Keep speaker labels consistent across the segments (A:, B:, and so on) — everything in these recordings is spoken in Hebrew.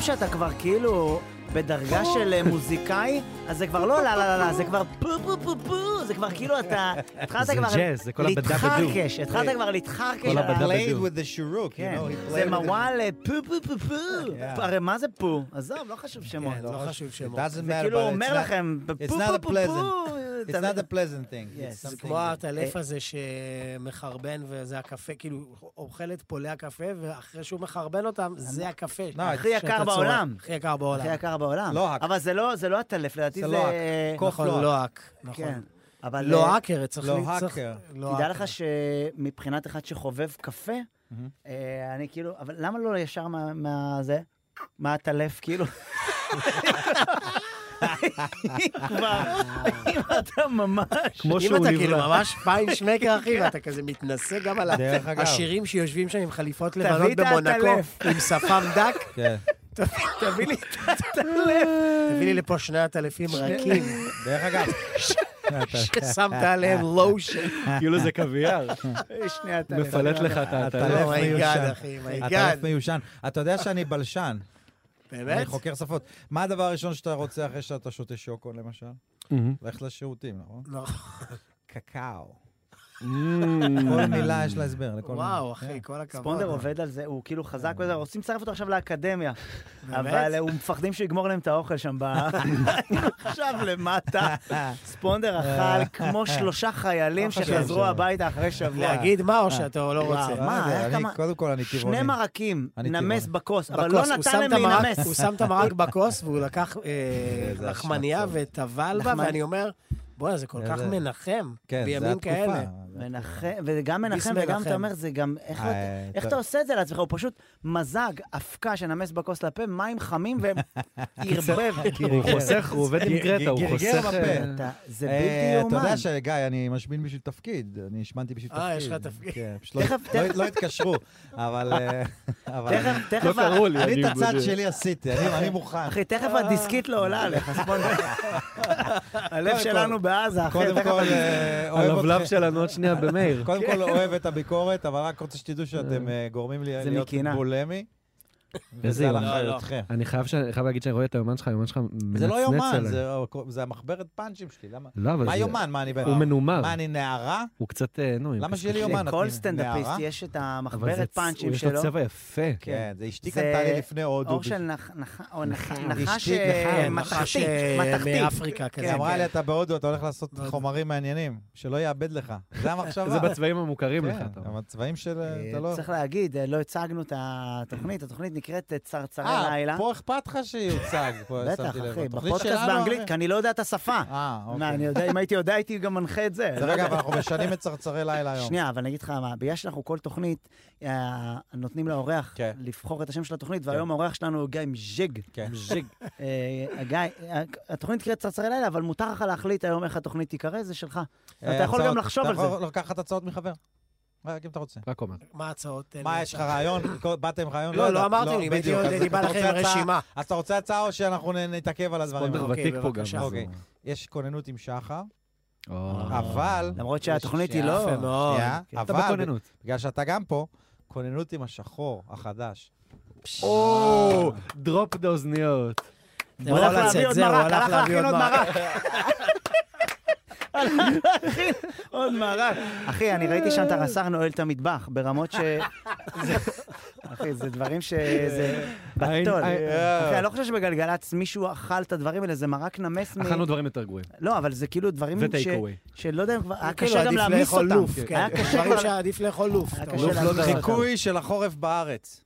A: שאתה כבר כאילו בדרגה של אה, מוזיקאי, אז זה כבר לא לה לה לה לה, זה כבר פו פו פו פו, זה כבר כאילו אתה... התחלת
B: זה
A: כבר
B: ג'אז, זה כל הבד"בדו.
A: להתחרקש, התחלת
C: כן.
A: כבר להתחרקש.
B: כל
A: על ה-
B: הבד"בדו.
C: played with the shuruk, you
A: כן,
C: know, he
A: זה
C: played with the...
A: מוואל אה, פו פו פו פו.
C: Yeah.
A: הרי מה זה פו? עזוב, לא חשוב שמות.
C: Yeah,
D: לא חשוב
C: It
D: שמות.
C: doesn't
A: זה
C: matter,
A: כאילו
C: but it's
A: אומר
C: not-
A: לכם,
C: it's
A: פו
C: not
A: פו
C: a
A: פו
C: pleasant-
A: פו.
C: It's not a pleasant thing.
A: Yes,
C: It's
A: זה
C: something-
D: זה כמו הטלף הזה שמחרבן וזה הקפה, כאילו אוכל את פולי הקפה, ואחרי שהוא מחרבן אותם, זה הקפה.
C: לא,
A: הכי
C: שאתה
A: יקר
C: צורח.
A: בעולם.
D: הכי יקר בעולם.
A: הכי יקר בעולם.
C: לוהק.
A: אבל זה לא, זה לא הטלף, לדעתי זה... אה,
C: זה לוהק. קוף
D: נכון,
C: לוהק.
D: לוהק.
A: כן.
D: נכון.
A: אבל
D: לא
A: אה,
D: האקר, צריך...
C: לא
D: צריך-
C: האקר.
D: לא
A: תדע
D: האקר.
A: לך שמבחינת אחד שחובב קפה, אה, אני כאילו, אבל למה לא ישר מה- מה זה? מה הטלף, כאילו? כבר, אם אתה ממש...
B: כמו
D: אם
B: שהוא
D: אתה כאילו
B: נברא.
D: ממש פיינשמקר, אחי, ואתה כזה מתנשא גם על
C: דרך אגב.
D: השירים שיושבים שם עם חליפות לבנות
A: תביא את
D: במונקו,
A: העטלף.
D: עם שפם דק,
C: כן.
D: תביא לי את הטלף. תביא לי לפה שני הטלפים רכים,
C: דרך אגב, אה,
D: ששמת עליהם לושן.
B: כאילו זה קוויאר,
A: שני הטלף.
B: מפלט לך את
C: הטלף.
B: הטלף.
D: לא, מייגאד,
C: מיושן.
D: אחי,
C: הטלף
D: מייגאד.
C: מיושן. אתה יודע שאני בלשן, אני
D: באמת?
C: חוקר שפות. מה הדבר הראשון שאתה רוצה אחרי שאתה שותה שוקו, למשל?
B: Mm-hmm.
C: לך לשירותים, נכון?
D: נכון.
C: קקאו. כל מילה יש לה הסבר. לכל מילה.
D: וואו, אחי, כל הכבוד.
A: ספונדר עובד על זה, הוא כאילו חזק בזה, רוצים לצרף אותו עכשיו לאקדמיה.
D: באמת?
A: אבל אה, הוא מפחדים שהוא יגמור להם את האוכל שם ב... עכשיו למטה. ספונדר אכל כמו שלושה חיילים
C: לא חשוב
A: שחזרו
C: שזה.
A: הביתה אחרי שבוע.
D: להגיד מה
C: אה.
D: או שאתה לא
A: וואו.
D: רוצה.
C: לא
A: מה,
C: יודע,
A: היה
C: אני-
A: כמה-
C: קודם כל אני טבעוני.
A: שני מרקים,
C: אני
A: נמס
C: טבעוני.
A: בכוס, אבל
D: בכוס,
A: לא
D: הוא
A: נתן
D: שם
A: להם
D: את המרק- הוא
A: להינמס.
D: שם את המרק בכוס והוא לקח אה,
C: איזה
D: לחמניה
C: השמצות.
D: וטבל בה,
A: לחמניה.
D: ואני אומר, בוא'נה, זה כל כך
C: איזה-
D: מנחם,
C: כן, זה
D: בימים
C: התקופה.
D: כאלה.
A: מנחם, וגם מנחם
D: ביס
A: וגם
D: מנחם.
A: אתה אומר, זה גם, איך
C: אה,
A: אתה- איך
C: טוב.
A: אתה עושה את זה לעצמך? הוא פשוט מזג, אבקה שנמס בכוס לפה, מים חמים וערבב.
B: הוא חוסך, הוא עובד עם גרטה, הוא
C: גרגר
B: חוסך...
C: בפה.
B: אה,
A: אתה- זה
C: אה,
A: בלתי
C: אתה יודע
A: יאומן.
C: שגיא, אני משמין בשביל תפקיד, אני השמנתי בשביל תפקיד.
D: אה, יש לך תפקיד.
C: כן, פשוט
A: תכף-
C: לא- לא-
A: תכף-
C: לא התקשרו, אבל... אה, אבל-
A: תכף,
B: לא
A: תכף,
B: קראו לי,
C: אני את הצד
B: בזה.
C: שלי עשיתי, אני אני מוכן.
A: אחי, תכף הדיסקית לא עולה עליך, ספונדר. הלב
C: כל-
A: שלנו בעזה, אחי.
C: קודם
A: תכף
C: כל,
A: הדיסקית.
C: אה, אוהב
B: הלבלב
C: אתכם.
B: שלנו עוד שנייה במאיר.
C: קודם כל, אוהב את הביקורת, אבל רק רוצה שתדעו שאתם אה, גורמים לי
A: זה
C: להיות
A: מקינה.
C: בולמי.
B: איזה
C: וזה על
B: יום.
C: אחריותכם.
B: אני חייב ש- חייב להגיד שאני רואה את היומן שלך, היומן שלך מנצנץ
C: כן. זה לא יומן,
B: עליי.
C: זה- זה המחברת פאנצ'ים שלי, למה?
B: לא, אבל
C: מה
B: זה-
C: יומן? מה, אני בן-
B: הוא מנומר.
C: מה, אני נערה?
B: הוא קצת, אה, נו... עם
C: למה שיהיה לי
B: קשקשים.
C: יומן?
A: לכל
C: את
A: סטנדאפיסט
C: נערה?
A: יש את
B: אבל זה
A: המחברת
B: צ-
A: פאנצ'ים
B: יש לו
A: שלו.
B: צבע יפה.
C: כן, זה אשתי
A: זה-
C: קנתה לי לפני הודו.
A: אור של נח- נח- או נח- נחש
C: אשתי,
A: אה,
D: כן,
A: מתכתי.
D: אה,
A: מתכתי.
D: מאפריקה
C: היא
D: כזה.
C: כן, אמרה לי, אתה בהודו, אתה הולך לעשות
D: מאוד.
C: חומרים מעניינים, שלא יאבד לך. זה המחשבה.
B: זה בצבעים המוכרים לך,
C: כן,
B: אתה
C: גם
B: אומר.
C: הצבעים של...
A: אה,
C: אתה לא...
A: צריך להגיד, אה, לא הצגנו את התוכנית, התוכנית נקראת אה, צרצרי לילה.
C: אה, פה אכפת לך שיוצג. פה,
A: בטח,
C: שמתי לב.
A: אחי,
C: התוכנית
A: בפודקאסט
C: שלנו,
A: באנגלית,
C: הרי-
A: כי אני לא יודע את השפה.
C: אה,
A: מה, אני
C: אוקיי.
A: יודע, אם הייתי יודע, הייתי גם מנחה את זה.
C: דרך אגב, אנחנו משנים את צרצרי לילה היום.
A: שנייה, אבל אני אגיד לך מה, בגלל שאנחנו כל תוכנית, אה, נותנים לאורח
C: כן.
A: לבחור את השם של התוכנית, והיום האורח שלנו הוא גיא מז'יג.
C: כן.
A: מז'יג. אה, גיא, אה, התוכנית נקראת צרצרי לילה, אבל מותר לך להחליט היום איך התוכנית תיקרא, זה שלך.
C: אה,
A: אתה יכול גם
C: הצעות.
A: לחשוב על זה.
C: אתה יכול לקחת הצעות מחבר. רק אם אתה רוצה.
B: רק אומר.
D: מה ההצעות? אה, תן
C: כן. מה,
D: לי
C: יש לך
D: הצעה.
C: רעיון? כל- באתם עם רעיון?
D: לא,
C: יודע.
D: לא אמרתם לי, אם הייתי
C: בדיוק.
D: יודע,
C: אז
D: הייתי בא
C: אתה
D: לכם
C: רוצה
D: עם
C: הצעה-
D: רשימה.
C: אז אתה רוצה הצעה או שאנחנו נ- נתעכב על הדברים?
B: ספונדר
C: האלה?
D: אוקיי,
B: ותיק פה גם.
D: בבקשה.
B: אז
C: אוקיי.
B: הוא-
C: יש כוננות עם שחר,
A: אה,
B: או.
C: אבל...
A: למרות שהתוכנית היא לא...
D: יפה מאוד.
C: שנייה,
B: כן, אתה
C: אבל
B: בכוננות.
C: בגלל שאתה גם פה, כוננות עם השחור החדש.
B: או, דרופ את האוזניות.
C: אה.
D: אתה
A: הוא
D: יכול
A: הלך
D: לצאת,
A: להביא עוד
D: זהו,
A: מרק,
D: הלך
A: הלך
D: להביא
A: להכין עוד
D: עוד
A: מרק. הלך להכין עוד מרק. אחי, אני ראיתי שם את הרס"ר נועל את המטבח, ברמות ש... זה- אחי, זה דברים ש... זה בטול.
B: אה,
A: אחי, אני לא חושב שבגלגלצ מישהו אכל את הדברים האלה, זה מרק נמס מ...
B: אכלנו דברים יותר גרועים.
A: לא, אבל זה כאילו דברים ש...
B: וטייקווי.
A: שלא יודע אם כבר... היה
D: כאילו,
A: קשה גם
D: עדיף
A: להעמיס
D: לאכול
A: אותם.
D: לוף,
A: כן.
D: כן.
A: היה קשה
D: דברים
A: כבר...
D: שעדיף לאכול לוף.
A: היה
D: אתה
A: קשה
D: רואה?
A: להעמיס אותם.
C: חיקוי של החורף בארץ.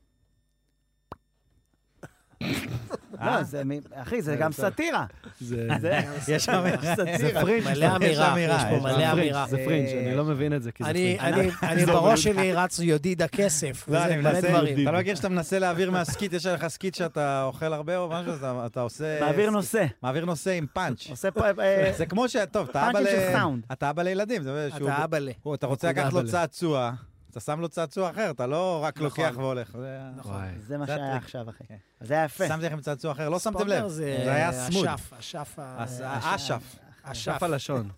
A: לא, זה מ- אחי, זה גם סאטירה.
B: זה
D: אה,
A: זה-
C: יש שם
A: סאטירה.
B: פרינג'.
D: מלא אמירה, יש פה
C: יש
D: מלא אמירה.
B: זה פרינג', אני לא מבין את זה, כי זה
D: אה, אני,
B: פרינג'.
D: אני, אני בראש שלי רץ יודיד הכסף,
C: לא,
D: וזה
C: אני
D: מלא
C: מנסה,
D: דברים.
C: אתה לא מכיר שאתה מנסה להעביר מהסקית, יש עליך סקית שאתה אוכל הרבה או משהו, אז אתה- אתה עושה...
A: מעביר נושא.
C: מעביר נושא עם פאנץ'.
A: עושה פה... אה,
C: זה כמו ש... טוב, אתה אבא ל...
A: פאנצ'ים של סאונד.
C: אתה אבא לילדים, זה שהוא...
D: אתה אבאלה.
C: הוא- אתה רוצה
B: נקודה
C: לקחת לו
B: אבא ל.
C: צעצוע, אתה שם לו צעצוע אחר, אתה לא רק
D: נכון.
C: לוקח והולך. זה-
B: וואי.
A: זה מה
C: זה
A: שהיה
C: הטריק.
A: עכשיו, אחי.
C: כן.
A: אז זה היה יפה.
C: שמתי לכם צעצוע אחר, לא שמתם
D: ספונדר
C: לב.
D: זה אה,
C: זה היה סמוד.
D: אשף, אשף. ה-
C: אז האשף.
D: אשף.
B: שף הלשון.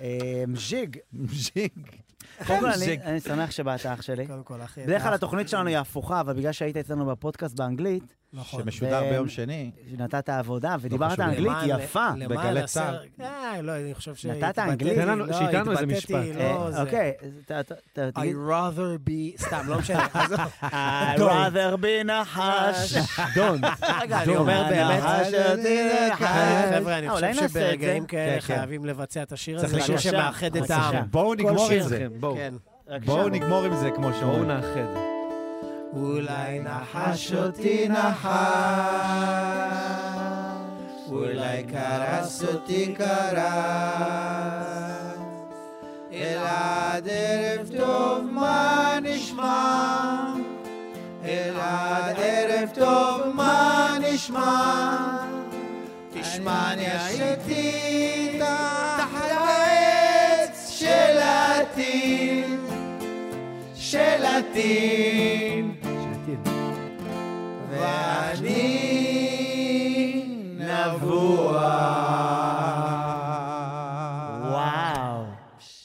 A: אה, ז'יג,
C: ז'יג.
A: קודם כל אני-
C: ז'יג.
A: אני שמח שבאת אח שלי.
D: קודם כל, אחי.
A: בדרך
D: אתה כאילו-
A: כלל התוכנית שלנו היא הפוכה, אבל בגלל שהיית אצלנו בפודקאסט באנגלית,
D: נכון.
C: שמשודר
A: ו-
C: ביום שני.
A: נתת עבודה ודיברת
B: חשוב.
A: אנגלית
D: לא למען-
A: יפה.
D: למען
C: בגלי
D: הסר... אה, לא, אני חושב שהתבטאתי.
A: אנגלית?
B: תן לנו-
D: לא,
B: שאיתנו איזה
D: התבטאתי,
B: משפט.
D: לא,
A: אה,
D: זה-
A: אוקיי, אז ת- ת- ת-
D: I'd
A: תגיד.
D: rather be... סתם, לא משנה. עזוב.
A: I'd rather be נחש.
B: דונט.
D: רגע, אני אומר באמת... כן.
A: הנחש אותי נחש.
D: חבר'ה, אני
A: אה, אולי
D: חושב
A: נעשה את
D: שברגעים
A: זה.
C: כן,
D: כאלה
C: כן.
D: חייבים לבצע את השיר
A: צריך
D: הזה, שיר
A: בבקשה.
D: שמאחד את
A: בבקשה.
D: העם.
C: בואו נגמור
D: שיר.
C: עם זה.
B: בואו.
D: כן.
A: רק
C: בואו
A: שם.
C: נגמור עם זה, כמו
B: בואו
C: שאומרים.
B: נאחד.
D: אולי נחש אותי
C: אותי
D: נחש,
C: אולי קרס אותי קרס, אל עד ערב טוב מה נשמע? אל עד ערב טוב מה נשמע? תשמעני השתי תחת העץ שלטים, שלטים. ואני נבוע.
A: וואו.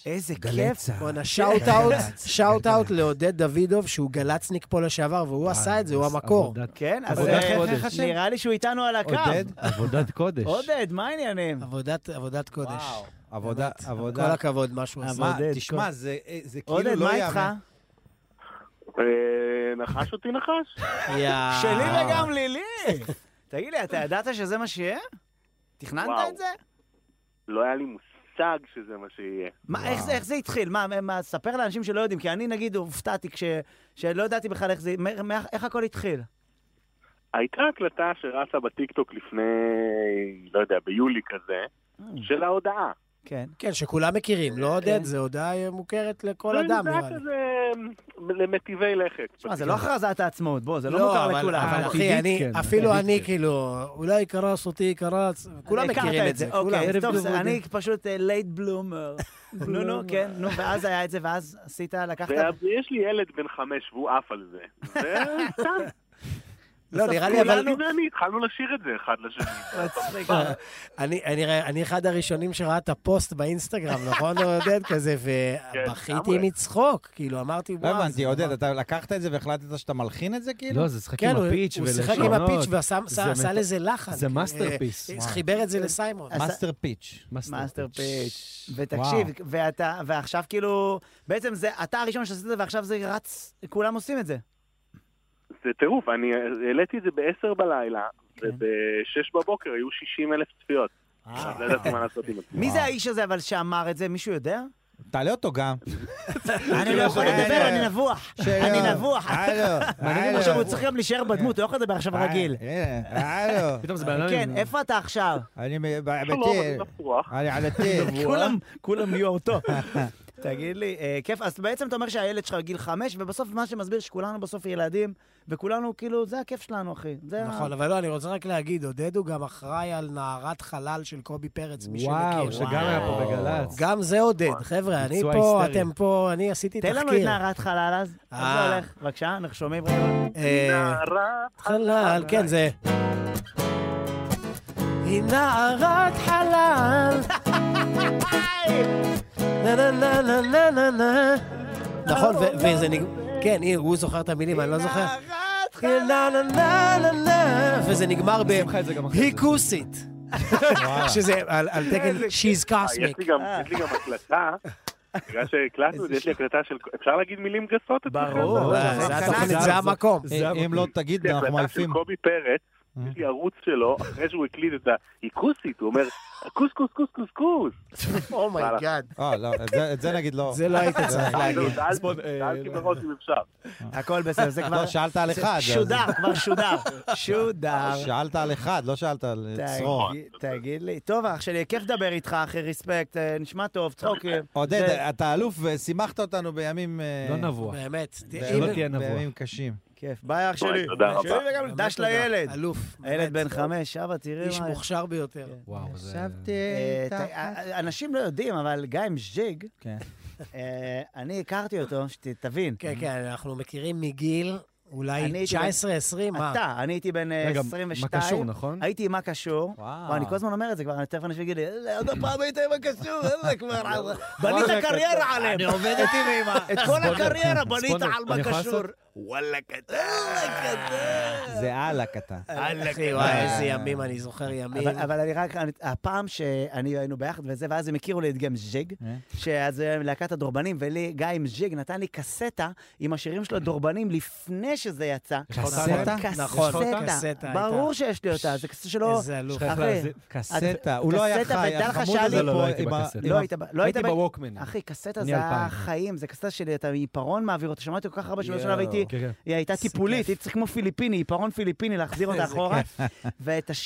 A: איזה כיף.
D: בואנה, שאוט אאוט, שאוט אאוט לעודד דוידוב, שהוא גלצניק פה לשעבר, והוא עשה את זה, הוא המקור.
B: אה, עבודת-
A: כן, אז
B: עבודת
A: איך-
B: קודש.
A: איך- נראה לי שהוא איתנו על הקו.
C: עודד?
B: עבודת קודש.
A: עודד, מה העניינים?
D: עבודת, עבודת קודש.
C: עבודה,
D: כל
C: עבודה.
D: הכבוד, מה שהוא עשה.
A: אבל-
C: מה,
A: עודד,
C: תשמע, זה זה כאילו
A: עודד,
C: לא
A: מה
C: יאמן.
A: איתך?
E: אה, נחש אותי נחש?
D: יאה.
A: שלי וגם לילי. תגיד לי, אתה ידעת שזה מה שיהיה? תכננת
E: וואו.
A: את זה?
E: לא היה לי מושג שזה מה שיהיה.
A: מה, איך זה, איך זה התחיל? מה, מה- מה, ספר לאנשים שלא יודעים, כי אני נגיד הופתעתי כש... שלא ידעתי בכלל איך זה, מה- מה- איך הכל התחיל.
E: הייתה הקלטה שרצה בטיקטוק לפני, לא יודע, ביולי כזה,
D: אה.
E: של ההודעה.
A: כן.
D: כן, שכולם מכירים, לא עודד? זו הודעה מוכרת לכל אדם,
E: זה
D: נראה
E: היה
D: לי.
E: כזה למטיבי לכת.
A: תשמע, זה לא הכרזת העצמאות, בוא, זה לא,
D: אוקיי.
A: מוכר
D: לא, אבל-
A: לכולם.
D: אבל
B: עתידית
D: אחי, אני,
B: כן,
D: אפילו
B: עתידית
D: אני
B: כן.
D: כאילו, אולי קרס אותי, קרס, כולם
A: הכרת
D: מכירים את זה, כולם.
A: אוקיי,
B: ערב
A: טוב,
B: טוב,
A: זה-
B: עודד.
A: אני פשוט לייט בלומר. נו, נו, כן, נו, ואז היה את זה, ואז עשית, לקחת...
E: ויש לי ילד בן חמש והוא עף על זה. וסתם,
D: לא, נראה לי, אבל...
E: כולנו ואני התחלנו לשיר את זה אחד לשני.
A: מצחיק.
D: אה, אני, אני, רא- אני אחד הראשונים שראה את הפוסט באינסטגרם, נכון, עודד? כזה,
A: כן,
D: ובכיתי
E: לגמרי.
D: מצחוק, כאילו, אמרתי,
C: לא
D: וואו.
C: הבנתי,
D: זה
C: עודד,
D: דבר."
C: אתה לקחת את זה והחלטת שאתה מלחין את זה כאילו?
B: לא, זה שחק
D: כן,
B: עם
D: הוא
B: הפיץ'
D: הוא
B: ולשונות.
D: שיחק עם הפיץ' ועשה
B: זה
D: עשה
B: מט-
D: לזה לחן.
B: זה
D: כאילו,
B: מאסטרפיס.
D: אה,
B: וואו.
D: חיבר את זה לסיימון.
A: אז-
C: מאסטר פיץ'.
A: מאסטרפיץ'. ותקשיב,
C: וואו.
A: ואתה, ועכשיו כאילו, בעצם זה, אתה הראשון שעשית את זה, ועכשיו זה רץ, כולם עושים את זה.
E: זה טירוף, אני העליתי את זה ב-10 בלילה,
D: כן.
E: וב-6 בבוקר היו 60 אלף צפיות. אז לא ידעתי מה לעשות עם זה.
A: מי זה האיש הזה אבל שאמר את זה? מישהו יודע?
C: תעלה אותו גם.
A: אני לא יכול
C: יודע.
A: לדבר, אה, אני נבוח. אני נבוח.
C: הלו,
A: מעניין אם
C: הלו.
A: עכשיו הוא צריך גם להישאר בדמות, הוא לא יכול לדבר עכשיו רגיל.
C: הנה, הלו.
B: פתאום זה בן אדם
A: כן,
B: עם-
A: איפה אתה עכשיו?
C: אני
E: שלום, לא, אני
C: בטיר.
E: נפוח.
D: אה,
C: אני על הטיר.
A: כולם, כולם נהיו אותו. תגיד לי, אה, כיף, אז בעצם אתה אומר שהילד שלך גיל חמש, ובסוף מה שמסביר שכולנו בסוף ילדים, וכולנו כאילו, זה הכיף שלנו, אחי. זה ה-
D: נכון, אבל לא, אני רוצה רק להגיד, עודד הוא גם אחראי על נערת חלל של קובי פרץ, מי שמכיר.
B: וואו, שגם היה פה בגל"צ.
D: גם זה עודד, חבר'ה, אני
B: ביצוע
D: פה,
B: היסטרי.
D: אתם פה, אני עשיתי
A: נכון. תן לנו את
D: תחקיר.
A: נערת חלל אז. איך זה
D: אה.
A: הולך? בבקשה, אנחנו שומעים רגע.
D: אה,
E: נערת
D: חלל, כן, זה... היא נערת חלל. נה נה נה נה נה נה נה. נכון, ו- וזה נגמר... כן, היא- הוא זוכר את המילים, אני לא זוכר. היא נה נה נה נה נה. וזה נגמר ב...
B: לך את זה גם אחרי
D: היא
B: זה.
D: כוסית. שזה על על תקן She's
E: אה, יש לי
A: אה,
D: Cosmic.
E: גם, יש לי גם הקלטה, בגלל שהקלטנו את זה, יש לי הקלטה של, אפשר להגיד מילים גסות אצלכם?
A: ברור.
D: אה, זה התוכנית,
B: זה-
D: זה המקום.
C: אם לא תגיד,
E: יש לי
C: אנחנו
E: הקלטה של
C: מעיפים.
E: קובי פרץ, יש לי ערוץ שלו, אחרי שהוא הקליט את ההיקוסית, הוא אומר, כוס כוס כוס כוס כוס.
A: Oh
D: אומייגאד.
C: אה, לא, את זה- את זה נגיד לא.
D: זה לא היית צריך
E: אז
D: להגיד.
E: לא, שאלתי שאלתי מראש אם אפשר.
A: הכל בסדר, זה כבר...
C: לא, שאלת על אחד.
A: שודר, כבר שודר. שודר.
C: שאלת על אחד, לא שאלת על צרור.
A: תגיד- תגיד לי, טוב אח שלי, כיף לדבר איתך אחי, ריספקט, אה, נשמע טוב,
E: אוקיי.
A: צחוקים. זה-
C: עודד, אתה אלוף ושימחת אותנו בימים... אה,
B: לא נבוח.
D: באמת.
C: בימים-
B: שלא תהיה נבוע.
C: בימים קשים.
A: כיף, ביי אח שלי.
E: תודה רבה.
A: שלי וגם-
D: באמת
A: דש
D: תודה.
A: לילד.
D: אלוף.
A: הילד בן
D: באמת.
A: חמש, אבא, תראי
D: איש
A: מה...
D: מוכשר ביותר.
B: וואו, זה...
A: אה, ת- אנשים לא יודעים, אבל גיא עם ז'יג,
C: כן.
A: אה, אני הכרתי אותו, שתבין.
D: כן, כן, אנחנו מכירים מגיל
A: אני
D: אולי
A: הייתי בן-
D: 19-20, מה?
A: אתה, אני הייתי בן אה,
B: רגע,
A: 22.
B: מה קשור, נכון?
A: הייתי מה קשור.
C: וואו.
A: וואו, אני כל הזמן אומר את זה כבר, אני תכף אנשים יגידו לי, "אללה, עוד פעם היית עם הקשור, אללה כבר, בנית קריירה עליהם. אני עובד איתי מאמא. את כל הקריירה בנית
B: ספונדר,
A: על
B: אני
A: מה
B: יכול
A: קשור.
B: לעשות
A: וואלה קטן.
C: זה על הקטן.
D: אה, אחי, וואי, איזה ימים, אני זוכר ימים.
A: אבל, אבל אני רק, אני, הפעם שאני היינו ביחד וזה, ואז הם הכירו לי את גם ז'יג,
C: אה.
A: שאז הם להקת הדורבנים, ולי, גיא עם ז'יג נתן לי קסטה עם השירים של הדורבנים לפני שזה יצא.
C: קסטה?
D: נכון, קסטה
A: קסטה.
D: הייתה.
A: ברור שיש לי אותה, זה קסטה שלו.
D: איזה אלוף.
B: שכח
A: אחי,
B: להזין.
C: קסטה, הוא לא היה
A: אה, קסטה,
C: חי,
A: ודע לך
C: החמוד
A: שהיה
C: הזה
A: לי-
B: לא, לא
C: פה
B: הייתי
C: עם ה-
B: בקסטה.
C: עם
A: לא
C: ה-
A: היית ב- לא היית
B: הייתי
A: ב-
B: בווקמן.
A: אחי, קסטה
B: אני
A: זה
B: אלפיים.
A: החיים, זה קסטה שלי, אתה עיפרון מעביר אותה, שמעתי כל כך הרבה שנים שלה
C: יואו.
A: והייתי,
B: כן, כן.
A: היא הייתה טיפולית, הייתי צריך כמו פיליפיני, עיפרון פיליפיני, להחזיר אותה אחורה.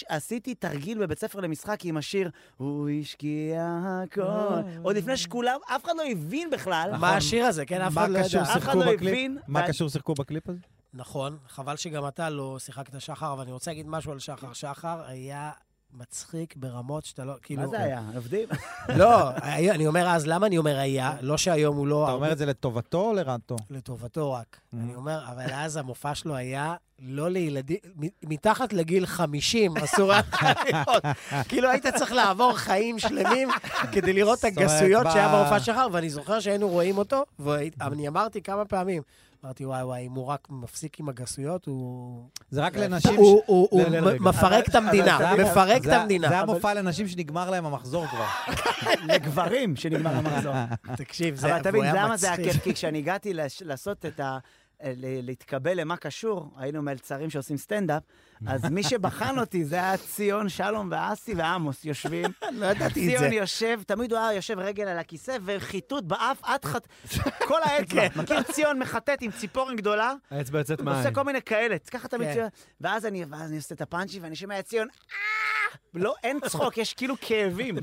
A: ועשיתי תרגיל בבית ספר למשחק עם השיר, הוא השקיע
C: אה.
A: הכל. עוד לפני שכולם, אף אחד לא הבין בכלל.
D: מה השיר הזה, כן? אף
C: נכון. מה
D: אחד לא ידע.
C: קשור
A: אף אחד
C: שיחקו
A: לא
C: בקליפ?
A: הבין,
C: מה
A: ואני-
C: קשור שיחקו בקליפ הזה?
D: נכון, חבל שגם אתה לא שיחקת שחר, אבל אני רוצה להגיד משהו על שחר. שחר היה מצחיק ברמות שאתה לא, כאילו...
A: מה זה
C: אוקיי.
A: היה? עובדים?
D: לא, היה- אני אומר אז, למה אני אומר היה? לא שהיום הוא לא...
C: אתה אומר את זה לטובתו או לרעתו?
D: לטובתו רק. אני אומר, אבל אז המופע שלו היה לא לילדים, מ- מתחת לגיל 50 אסור היה לך לראות. כאילו היית צריך לעבור חיים שלמים כדי לראות את
C: זאת אומרת,
D: הגסויות שהיה
C: ב-
D: במופע שלך, ואני זוכר שהיינו רואים אותו, ואני אמרתי כמה פעמים, אמרתי, וואי וואי, אם הוא רק מפסיק עם הגסויות, הוא...
C: זה
A: אה,
C: רק
D: הוא-
C: לנשים ש...
D: הוא- הוא הוא
B: לא, לא, רגע.
D: מפרק את המדינה,
C: זה היה-
D: מפרק את
C: זה היה- זה
D: המדינה.
C: היה מופע לנשים שנגמר להם המחזור כבר.
A: לגברים שנגמר המחזור.
D: תקשיב, זה
A: אבל אתה
D: הוא
A: מבין,
D: היה
A: למה זה היה
D: מצחיק.
A: כיף? כי כשאני הגעתי לש- לעשות את ה... אה, ל- להתקבל למה קשור, היינו מלצרים שעושים סטנדאפ, אז מי שבחן אותי זה היה ציון, שלום ואסי ועמוס יושבים.
D: לא ידעתי את זה.
A: ציון יושב, תמיד הוא היה יושב רגל על הכיסא, וחיטוט באף, עד חט... כל האצבע.
D: כן.
A: מכיר ציון מחטט עם ציפורן גדולה,
B: האצבע יוצאת
A: עושה
B: מהעין.
A: כל מיני כאלה, ככה תמיד
D: כן.
A: ציון. ואז אני ואז אני עושה את הפאנצ'י ואני שומע את ציון, "אה!" לא, אין צחוק, יש כאילו כאבים.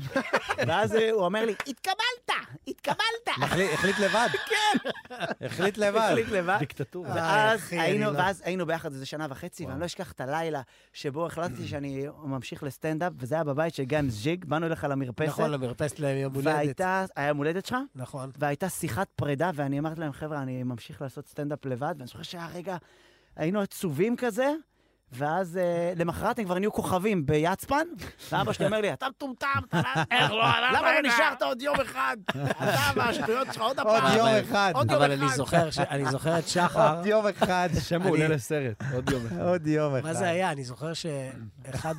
A: ואז אה, הוא אומר לי, התקבלת, התקבלת.
C: החליט- החליט לבד. כן. החליט לבד.
A: החליט לבד.
B: דיקטטורה.
A: ואז
D: אחי, אני
A: היינו,
D: לא-
A: ואז היינו ביחד איזה שנה וחצי, ואני לא אשכח את הלילה שבו החלטתי שאני ממשיך לסטנדאפ, וזה היה בבית של גן ז'יג, באנו אליך למרפסת,
D: נכון, למרפסת להם יום הולדת.
A: והייתה, היה יום הולדת שלך?
D: נכון.
A: והייתה שיחת פרידה, ואני אמרתי להם, חבר'ה, אני ממשיך לעשות סטנדאפ לבד, ואני זוכר שהיה רגע, היינו עצובים כזה, ואז אה, למחרת הם כבר נהיו כוכבים ביצפן, ואבא שלי אומר לי, אתה מטומטם, אתה לא- איך לא, למה לא נשארת עוד יום אחד? אתה והשטויות שלך עוד
C: עוד
A: הפעם.
C: יום
D: אבל-
C: אחד.
A: אה, עוד יום
D: אבל
A: אחד.
D: אני זוכר, ש- אני זוכר את שחר.
C: עוד יום אחד.
B: שם הוא עולה
A: לא
B: לסרט, עוד יום אחד.
C: עוד יום אחד.
D: מה זה היה? אני זוכר שאחד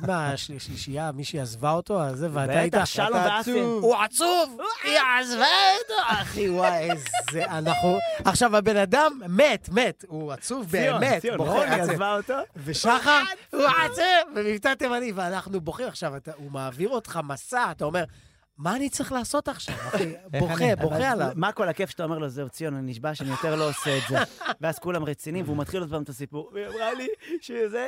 D: מהשלישייה, מישהי עזבה אותו, אז זה, ואתה היית...
A: בטח, שלום
C: אתה
A: ואסי.
C: עצוב.
D: הוא עצוב! היא עזבה אותו! אחי, וואי, איזה... אנחנו... עכשיו, הבן אדם מת, מת. הוא עצוב באמת.
A: ציון,
D: בוכה,
A: נכון, היא
D: עצב.
A: עזבה אותו.
D: ושחר, הוא עצוב! במבטא תימני, ואנחנו בוכים. עכשיו, אתה- הוא מעביר אותך מסע, אתה אומר, מה אני צריך לעשות עכשיו, אחי? בוכה,
C: אני-
D: בוכה עליו.
A: מה כל הכיף שאתה אומר לו, זהו, ציון, אני נשבע שאני יותר לא עושה את זה. ואז כולם רציניים, והוא מתחיל עוד פעם את הסיפור. והיא אמרה לי שזה...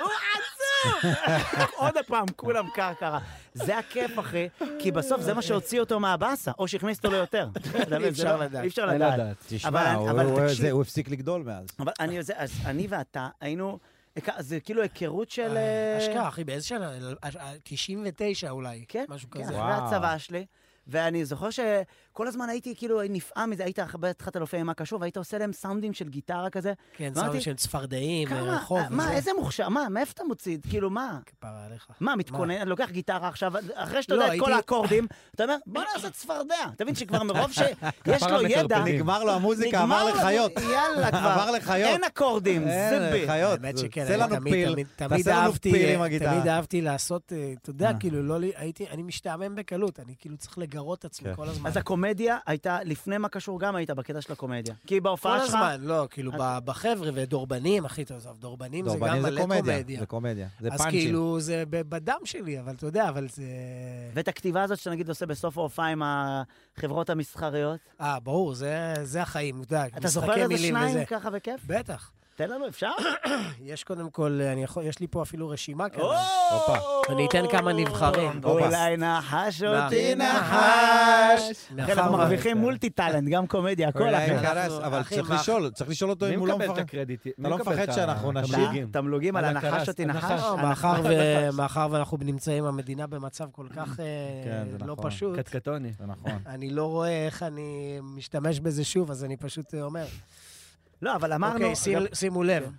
A: הוא עצוב! עוד פעם, כולם קרקרה. זה הכיף, אחי, כי בסוף זה מה שהוציא אותו מהבאסה, או שהכניס אותו ליותר. אתה מבין, זה
D: אפשר
A: לא-
D: לדעת.
A: אי אפשר
B: אין
A: לדעת.
B: לדעת.
A: אבל-
C: תשמע, הוא-
A: אבל
C: הוא-
A: תקשיב.
C: זה- הוא הפסיק לגדול מאז.
A: אבל אני, זה- אז אני ואתה היינו... הכ- זה כאילו היכרות של... אה,
D: השקעה, אחי, באיזה שנה? אה, אה, 99 אולי.
A: כן,
D: משהו
A: כן,
D: כזה.
A: אחרי
C: וואו.
A: הצבא שלי. ואני זוכר שכל הזמן הייתי כאילו נפעם מזה, היית בהתחלת אלופי מה קשור, והיית עושה להם סאונדים של גיטרה כזה.
D: כן,
A: ואמרתי,
D: סאונד של צפרדעים,
A: כמה,
D: רחוב.
A: מה,
D: וזה.
A: איזה מוכשר, מה, מאיפה אתה מוציא? כאילו, מה?
D: כפרה עליך.
A: מה, מתכונן, אני לוקח גיטרה עכשיו, אחרי שאתה
D: לא,
A: יודע את כל
D: הייתי-
A: האקורדים, אתה אומר, בוא נעשה צפרדע. אתה מבין שכבר מרוב שיש
B: כפרה
A: לו ידע,
B: מקרפלים.
C: נגמר לו המוזיקה,
A: נגמר
C: עבר
A: לו-
C: לחיות.
A: יאללה כבר.
C: עבר לחיות. אה,
A: אין אקורדים, זה בי.
C: אין, חיות.
D: האמת שכן,
C: תעשה
D: אני
C: לנו
D: תמיד-
C: פיל,
D: תמיד- תמיד
C: תעשה לנו
D: אהבתי,
C: פיל עם
D: אה,
C: הגיטרה.
D: תמיד אהבתי לעשות, אה, אתה יודע, כאילו, לא, לי- הייתי, אני משתעמם בקלות, אני כאילו צריך לגרות את עצמי
C: כן.
D: כל הזמן.
A: אז הקומדיה הייתה, לפני מה קשור, גם היית בקטע של הקומדיה. כי
D: כל
A: בהופעה שלך...
D: הזמן, לא, כאילו, ב- בחבר'ה, ודורבנים, אחי, טוב, דורבנים זה גם
C: דורבנים
D: מלא קומדיה.
C: זה קומדיה, זה
D: אז
C: פאנצ'ים.
D: כאילו, זה ב- בדם שלי, אבל אתה יודע, אבל זה...
A: ואת הכתיבה הזאת שאתה נגיד עושה בסוף ההופעה עם החברות המסחריות.
D: אה, ברור, זה זה החיים, אתה יודע,
A: אתה זוכר
D: משחקי
A: איזה
D: מילים
A: שניים
D: וזה.
A: ככה בכיף?
D: בטח.
A: תן לנו, אפשר?
D: יש קודם כל, אה, אני יכול, יש לי פה אפילו רשימה כאן.
A: הופה.
D: אני אתן כמה נבחרים.
A: אולי נחש אותי נחש.
D: נחש.
A: אחי, אנחנו מרוויחים מולטי טאלנט, גם קומדיה, הכל
C: אולי
A: אחי.
C: הוא קרס,
D: אנחנו-
C: אבל
D: אחי,
C: צריך
D: מה-
C: לשאול, צריך לשאול אותו
B: מי
C: אם הוא לא
B: מקבל את
C: מפחד.
B: הקרדיט? מי
C: אתה לא
B: מקבל את
C: מפחד שאנחנו
B: ה-
C: נשיר?
A: מה?
B: תמלוגים?
A: תמלוגים על
B: על
A: הנחש
B: הקרס,
A: אותי
B: הנחש.
A: נחש?
B: לא,
D: מאחר, ו... מאחר ואנחנו נמצאים, המדינה במצב כל כך אה,
C: כן, זה
D: לא
C: נכון.
D: פשוט,
B: קטקטוני.
C: זה נכון.
D: אני לא רואה איך אני משתמש בזה שוב, אז אני פשוט אה, אומר.
A: לא, אבל אמרנו...
D: אוקיי, שימו- שימו לב,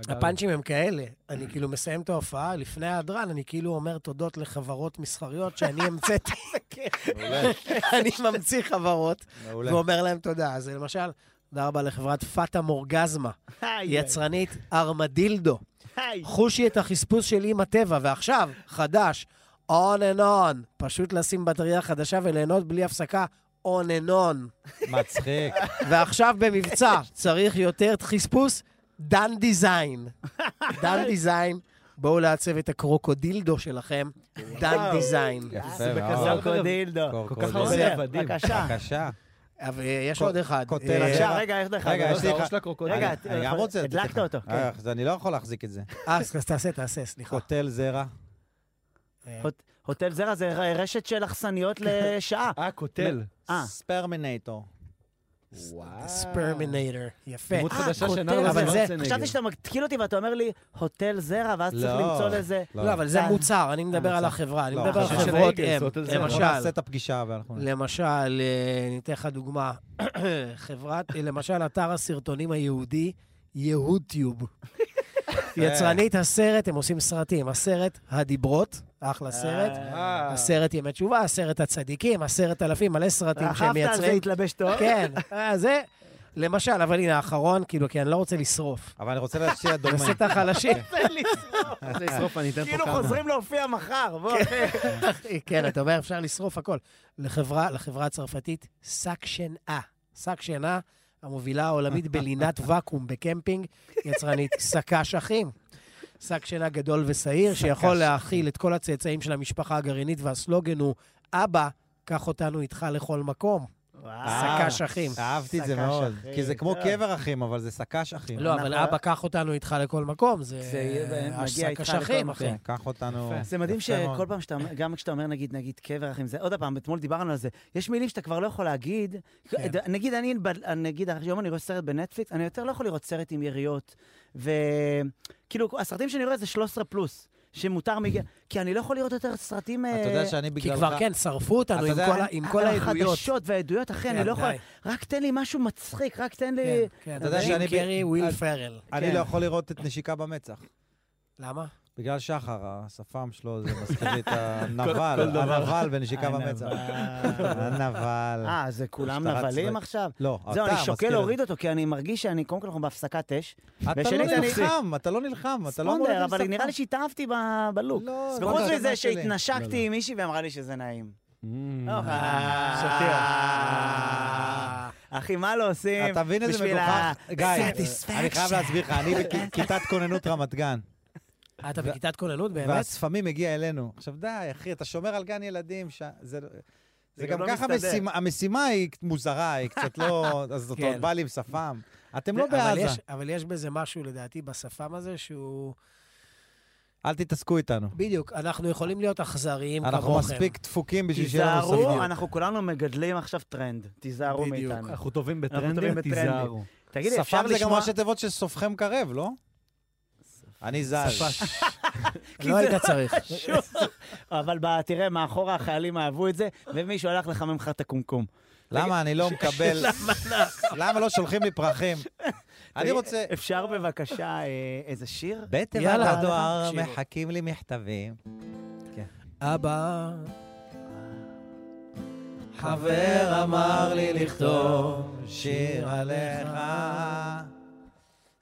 B: אגב,
D: הפאנצ'ים הם כאלה. אני כאילו מסיים את ההופעה, לפני ההדרן, אני כאילו אומר תודות לחברות מסחריות שאני המצאתי. אני ממציא חברות,
C: מעולה.
D: ואומר להם תודה. אז למשל, תודה רבה לחברת פאטה מורגזמה,
A: היי,
D: יצרנית ארמדילדו.
A: היי.
D: חושי את החספוס של עם הטבע, ועכשיו, חדש, on and on. פשוט לשים בטריה חדשה וליהנות בלי הפסקה, on and on.
C: מצחיק.
D: ועכשיו במבצע, צריך יותר את חספוס, דן דיזיין. דן דיזיין, בואו לעצב את הקרוקודילדו שלכם, דן דיזיין.
C: יפה
B: זה בכזה
C: מאוד.
B: הרבה
A: קרוקודילדו.
C: כל
B: כל כך
C: כל
B: הרבה
A: לא עוזר,
B: עבדים.
A: בבקשה.
C: בבקשה.
D: אבל יש
C: כ-
D: עוד אחד.
C: כותרת.
D: אה,
A: בבקשה, רגע, איך דרך
C: רגע,
A: אגב?
C: יש לי
B: זה
C: אחד.
B: הראש של הקרוקודיל.
A: רגע,
B: אני-
A: את-
C: אני גם רוצה את זה.
A: הדלקת
C: תכף.
A: אותו, כן.
C: אה, אז אני לא יכול להחזיק את זה.
D: אה, אז תעשה, תעשה, סליחה.
C: קוטל זרע.
D: אה,
A: הוט- הוטל זרע זה ר- רשת של אכסניות לשעה.
B: אה, קוטל.
A: אה.
C: ספרמינטור.
D: ספרמינטור. יפה.
B: דמות
A: אה,
B: חדשה
A: קוטל,
B: שנרלה
D: אבל זה-
A: חשבתי שאתה מתקיל אותי ואתה אומר לי, הוטל זרע, ואז צריך
C: לא.
A: למצוא לזה...
D: לא, אבל זה
A: אה,
D: מוצר, אני מדבר על
C: מוצר.
D: החברה, אני
C: לא,
D: מדבר על
C: חושב של
D: חברות
B: אייגלס,
D: אם.
B: הוטל זרע.
C: בוא נעשה
D: למשל,
C: את הפגישה ואנחנו...
D: למשל, אה, אני אתן לך דוגמה. חברת, אה, למשל, אתר הסרטונים היהודי, יהוטיוב. יצרנית הסרט, הם עושים סרטים. הסרט, הדיברות, אחלה סרט.
B: אה.
D: הסרט ימי תשובה, הסרט הצדיקים, עשרת אלפים, מלא סרטים שהם
A: רכבת על זה
D: מייצרים.
A: להתלבש טוב.
D: כן, אה, זה, למשל, אבל הנה, האחרון, כאילו, כי אני לא רוצה לשרוף.
C: אבל אני רוצה להציע דומה.
D: נעשה את החלשים.
A: תן לי לשרוף.
B: לשרוף, אני אתן פה
A: כאילו
B: כמה.
A: חוזרים להופיע מחר, בוא. אחי.
D: כן, אתה אומר, אפשר לשרוף הכל. לחברה, לחברה הצרפתית, סאקשן אה. סאקשן אה, המובילה העולמית בלינת ואקום בקמפינג, יצרנית סק"ש אחים. שק שינה גדול ושעיר, שיכול להכיל את כל הצאצאים של המשפחה הגרעינית, והסלוגן הוא, אבא, קח אותנו איתך לכל מקום.
A: וואו.
D: סק"ש אחים.
C: אה, אהבתי את זה
A: שק"ש
C: מאוד.
A: אחים,
C: כי זה כמו
A: כן.
C: קבר אחים, אבל זה סק"ש אחים.
D: לא, אבל
A: אנחנו-
D: אבא, קח אותנו איתך לכל מקום. זה
A: זה יהיה,
D: אה,
A: מגיע איתך
D: סק"ש
A: לכל
D: אחים,
A: מקום.
D: אחי.
C: כן, קח אותנו...
B: יפה.
A: זה מדהים
C: יפה מאוד.
A: שכל פעם שאתה אומר, גם כשאתה אומר, נגיד, נגיד, קבר אחים, זה עוד פעם, אתמול דיברנו על זה, יש מילים שאתה כבר לא יכול להגיד.
D: כן.
A: נגיד, אני, ב- נגיד, היום אני רואה סרט בנטפליקס, אני יותר לא יכול לראות סרט עם יריות, וכאילו, הסרטים שאני רואה זה 13 פלוס, שמותר מגיל, כי אני לא יכול לראות יותר סרטים...
C: Mm.
A: אה,
C: אתה יודע שאני
D: כי
C: בגללך...
D: כבר כן, שרפו אותנו
C: אתה
D: עם
C: יודע,
D: כל ה- עם כל העדויות.
A: החדשות והעדויות, אחי, אני
D: כן,
A: לא יכול...
D: די.
A: רק תן לי משהו מצחיק, רק תן לי...
D: כן, כן.
C: אתה יודע
D: ג'ים
C: שאני ב-
D: קרי, וויל
C: אה,
D: פרל.
C: אני
A: כן.
C: לא יכול לראות את נשיקה במצח.
D: למה?
C: בגלל שחר, השפם שלו, זה מזכיר לי את הנבל,
B: כל דבר.
C: הנבל בנשיקה במצח. הנבל.
A: אה, זה כולם
C: המשטרה
A: נבלים
C: צודקת.
A: עכשיו?
C: לא, אתה
A: זהו, אני שוקל
C: מזכיר
A: להוריד אותו, כי אני מרגיש שאני, קודם כל אנחנו בהפסקת אש.
C: את זה. אתה
A: ושנית,
C: לא
A: אני-
C: נלחם, אתה לא נלחם, אתה לא אמור
A: ספונדר,
C: להיות
A: אבל
C: עם
A: נראה לי
C: שק-
A: שהתאהבתי ב- בלוק.
C: לא, זה
A: וחוץ
C: לא
A: מזה
C: הכוונה שלי. Mm.
B: לא,
A: שהתנשקתי
B: לא.
A: עם מישהי ואמרה לי שזה נעים.
B: אה.
A: אה, אחי, מה לא עושים
C: אתה מבין איזה
A: בשביל ה-
C: מגוחך? גיא, אני חייב להסביר לך, אני בכיתת כוננות רמת גן,
D: אה, אתה בכיתת כוננות באמת?
C: והשפמים הגיע אלינו. עכשיו די, אחי, אתה שומר על גן ילדים, ש- זה- זה
A: גם
C: גם
A: לא
C: ככה
A: מסתדר.
C: משימה- המשימה היא מוזרה, היא קצת לא... אז אתה
D: כן.
C: עוד בא לי עם שפם. אתם
D: זה-
C: לא
D: אבל
C: בעזה,
D: יש- אבל יש בזה משהו, לדעתי, בשפם הזה, שהוא...
C: אל תתעסקו איתנו.
D: בדיוק, אנחנו יכולים להיות אכזריים כמוכם.
C: אנחנו מספיק דפוקים בשביל שיהיה לנו
A: תיזהרו,
C: ספק.
A: אנחנו כולנו מגדלים עכשיו טרנד. תיזהרו
D: בדיוק.
A: מאיתנו.
B: אנחנו טובים
A: טובים
B: בטרנדים,
A: בטרנדים.
B: תיזהרו.
A: תגידי, אפשר
C: שפם זה גם
A: לשמוע...
C: ראשי תיבות של סופכם קרב, לא? אני זז.
A: כי
D: לא
A: זה-
D: היית צריך.
A: אבל ב- תראה, מאחורה החיילים אהבו את זה, ומישהו הלך לחמם לך את הקומקום.
C: למה אני לא מקבל... למה לא שולחים לי פרחים? אני
A: תגיד,
C: רוצה...
A: אפשר בבקשה אה, איזה שיר?
C: בתיבת
D: יאללה,
C: הדואר
D: תקשיבו.
C: מחכים לי מכתבים.
D: אבא,
C: חבר אמר לי לכתוב שיר עליך.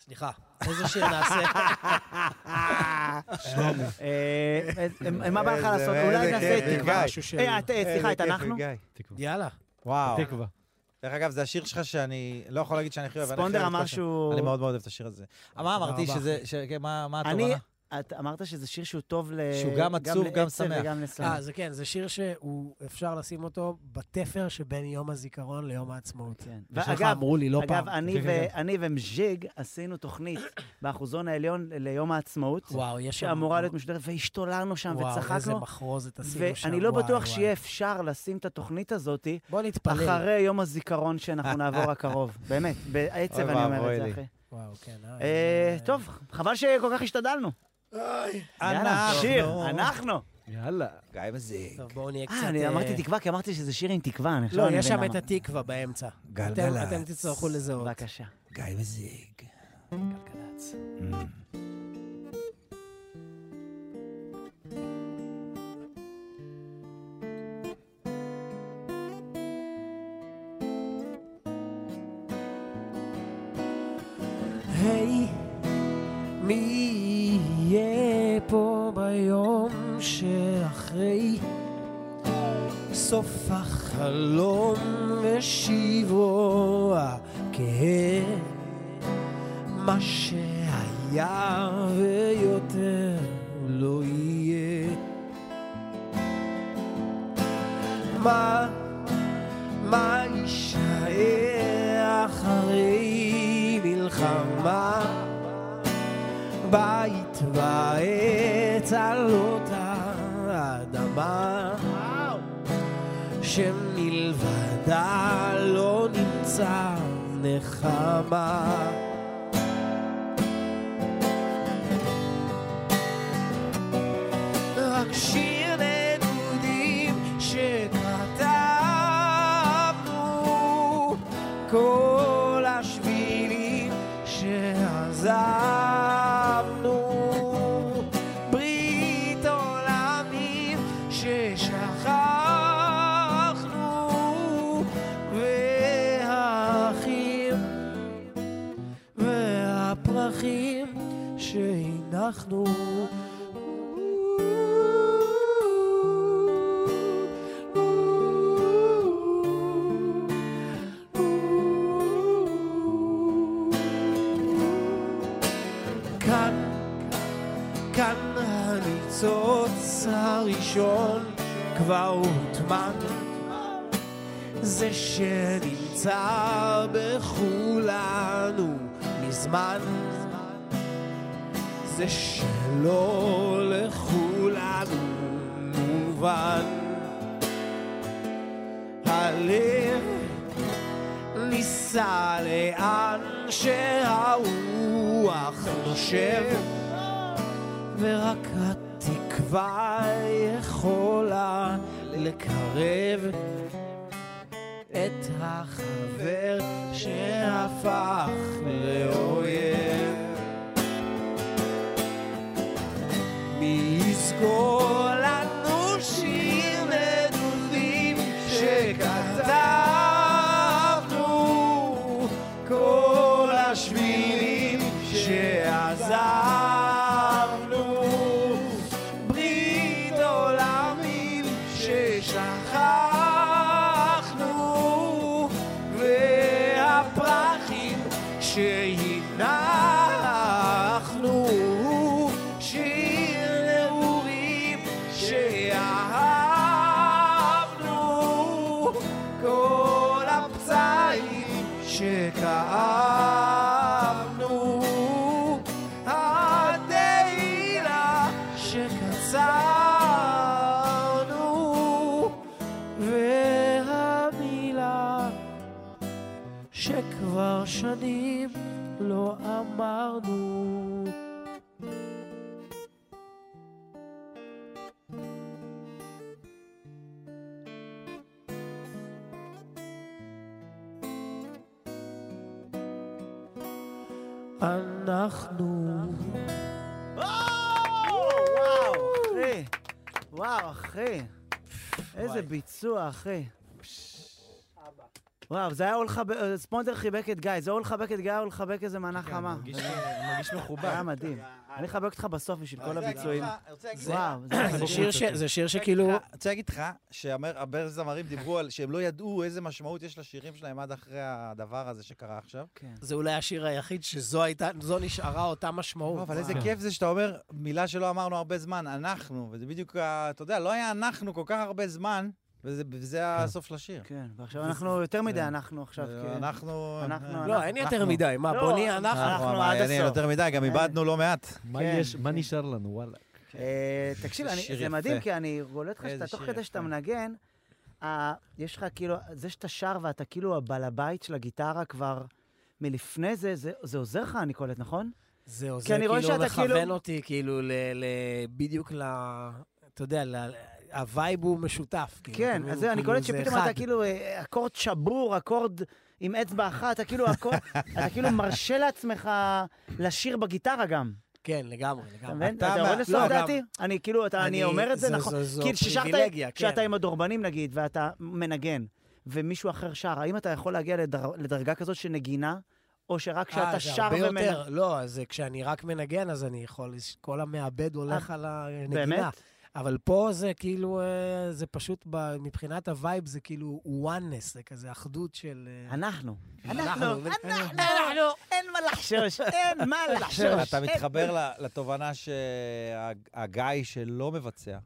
D: סליחה, איזה שיר נעשה?
A: אה, אה, מה בא לך לעשות? אולי נעשה את
C: כיף,
A: תקווה.
C: גיא.
D: משהו של...
A: אה, את- אה, סליחה, את
C: איזה כיף,
A: אנחנו?
C: גיא.
B: תקווה.
D: יאללה.
C: וואו.
B: תקווה.
C: דרך אגב, זה השיר שלך שאני לא יכול להגיד שאני הכי אוהב. אני הכי
A: ספונדר
C: אוהב את
A: אמר
C: כל השיר.
A: שהוא- אה,
C: אני מאוד מאוד אוהב את השיר הזה. מה אמרתי
D: רבה.
C: שזה... ש- כן, מה מה
A: אני,
C: התובנה?
A: את אמרת שזה שיר שהוא טוב ל...
C: שהוא גם עצוב, גם
A: לעצב
C: שמח.
A: וגם לשמח.
D: אה, זה כן, זה שיר שהוא, אפשר לשים אותו בתפר שבין יום הזיכרון ליום העצמאות.
A: כן.
D: ואגב,
A: ואגב,
D: אמרו לי לא פעם.
A: אגב, אני ו- אני ומז'יג עשינו תוכנית באחוזון העליון ליום העצמאות,
D: וואו, יש אמ- שם...
A: שאמורה להיות משודרת, והשתוללנו שם
D: וואו, איזה
A: וצחקנו,
D: מחרוזת עשינו שם.
A: ואני לא
D: וואי,
A: בטוח
D: וואי.
A: שיהיה אפשר לשים את התוכנית הזאת
D: בוא נתפלל.
A: אחרי יום הזיכרון שאנחנו נעבור הקרוב. באמת, בעצב
C: אוי
A: אני אומר
C: ואבוי
A: את זה,
C: לי.
A: אחי.
D: וואו, כן, אה,
A: אה,
D: זה-
A: טוב, חבל שכל כך השתדלנו. יאללה, שיר, אנחנו.
B: יאללה.
C: גיא מזיק.
D: טוב, בואו נהיה קצת...
A: אה, אני
D: אה,
A: אמרתי תקווה, כי אמרתי שזה שיר עם תקווה, אני עכשיו
D: לא,
A: אני
D: יש
A: מבין
D: שם את
A: למה.
D: התקווה באמצע.
C: גלגלצ.
D: אתם- אתם תצטרכו לזהות.
A: בבקשה.
C: גיא מזיק.
D: הרי מי יהיה פה ביום שאחרי סוף החלום ושברו הכהה מה שהיה ויותר לא יהיה מה מה יישאר אחרי מלחמה? בית ועץ על אותה אדמה שמלבדה לא נמצא נחמה. רק שיר נדודים שכתבנו כל השבילים שעזבנו ברית עולמים ששכחנו והאחים והפרחים שהנחנו כאן, כאן הניצוץ הראשון כבר הוטמן זה שנמצא בכולנו מזמן זה שלא לכולנו מובן הלב ניסע לאן שהרוח נושב ורק התקווה יכולה לקרב את החבר שהפך לאויב מי יזכור לנו שיר נדודים שכתבנו כל השבילים שעזבנו ברית עולמים ששכחנו והפרחים שהנחנו שיר נעורים שאהבנו כל הפצעים שכאבנו התהילה שקצרנו והמילה שכבר שנים לא אמרנו אנחנו
A: וואו, Oh, אחי. וואו, אחי. איזה ביצוע, אחי. וואו, זה היה או לחבק, ספונדר חיבק את גיא, זה או לחבק את גיא או לחבק איזה מנה חמה.
F: מרגיש מחובר.
A: היה מדהים. אני אחבק אותך בסוף בשביל
C: אה,
A: כל הביצועים.
C: אני רוצה להגיד לך-
A: וואו, זה
D: זה שיר ש- זה שיר שכאילו...
C: אני רוצה להגיד לך שהרבה זמרים דיברו על שהם לא ידעו איזה משמעות יש לשירים שלהם עד אחרי הדבר הזה שקרה עכשיו.
A: כן.
D: זה אולי השיר היחיד שזו הייתה, זו נשארה אותה
C: לא,
D: משמעות. אה.
C: אבל איזה כיף זה שאתה אומר מילה שלא אמרנו הרבה זמן, אנחנו, וזה בדיוק, ה- אתה יודע, לא היה אנחנו כל כך הרבה זמן, וזה- וזה הסוף של השיר.
A: כן, ועכשיו אנחנו יותר מדי אנחנו עכשיו,
C: זה-
A: כן.
C: אנחנו... אה,
A: אנחנו-
D: לא, אין יותר
C: אנחנו.
D: מדי, מה,
A: לא,
D: בוא נהיה אנחנו.
A: אנחנו עד
C: המעיינים
A: הסוף.
C: יותר מדי, גם איבדנו לא מעט.
B: מה
A: כן,
B: יש- מה נשאר לנו, וואלה?
A: אה, תקשיב,
C: כן. איזה
A: אני-
C: שיר
A: זה
C: יפה.
A: מדהים, כי אני רולט לך
C: איזה
A: שאתה, תוך
C: שיר
A: כדי שאתה
C: יפה.
A: מנגן, אה, יש לך כאילו, זה שאתה שר ואתה כאילו הבעל הבית של הגיטרה כבר מלפני זה, זה- זה עוזר לך, אני קולט, נכון?
D: זה עוזר,
A: אני רואה
D: כאילו
A: שאתה
D: מכוון
A: כאילו-
D: אותי, כאילו, ל- ל- בדיוק ל... אתה יודע, ל- הווייב הוא משותף. כאילו,
A: כן,
D: הוא-
A: אז זהו, אני
D: כאילו,
A: קולט
D: זה
A: שפתאום
D: אחד.
A: אתה כאילו אה, אקורד שבור, אקורד עם אצבע אחת, אתה כאילו אקורד- אתה כאילו מרשה לעצמך לשיר בגיטרה גם.
D: כן, לגמרי,
A: אתה
D: לגמרי.
A: מבין?
C: אתה
A: אתה
C: מה-
A: יורד לסוף
C: לא, גם-
A: דעתי? אני כאילו, אתה- אני אומר את זה
D: זו-
A: נכון.
D: זו- זו
A: כאילו, ששרת-
D: פריבילגיה, כן.
A: כשאתה עם הדורבנים נגיד, ואתה מנגן, ומישהו אחר שר, האם אתה יכול להגיע לדר- לדרגה כזאת של נגינה או שרק
D: אה,
A: כשאתה
D: זה
A: שר
D: הרבה
A: ומנ...
D: יותר, לא, אז אה, כשאני רק מנגן, אז אני יכול, כל המעבד הולך על הנגינה.
A: אה, באמת?
D: אבל פה זה כאילו, אה, זה פשוט, ב- מבחינת הווייב זה כאילו oneness, זה כזה אחדות של... אה,
A: אנחנו.
D: אנחנו,
A: אנחנו,
D: אנחנו.
A: אנחנו, אין מה לחשוש, אין מה לחשוש.
C: אתה מתחבר ל- לתובנה שהגיא שלא מבצע,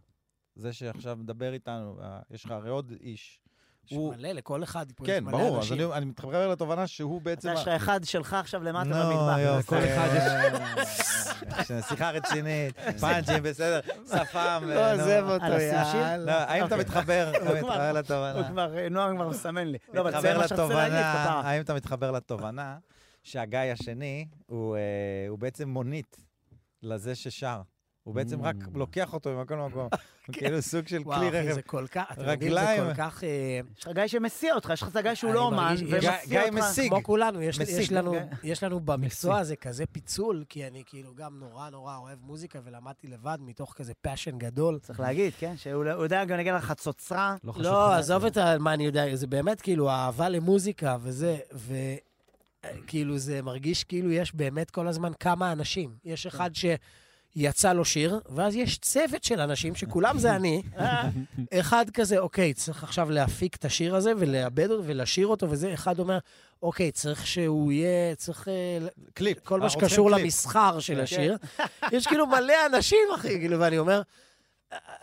C: זה שעכשיו מדבר איתנו, אה, יש לך הרי עוד איש.
D: יש
C: הוא-
D: מלא, לכל אחד פה יש
C: כן,
D: מלא
C: ברור, אז
D: אנשים.
C: אני- אני מתחבר לתובנה שהוא בעצם...
A: אתה יש לך
C: ה-
A: אחד שלך עכשיו למטה
C: נו,
A: במטבח.
C: לא, יופי.
B: לכל אחד
C: שיחה רצינית, פאנג'ים, בסדר, שפם.
D: לא
C: נו.
D: עוזב אותו,
A: על השלישי?
C: לא,
D: יאללה.
C: האם אתה
A: אוקיי.
C: מתחבר? אתה
A: הוא
C: מתחבר
A: כבר- הוא
C: לתובנה.
A: כבר, אה, נועם כבר מסמן לי. לא, אבל זה
C: מתחבר
A: מה שאתה רוצה להגיד,
C: לתובנה,
A: כפרה.
C: האם אתה מתחבר לתובנה שהגיא השני הוא, אה, הוא בעצם מונית לזה ששר. הוא בעצם רק
B: Mm.
C: לוקח אותו ממקום למקום. הוא כאילו סוג של
D: וואו,
C: כלי
D: אחי,
C: רכב.
D: זה כל כך, אתם יודעים, זה
C: רגליים.
D: כל כך... אה,
A: יש לך גיא שמסיע אותך, יש לך את הגיא שהוא
D: אני
A: לא אומן,
D: מרגיש-
A: ומסיע אותך.
C: גיא מסיע. משיג.
D: כמו כולנו, יש,
C: משיג,
D: יש, לנו,
A: כן.
D: יש לנו במקצוע
B: משיג.
D: הזה כזה פיצול, כי אני כאילו גם נורא נורא אוהב מוזיקה ולמדתי לבד מתוך כזה passion גדול.
A: צריך להגיד, כן? שהוא לא- הוא יודע גם לנגן על חצוצרה.
B: לא חשוב.
D: לא, עזוב את ה- מה אני יודע, זה באמת כאילו האהבה למוזיקה וזה, וכאילו זה מרגיש כאילו יש באמת כל הזמן כמה אנשים. יש אחד שיצא לו שיר, ואז יש צוות של אנשים שכולם זה אני. אחד כזה, אוקיי, צריך עכשיו להפיק את השיר הזה ולעבד אותו ולשיר אותו וזה. אחד אומר, אוקיי, צריך שהוא יהיה, צריך אה,
C: קליפ.
D: כל מה
C: אנחנו צריכים
D: שקשור
C: קליפ. כן.
D: למסחר של השיר. יש כאילו מלא אנשים, אחי, כאילו, ואני אומר,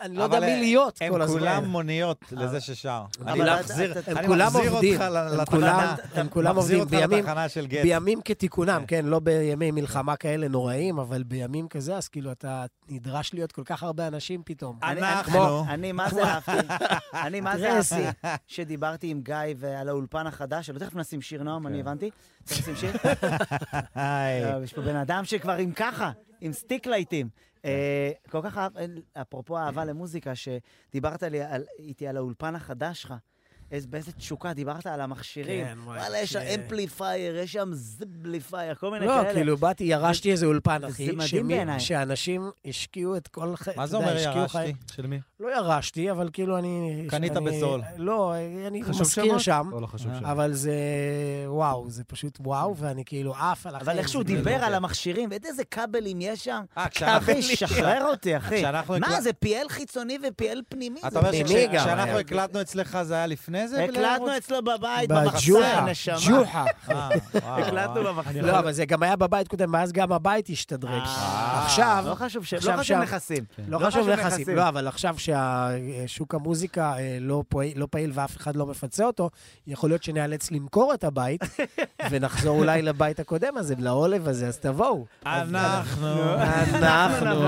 D: אני לא יודע
C: אבל אה,
D: מי להיות
C: הם
D: כל הזמן.
C: כולם מוניות לזה ששר. אני
A: אבל
C: מחזיר
A: אתה-
D: לא הם
C: אני
D: כולם
C: מחזיר
D: עובדים.
C: אותך ל-
D: הם
C: לתחנה.
D: כולם- הם כולם
C: מחזיר
D: עובדים
C: אותך
D: בימים,
C: לתחנה של גט.
D: בימים כתיקונם, כן, לא בימי מלחמה כאלה נוראים, אבל בימים כזה, אז כאילו אתה נדרש להיות כל כך הרבה אנשים פתאום.
A: אני-
C: אנחנו.
A: אני- אני מה זה אהבתי, אני מה זה
D: תראה,
A: אהבתי, שדיברתי עם גיא ועל האולפן החדש, שלא תכף נשים שיר, נועם,
D: כן.
A: אני הבנתי. צריך לשים שיר?
C: היי.
A: אה, יש פה בן אדם שכבר עם ככה, עם סטיק לייטים.
D: כן.
A: אה, כל כך אהב, אה, אפרופו אהבה למוזיקה, שדיברת לי על- איתי על האולפן החדש שלך. איזה- באיזה תשוקה, דיברת על המכשירים.
D: כן, וואי,
A: וואלה, יש שם
D: זה-
A: אמפליפייר, יש שם זבליפייר, כל מיני כאלה.
D: לא, כאילו באתי, ירשתי איזה אולפן, אחי,
A: מדהים
D: שמי-
A: בעיניי.
D: שאנשים השקיעו את כל... ח-
C: מה
D: אתה
C: זה
D: יודע,
C: אומר
D: השקיעו
C: ירשתי?
D: חיים-
B: של מי?
D: לא ירשתי, אבל כאילו אני...
C: קנית
D: אני-
C: בזול.
D: לא, אני
B: חשוב
D: מזכיר
B: שמות?
D: שם,
B: לא, לא חשוב
C: אה.
B: שם.
D: אבל זה וואו, זה פשוט וואו, ואני כאילו עף על החיים.
A: אבל איך שהוא
D: זה כאילו-
A: דיבר על המכשירים, ואת איזה כבלים יש שם.
C: אה, כשאנחנו...
A: אחי, שחרר אותי, אחי.
C: כשאנחנו הקלט-
A: מה, זה פיאל חיצוני ופיאל פנימי?
C: אתה
A: זה
C: אומר
A: פנימי
D: פנימי גם
C: שכשאנחנו
D: היה.
C: הקלטנו אצלך זה היה לפני זה?
A: הקלטנו אצלו בבית,
D: בג'וחה,
A: במחסן, נשמה.
D: ג'וחה.
C: אה,
A: הקלטנו במחסן.
D: לא, אבל זה גם היה בבית קודם, ואז גם הבית השתדרג.
A: אה,
D: עכשיו,
A: לא חשוב ש-
D: עכשיו
A: לא חשוב
D: שם-
A: נכסים.
D: לא חשוב נכסים, לא, אבל עכשיו שהשוק המוזיקה אה, לא פועי- לא פעיל ואף אחד לא מפצה אותו, יכול להיות שניאלץ למכור את הבית, ונחזור אולי לבית הקודם הזה, לעולב הזה, אז תבואו.
C: אנחנו...
D: אנחנו...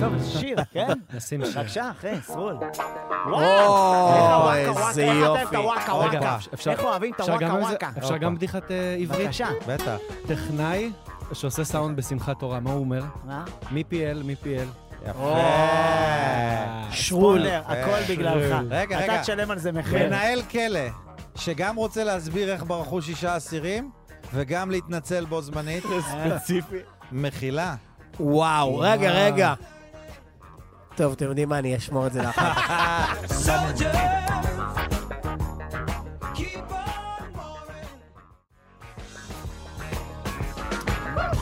A: טוב, שיר, כן?
B: נשים שם.
A: בבקשה, אחי, סרול.
D: וואו, איזה יופי.
A: וואקה
B: רגע,
A: וואקה.
B: אפשר-
A: איך אוהבים את
B: אפשר
A: הוואקה
B: גם איזה-
A: וואקה.
B: אפשר גם בדיחת אה, עברית?
A: בבקשה.
C: בטח.
B: טכנאי שעושה סאונד בשמחת תורה, מה הוא אומר?
A: מה?
B: מי פי-אל, מי פי-אל?
C: יפה.
D: שרול.
A: בולר, הכל בגללך.
C: רגע,
A: אתה
C: רגע.
A: תשלם על זה מחיר.
C: מנהל כלא, שגם רוצה להסביר איך ברחו שישה אסירים, וגם להתנצל בו זמנית.
B: אה,
C: ספציפי. מחילה.
D: וואו, רגע, רגע. טוב, אתם יודעים מה, אני אשמור את זה לאחר.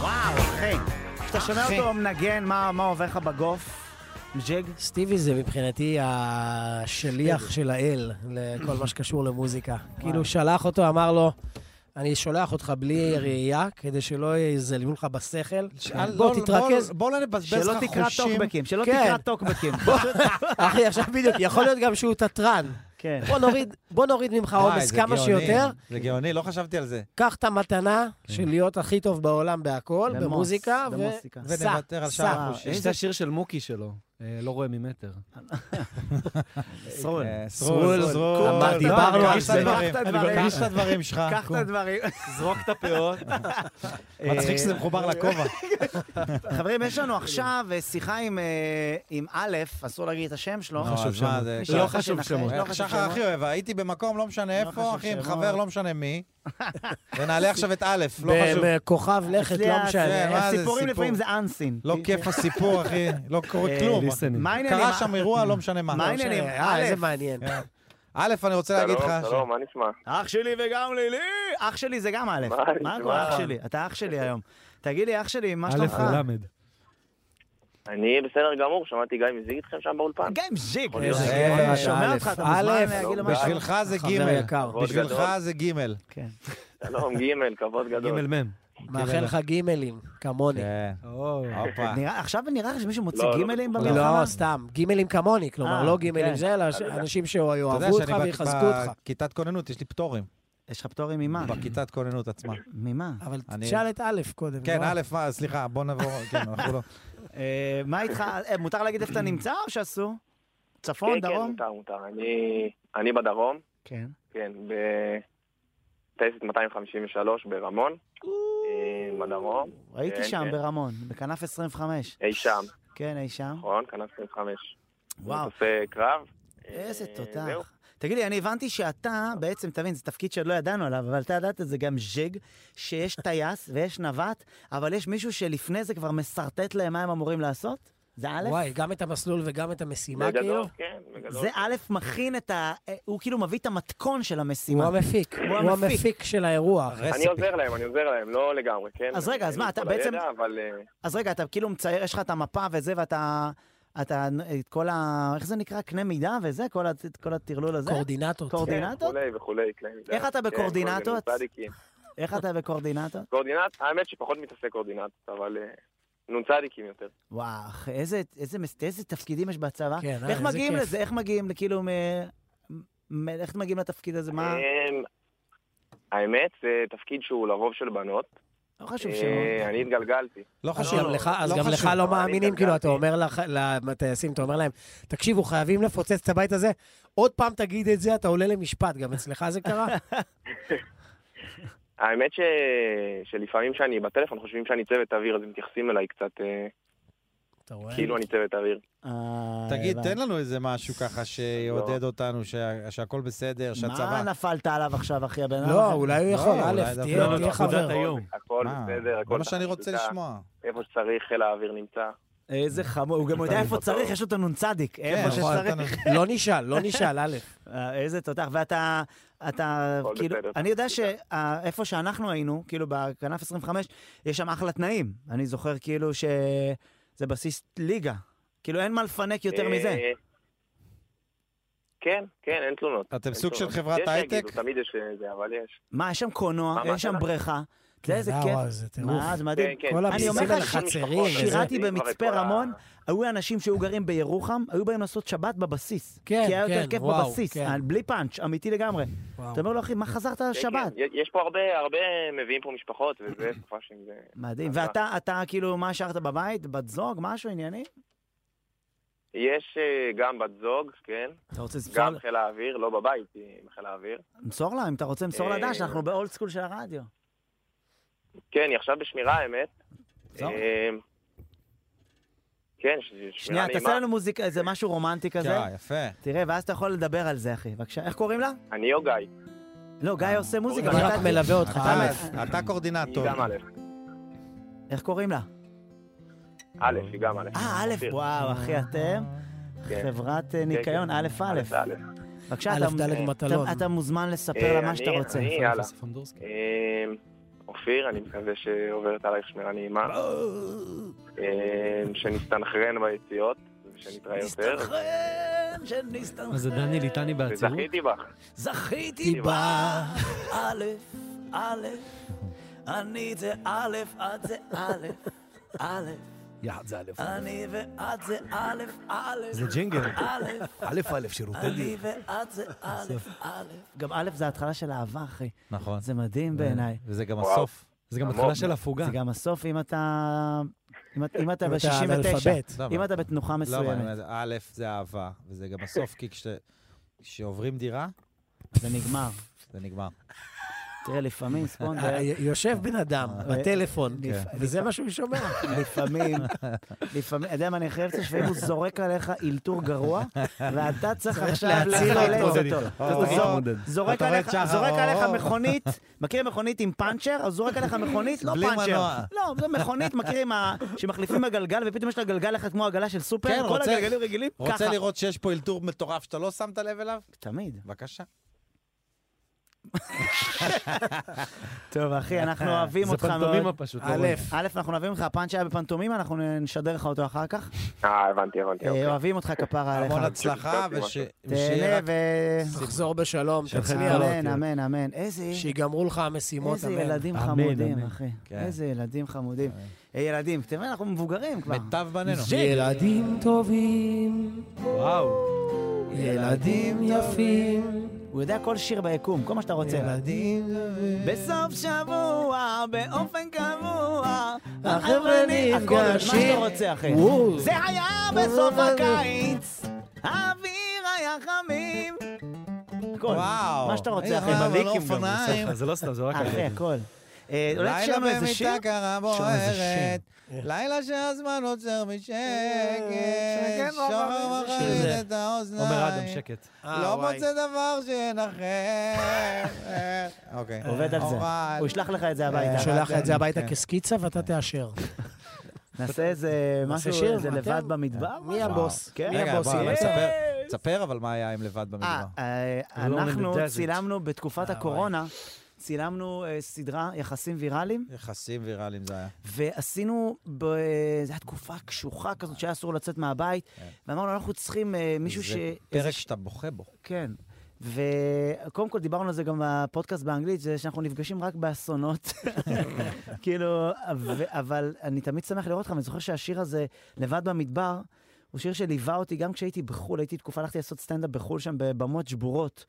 A: וואו, אחי. כשאתה שומע
C: אחי.
A: אותו מנגן, מה מה עובר לך בגוף? ג'יג?
D: סטיבי זה מבחינתי השליח של האל לכל מה שקשור למוזיקה. כאילו, שלח אותו, אמר לו, אני שולח אותך בלי ראייה, כדי שלא יזלמו לך בשכל.
C: שאל-
D: בוא,
C: לא-
D: תתרכז.
C: בוא לא נבזבז
A: שלא
C: לך
A: תקרא
C: חושים.
A: טוקבקים, שלא
D: כן.
A: תקרא טוקבקים.
C: לא,
D: אחי, עכשיו בדיוק, יכול להיות גם שהוא תתרן.
A: כן.
D: בוא נוריד- בוא נוריד ממך
C: וואי,
D: עומס
C: זה
D: כמה
C: גאוני. כן.
D: שיותר,
C: זה גאוני, לא חשבתי על זה.
D: קח את המתנה של להיות הכי טוב בעולם בהכל,
A: במוס,
D: במוזיקה, ו-
A: במוסיקה.
D: סע,
C: ונוותר על
D: סע.
C: שאר
A: אה,
C: החושים.
B: יש את השיר של מוקי שלו, אה, לא רואה ממטר.
A: סרול.
C: אה,
D: סרול,
C: סרול.
D: אמר,
C: לא,
D: דיברנו
C: אני
D: על
C: מרגיש את
D: זה.
A: קח
C: הדברים.
A: את
C: אני
A: הדברים.
C: מרגיש את הדברים שלך.
A: קח את הדברים.
B: זרוק את הפאות.
C: מצחיק שזה מחובר לכובע.
A: חברים, יש לנו עכשיו אה, שיחה עם, אה, עם א', אסור להגיד את השם שלו.
C: לא, אז מה, זה-
A: מישהו
C: לא
A: אחר
B: חשוב
A: שנחש,
B: שמות.
A: לא חשוב
C: שחר
A: שמות.
C: הכי אוהב, הייתי במקום, לא משנה איפה,
A: חשוב
C: אחי, עם
A: שמות.
C: חבר, לא משנה מי. ונעלה עכשיו את א', לא חשוב.
D: בכוכב לכת,
A: אצלי
D: לא
A: ה-
D: משנה.
C: זה- מה זה,
A: הסיפורים
C: סיפור?
A: לפעמים זה אנסין.
C: לא כיף הסיפור, אחי, לא קורה
A: אה,
C: כלום.
B: ליסטנינג.
A: מה העניינים?
C: קרה שם אירוע, לא משנה מה. כן.
A: מה העניינים?
D: אה,
A: א',
D: איזה מעניין.
C: א', אני רוצה להגיד לך...
E: שלום,
C: ש-
E: שלום, מה נשמע?
A: אח שלי וגם לילי! אח שלי זה גם א',
E: מה
A: מה
E: נשמע?
A: קורה אח שלי? אתה אח שלי היום. תגיד לי, אח שלי, מה
B: א'
A: שלומך?
B: ללמד.
F: אני בסדר גמור, שמעתי גיא מזיג איתכם שם באולפן.
A: גם זיק,
F: יכול להיות.
A: איזה
C: אה,
A: כיף, אני
C: א',
A: שומע אותך, אתה מוזמן
C: א',
A: להגיד לו
E: לא,
A: משהו.
C: בשבילך זה
D: חבר
C: ג',
D: יקר.
F: כבוד
C: בשבילך
F: גדול.
C: זה ג'.
A: כן.
F: שלום, ג', כבוד גדול.
B: ג' מ'.
D: מאחל לך גימלים, כמוני.
C: כן, הופה.
A: נראה- עכשיו נראה לך שמישהו מוציא
E: לא, לא,
A: גימלים
E: לא.
A: במלחמה?
D: לא, סתם, גימלים כמוני, כלומר,
A: אה,
D: לא
A: כן.
D: גימלים זה, אלא ש- אנשים
C: אתה יודע
D: שיאהבו אותך
C: שאני בת-
D: ויחזקו אותך.
C: בכיתת כוננות, יש לי פטורים.
A: יש לך פטורים ממה?
C: בכיתת כוננות עצמה.
A: ממה?
D: אבל
C: אני-
D: תשאל את א' קודם.
C: כן,
D: לא?
C: א', מה, סליחה, בוא נעבור, כן, אנחנו לא...
A: אה, מה איתך? אה, מותר להגיד איפה אתה נמצא או שאסור? צפון,
F: כן, כן,
A: דרום?
F: מותר, מותר. אני- אני בדרום,
A: כן.
F: כן, בטייסת 253 ברמון, אה, בדרום,
A: הייתי
F: כן,
A: שם
F: כן.
A: ברמון, בכנף 25.
F: אי שם,
A: כן, אי שם.
F: נכון? כנף 25.
A: וואו,
F: מטוסי קרב.
A: איזה
F: אה, זהו.
A: תותח. תגיד לי, אני הבנתי שאתה, בעצם, תבין, זה תפקיד שעוד לא ידענו עליו, אבל אתה ידעת את זה גם ז'יג, שיש טייס ויש נווט, אבל יש מישהו שלפני זה כבר משרטט להם מה הם אמורים לעשות? זה א'?
D: וואי, גם את המסלול וגם את המשימה, כאילו?
F: בגדול, כן, בגדול.
A: זה א' מכין את ה... אה, הוא כאילו מביא את המתכון של
D: הוא
A: המשימה.
D: המפיק, הוא המפיק של האירוע.
F: אני עוזר להם, אני עוזר להם, לא לגמרי, כן?
A: אז רגע, אז
F: אין
A: מה,
F: לי
A: אתה
F: כל הידע,
A: בעצם-
F: אבל אה,
A: אז רגע, אתה כאילו מצייר, יש לך את המפה וזה, ואתה... אתה, את כל ה... איך זה נקרא? קנה מידה וזה? כל, ה, את כל הטרלול הזה?
D: קורדינטות.
A: קורדינטות.
F: כן,
A: קורדינטות?
F: וכולי וכולי. כן,
A: איך אתה
F: כן,
A: בקורדינטות?
F: כל מיני צדיקים.
A: איך אתה בקורדינטות?
F: קורדינט, האמת שפחות מתעסק קורדינטות, אבל אה, נ"צ יותר.
A: וואו, אחי, איזה, איזה, מס- איזה תפקידים יש בצבא.
D: כן, אה,
A: איך
D: איזה
A: מגיעים
D: כיף.
A: לזה? איך מגיעים, כאילו, מ... מ... איך אתם מגיעים לתפקיד הזה? מה?
F: אמ, האמת, זה תפקיד שהוא לרוב של בנות.
A: לא חשוב
F: אה,
A: שלא.
F: אני התגלגלתי.
C: לא
D: אז
C: חשוב.
D: גם לך- אז גם לך
C: חשוב.
D: לא
F: אני
D: מאמינים,
F: התגלגלתי.
D: כאילו, אתה אומר לח- לטייסים, אתה אומר להם, תקשיבו, חייבים לפוצץ את הבית הזה, עוד פעם תגיד את זה, אתה עולה למשפט, גם אצלך זה קרה?
F: האמת ש... שלפעמים כשאני בטלפון חושבים שאני צוות אוויר, אז הם מתייחסים אליי קצת אה,
D: אתה רואה?
C: אוקיי.
F: כאילו אני צוות אוויר.
A: אה,
C: תגיד,
A: הבנתי. לא.
C: תן לנו איזה משהו ככה שיעודד אותנו, שה- שהכל בסדר, שהצבא...
A: מה נפלת עליו עכשיו, אחי? הבן אדם
D: לא,
A: הזה-
D: אולי הוא
C: לא,
D: יכול,
C: אולי
D: א',
C: זה
D: תהיה
C: אפילו
D: תהיה
C: לא
D: חבר.
B: נקודת היום.
F: הכל
C: מה?
F: בסדר,
C: זה
F: הכל
C: מה שאני
F: תחת
C: רוצה
F: שליטה.
C: לשמוע.
F: איפה שצריך חיל האוויר נמצא.
A: איזה חמור, הוא גם יודע איפה צריך, יש לו את הנ"צ, איפה
C: נכון,
A: שצריך.
C: אתה-
D: לא נשאל, לא נשאל, א'.
A: אה, איזה תותח, ואתה, אתה,
F: הכל
A: כאילו,
F: בסדר,
A: אני יודע
F: תודה.
A: שאיפה שאנחנו היינו, כאילו בכנף 25, יש שם אחלה תנאים. אני זוכר כאילו שזה בסיס ליגה. כאילו אין מה לפנק יותר מזה.
F: אה, כן, כן, אין תלונות.
C: אתם
F: אין
C: סוג של
F: תלונות.
C: חברת
F: יש
C: הייטק?
F: שיגידו, תמיד יש אה, זה, אבל יש.
A: מה, יש שם קולנוע,
F: מה, מה
A: יש שם
F: אתה-
A: בריכה. אתה יודע איזה
D: וואו,
A: כיף.
D: כן, זה טירוף.
A: מה, זה
F: כן,
A: מדהים.
F: כן.
D: כל
F: אני
A: הביסים
F: אומר לך,
A: על
D: החצרים
F: יש
D: וזה.
A: שירתי
F: כבר את
A: במצפה
F: כל ה-
A: רמון, היו אנשים שהיו גרים בירוחם, היו באים לעשות שבת בבסיס.
D: כן,
A: כי היה יותר
D: כן,
A: כיף
D: וואו,
A: בבסיס,
D: כן.
A: בלי פאנץ', אמיתי לגמרי.
D: וואו.
A: אתה אומר לו, אחי, מה חזרת
F: כן,
A: לשבת?
F: כן, יש פה הרבה, הרבה מביאים פה משפחות, וזה תקופה שהם... זה-
A: מדהים.
F: אז מה?
A: ואתה, אתה כאילו, מה שרת בבית? בת זוג? משהו ענייני?
F: יש אה, גם בת זוג, כן,
A: אתה רוצה למסור,
F: גם חיל האוויר, לא בבית, היא בחיל האוויר.
A: למסור לה, אם אתה רוצה למסור לה
F: אה,
A: דש, אנחנו באולד סקול של הרדיו.
F: כן, היא עכשיו בשמירה, האמת.
A: תמסור לה.
F: אה, כן, ש- שמירה נעימה.
A: שנייה, תעשה לנו מוזיקה, איזה
F: אה.
A: משהו רומנטי כזה.
C: כן, יפה.
A: תראה, ואז אתה יכול לדבר על זה, אחי. בבקשה, איך קוראים לה?
F: אני או גיא,
A: לא, גיא עושה מוזיקה.
D: אני
A: אבל
D: רק
A: אתה-
D: מלווה אותך,
C: אתה-
D: א'.
C: אתה
A: אה,
F: היא
C: קורדינטור.
F: גם א',
A: איך קוראים לה?
F: א', היא גם א'.
A: אה, א',
F: אופיר.
A: וואו, אחי, אתם
F: אוקיי. כן.
A: חברת אה, ניקיון, א', א'.
F: א'.
A: בבקשה,
D: א',
A: אתה-
D: ד',
A: אתה-
D: מטלון.
A: אתה מוזמן לספר לה
F: אה,
A: מה שאתה
F: אני-
A: רוצה.
F: אני- יאללה.
B: פמדורסקי.
F: אה, אופיר, אני מקווה שעוברת עלייך שמירה נעימה. אה, שנסתנכרן ביציאות, ושנתראה יותר.
A: נסתנכרן, שנסתנכרן.
B: אז זה דני ליטני בעצירות?
F: וזכיתי בך.
A: זכיתי בה, א', א', אני זה א', את זה א', א',
B: יחד זה א'.
A: אני ואת זה א', א',
B: זה ג'ינגל.
A: א',
B: א' א', שירותי
A: אני ואת זה א', א'. גם א' זה ההתחלה של אהבה, אחי.
C: נכון.
A: זה מדהים בעיניי.
C: וזה גם
F: וואו.
C: הסוף.
B: זה גם
F: עמוק.
B: התחלה של הפוגה.
A: זה גם הסוף, אם אתה... אם אתה- אם אתה
D: אם אתה
A: ב-69,
D: אנאלפבית.
C: לא,
A: אם
C: אבל-
A: אתה בתנוחה
C: לא, אבל אני
A: מסוימת,
C: אומר, זה א', זה אהבה, וזה גם הסוף, כי כש- כשעוברים דירה,
A: זה נגמר.
C: זה נגמר.
A: תראה, לפעמים
D: אה,
A: ספונדר,
D: יושב בן אדם בטלפון,
A: כן.
D: וזה מה שהוא שומע.
A: לפעמים, לפעמים, אתה יודע מה אני הכי אוהב? שאם הוא זורק עליך אלתור גרוע, ואתה צריך עכשיו
D: להציל
A: לחלץ
D: אותו.
A: אותו.
C: או,
A: הוא
C: או,
A: זור-
B: או.
A: זורק
C: אתה רואה את
A: עליך-
C: שחר,
A: זורק
C: או,
A: עליך
C: או.
A: מכונית, מכיר מכונית עם פאנצ'ר? אז זורק עליך מכונית, לא
C: בלי
A: פאנצ'ר.
C: מנוע.
A: לא, זה מכונית, מכיר עם ה... שמחליפים הגלגל, ופתאום יש לה גלגל אחד כמו עגלה של
C: כן,
A: סופר, כל
C: רוצה-
A: הגלגלים רגילים, ככה.
C: רוצה לראות שיש פה אלתור מטורף שאתה לא שמת לב אליו?
A: תמיד.
C: בבקשה.
A: טוב, אחי, אנחנו אוהבים
B: זה
A: אותך
B: פנטומימה
A: מאוד.
B: פשוט. לא
D: א',
B: רואים.
A: א', אנחנו אוהבים אותך, הפאנץ' היה בפנטומימה, אנחנו נשדר לך אותו אחר כך.
F: אה, הבנתי, הבנתי.
A: אה,
F: אוקיי.
A: אוהבים אותך, כפרה עליך.
C: המון הצלחה,
F: שתפתח אותי
C: ושיהיה
A: תהנה
C: רק...
A: ו...
D: תחזור בשלום, תצליח.
A: אמן, אמן, אמן. איזה...
D: שיגמרו לך המשימות,
A: איזה
D: אמן.
A: ילדים
B: אמן,
A: חמודים,
B: אמן.
A: אחי.
C: כן.
A: איזה ילדים חמודים. אה, ילדים, תראה, אנחנו מבוגרים כבר.
C: מיטב בנינו.
D: ילדים טובים,
B: וואו.
D: ילדים יפים,
A: הוא יודע כל שיר ביקום, כל מה שאתה רוצה.
D: ילדים טובים.
A: בסוף שבוע, באופן קבוע,
D: החבר'ה
A: הכל, מה
D: נפגשים.
A: שאתה רוצה, אחי.
D: וואו.
A: זה היה בסוף
D: וואו.
A: הקיץ, האוויר היה חמים. הכל,
C: וואו.
A: מה שאתה רוצה,
C: אה,
A: אחי.
C: אבל
B: מליקים גם,
C: אופניים.
B: בסוף, זה לא סתם, זה רק
A: אחי,
B: עליהם.
A: הכל. אה, אולי תשאר
C: לילה
A: לנו איזה שיר?
C: במיטה קרה בוערת, לילה שהזמן עוצר
A: אה,
C: משקט,
A: לא
C: שחר
D: שזה-
C: מחריד את האוזניים.
B: עומר אדם שקט.
D: אה,
C: לא
D: וואי.
C: מוצא דבר שינחם. אוקיי.
A: עובד על זה.
C: אוהל.
A: הוא ישלח לך את זה הביתה.
D: הוא שולח את זה
C: כן.
D: הביתה כסקיצה ואתה תאשר.
A: נעשה איזה
D: נעשה
A: משהו,
D: שיר,
A: איזה
D: אתם?
A: לבד במדבר?
D: מי הבוס?
A: כן.
D: מי
C: רגע,
D: הבוס?
C: בוא, אבל לא.
D: יהיה?
C: תספר- תספר אבל מה היה עם לבד
A: אה,
C: במדבר.
A: אה,
B: Alone in the
A: אנחנו
B: desert.
A: צילמנו בתקופת הקורונה, צילמנו אה, סדרה יחסים ויראליים,
C: יחסים ויראליים זה היה.
A: ועשינו, ב- אה, זו הייתה תקופה קשוחה כזאת שהיה אסור לצאת מהבית, ואמרנו, אנחנו צריכים אה, מישהו ש...
C: כן. זה
A: איזה
C: פרק
A: ש-
C: שאתה בוכה בו.
A: כן. וקודם כל דיברנו על זה גם בפודקאסט באנגלית, זה שאנחנו נפגשים רק באסונות. כאילו, ו- אבל אני תמיד שמח לראות אותך, ואני זוכר שהשיר הזה, לבד במדבר, הוא שיר שליווה אותי גם כשהייתי בחו"ל, הייתי תקופה, הלכתי לעשות סטנדאפ בחו"ל שם בבמות שבורות.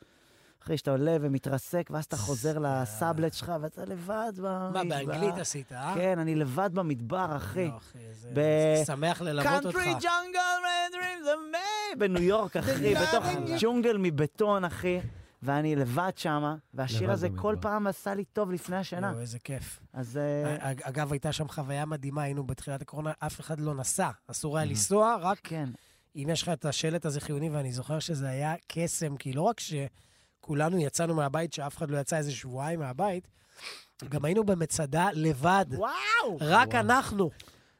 A: אחי, שאתה עולה ומתרסק, ואז אתה חוזר לסאבלט שלך, ואתה לבד במדבר.
D: מה, באנגלית עשית, אה?
A: כן, אני לבד במדבר, אחי.
D: לא, אחי, זה-
A: ב-
D: שמח ללוות אותך.
A: קאנטרי ג'ונגל רדרימס אמי בניו יורק, אחי, בתוך ג'ונגל מבטון, אחי. ואני לבד שמה, והשיר
B: לבד
A: הזה כל
B: במדבר.
A: פעם עשה לי טוב לפני השינה.
D: יואו, איזה כיף.
A: אז אה,
D: אג- אגב, הייתה שם חוויה מדהימה, היינו בתחילת הקורונה, אף אחד לא נסע. אסור היה לנסוע, רק
A: כן,
D: אם יש לך את השלט הזה חיוני, ואני זוכר שזה היה קסם, כי לא רק שכולנו יצאנו מהבית, שאף אחד לא יצא איזה שבועיים מהבית, גם היינו במצדה לבד.
A: וואו!
D: רק אנחנו.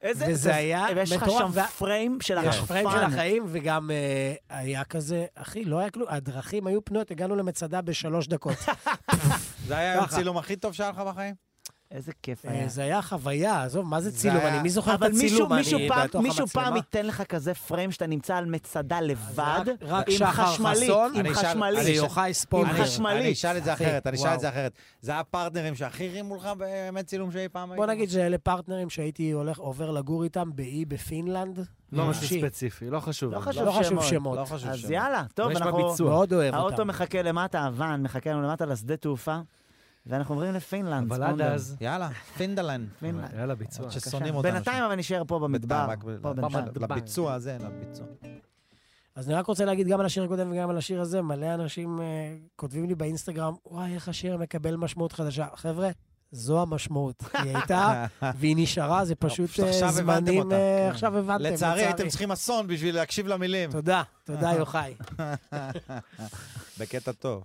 A: איזה...
D: וזה היה
A: ויש לך
D: מטורף,
A: שם
D: וה-
A: פריים של
D: יש פריים של
A: החפן.
D: החיים, וגם אה, היה כזה, אחי, לא היה כלום, הדרכים היו פנויות, הגענו למצדה בשלוש דקות.
C: זה היה
D: ככה.
C: הצילום הכי טוב שהיה לך בחיים?
A: איזה כיף
D: אה,
A: היה.
D: זה היה חוויה, עזוב, מה זה
C: זה
D: צילום?
C: היה-
D: אני, מי זוכר את
A: אבל מישהו,
D: הצילום?
A: מישהו,
D: אני
A: פעם,
D: בתוך
A: מישהו פעם
D: המצלמה.
A: ייתן לך כזה פריים שאתה נמצא על מצדה לבד,
D: רק- רק
A: עם
D: שחר
A: חשמלית,
D: חסון,
A: עם
C: אני אשאל-
A: חשמלית.
D: זה
C: אני ש-
D: יוחאי
A: עם
D: ספונדר.
A: חשמלית.
C: אני אשאל את זה
D: אחי,
C: אחרת, אני אשאל
D: וואו.
C: את זה אחרת. זה הפרטנרים שהכי הרימו לך באמת צילום שאי פעם היית?
D: בוא נגיד שאלה פרטנרים שהייתי הולך, עבר לגור איתם באי בפינלנד.
B: לא משהו
D: אישי.
B: ספציפי, לא חשוב.
A: אה, לא חשוב
D: לא חשוב
A: שמות.
D: שמות.
C: לא חשוב
A: אז
C: שם.
A: יאללה, טוב,
B: יש
A: אנחנו...
B: בביצוע.
D: מאוד אוהב
A: האוטו
D: אותם.
A: מחכה למטה, הוואן מחכה לנו למטה לשדה תעופה, ואנחנו עוברים לפינלנד.
B: אבל עד
A: ספונדר.
B: אז... אה,
C: יאללה, פינדלן.
A: פינלנד.
B: יאללה,
A: אה,
B: ביצוע.
C: ששונאים אותנו.
A: בינתיים אבל נשאר פה במדבר.
C: בינתיים, רק
A: פה
C: ב- לא,
A: בינתיים.
C: לביצוע הזה, לביצוע.
D: אז אני רק רוצה להגיד גם על השיר הקודם וגם על השיר הזה, מלא אנשים אה, כותבים לי באינסטגרם, וואי, איך השיר מקבל משמעות חדשה. חבר'ה, זו המשמעות. היא הייתה והיא נשארה, זה פשוט
C: פשוט
D: אה,
C: עכשיו הבנתם
D: זמנים...
C: אותה.
D: אה,
C: כן.
D: עכשיו הבנתם,
C: לצערי הייתם צריכים אסון בשביל להקשיב למילים.
D: תודה, תודה, יוחאי.
C: בקטע טוב.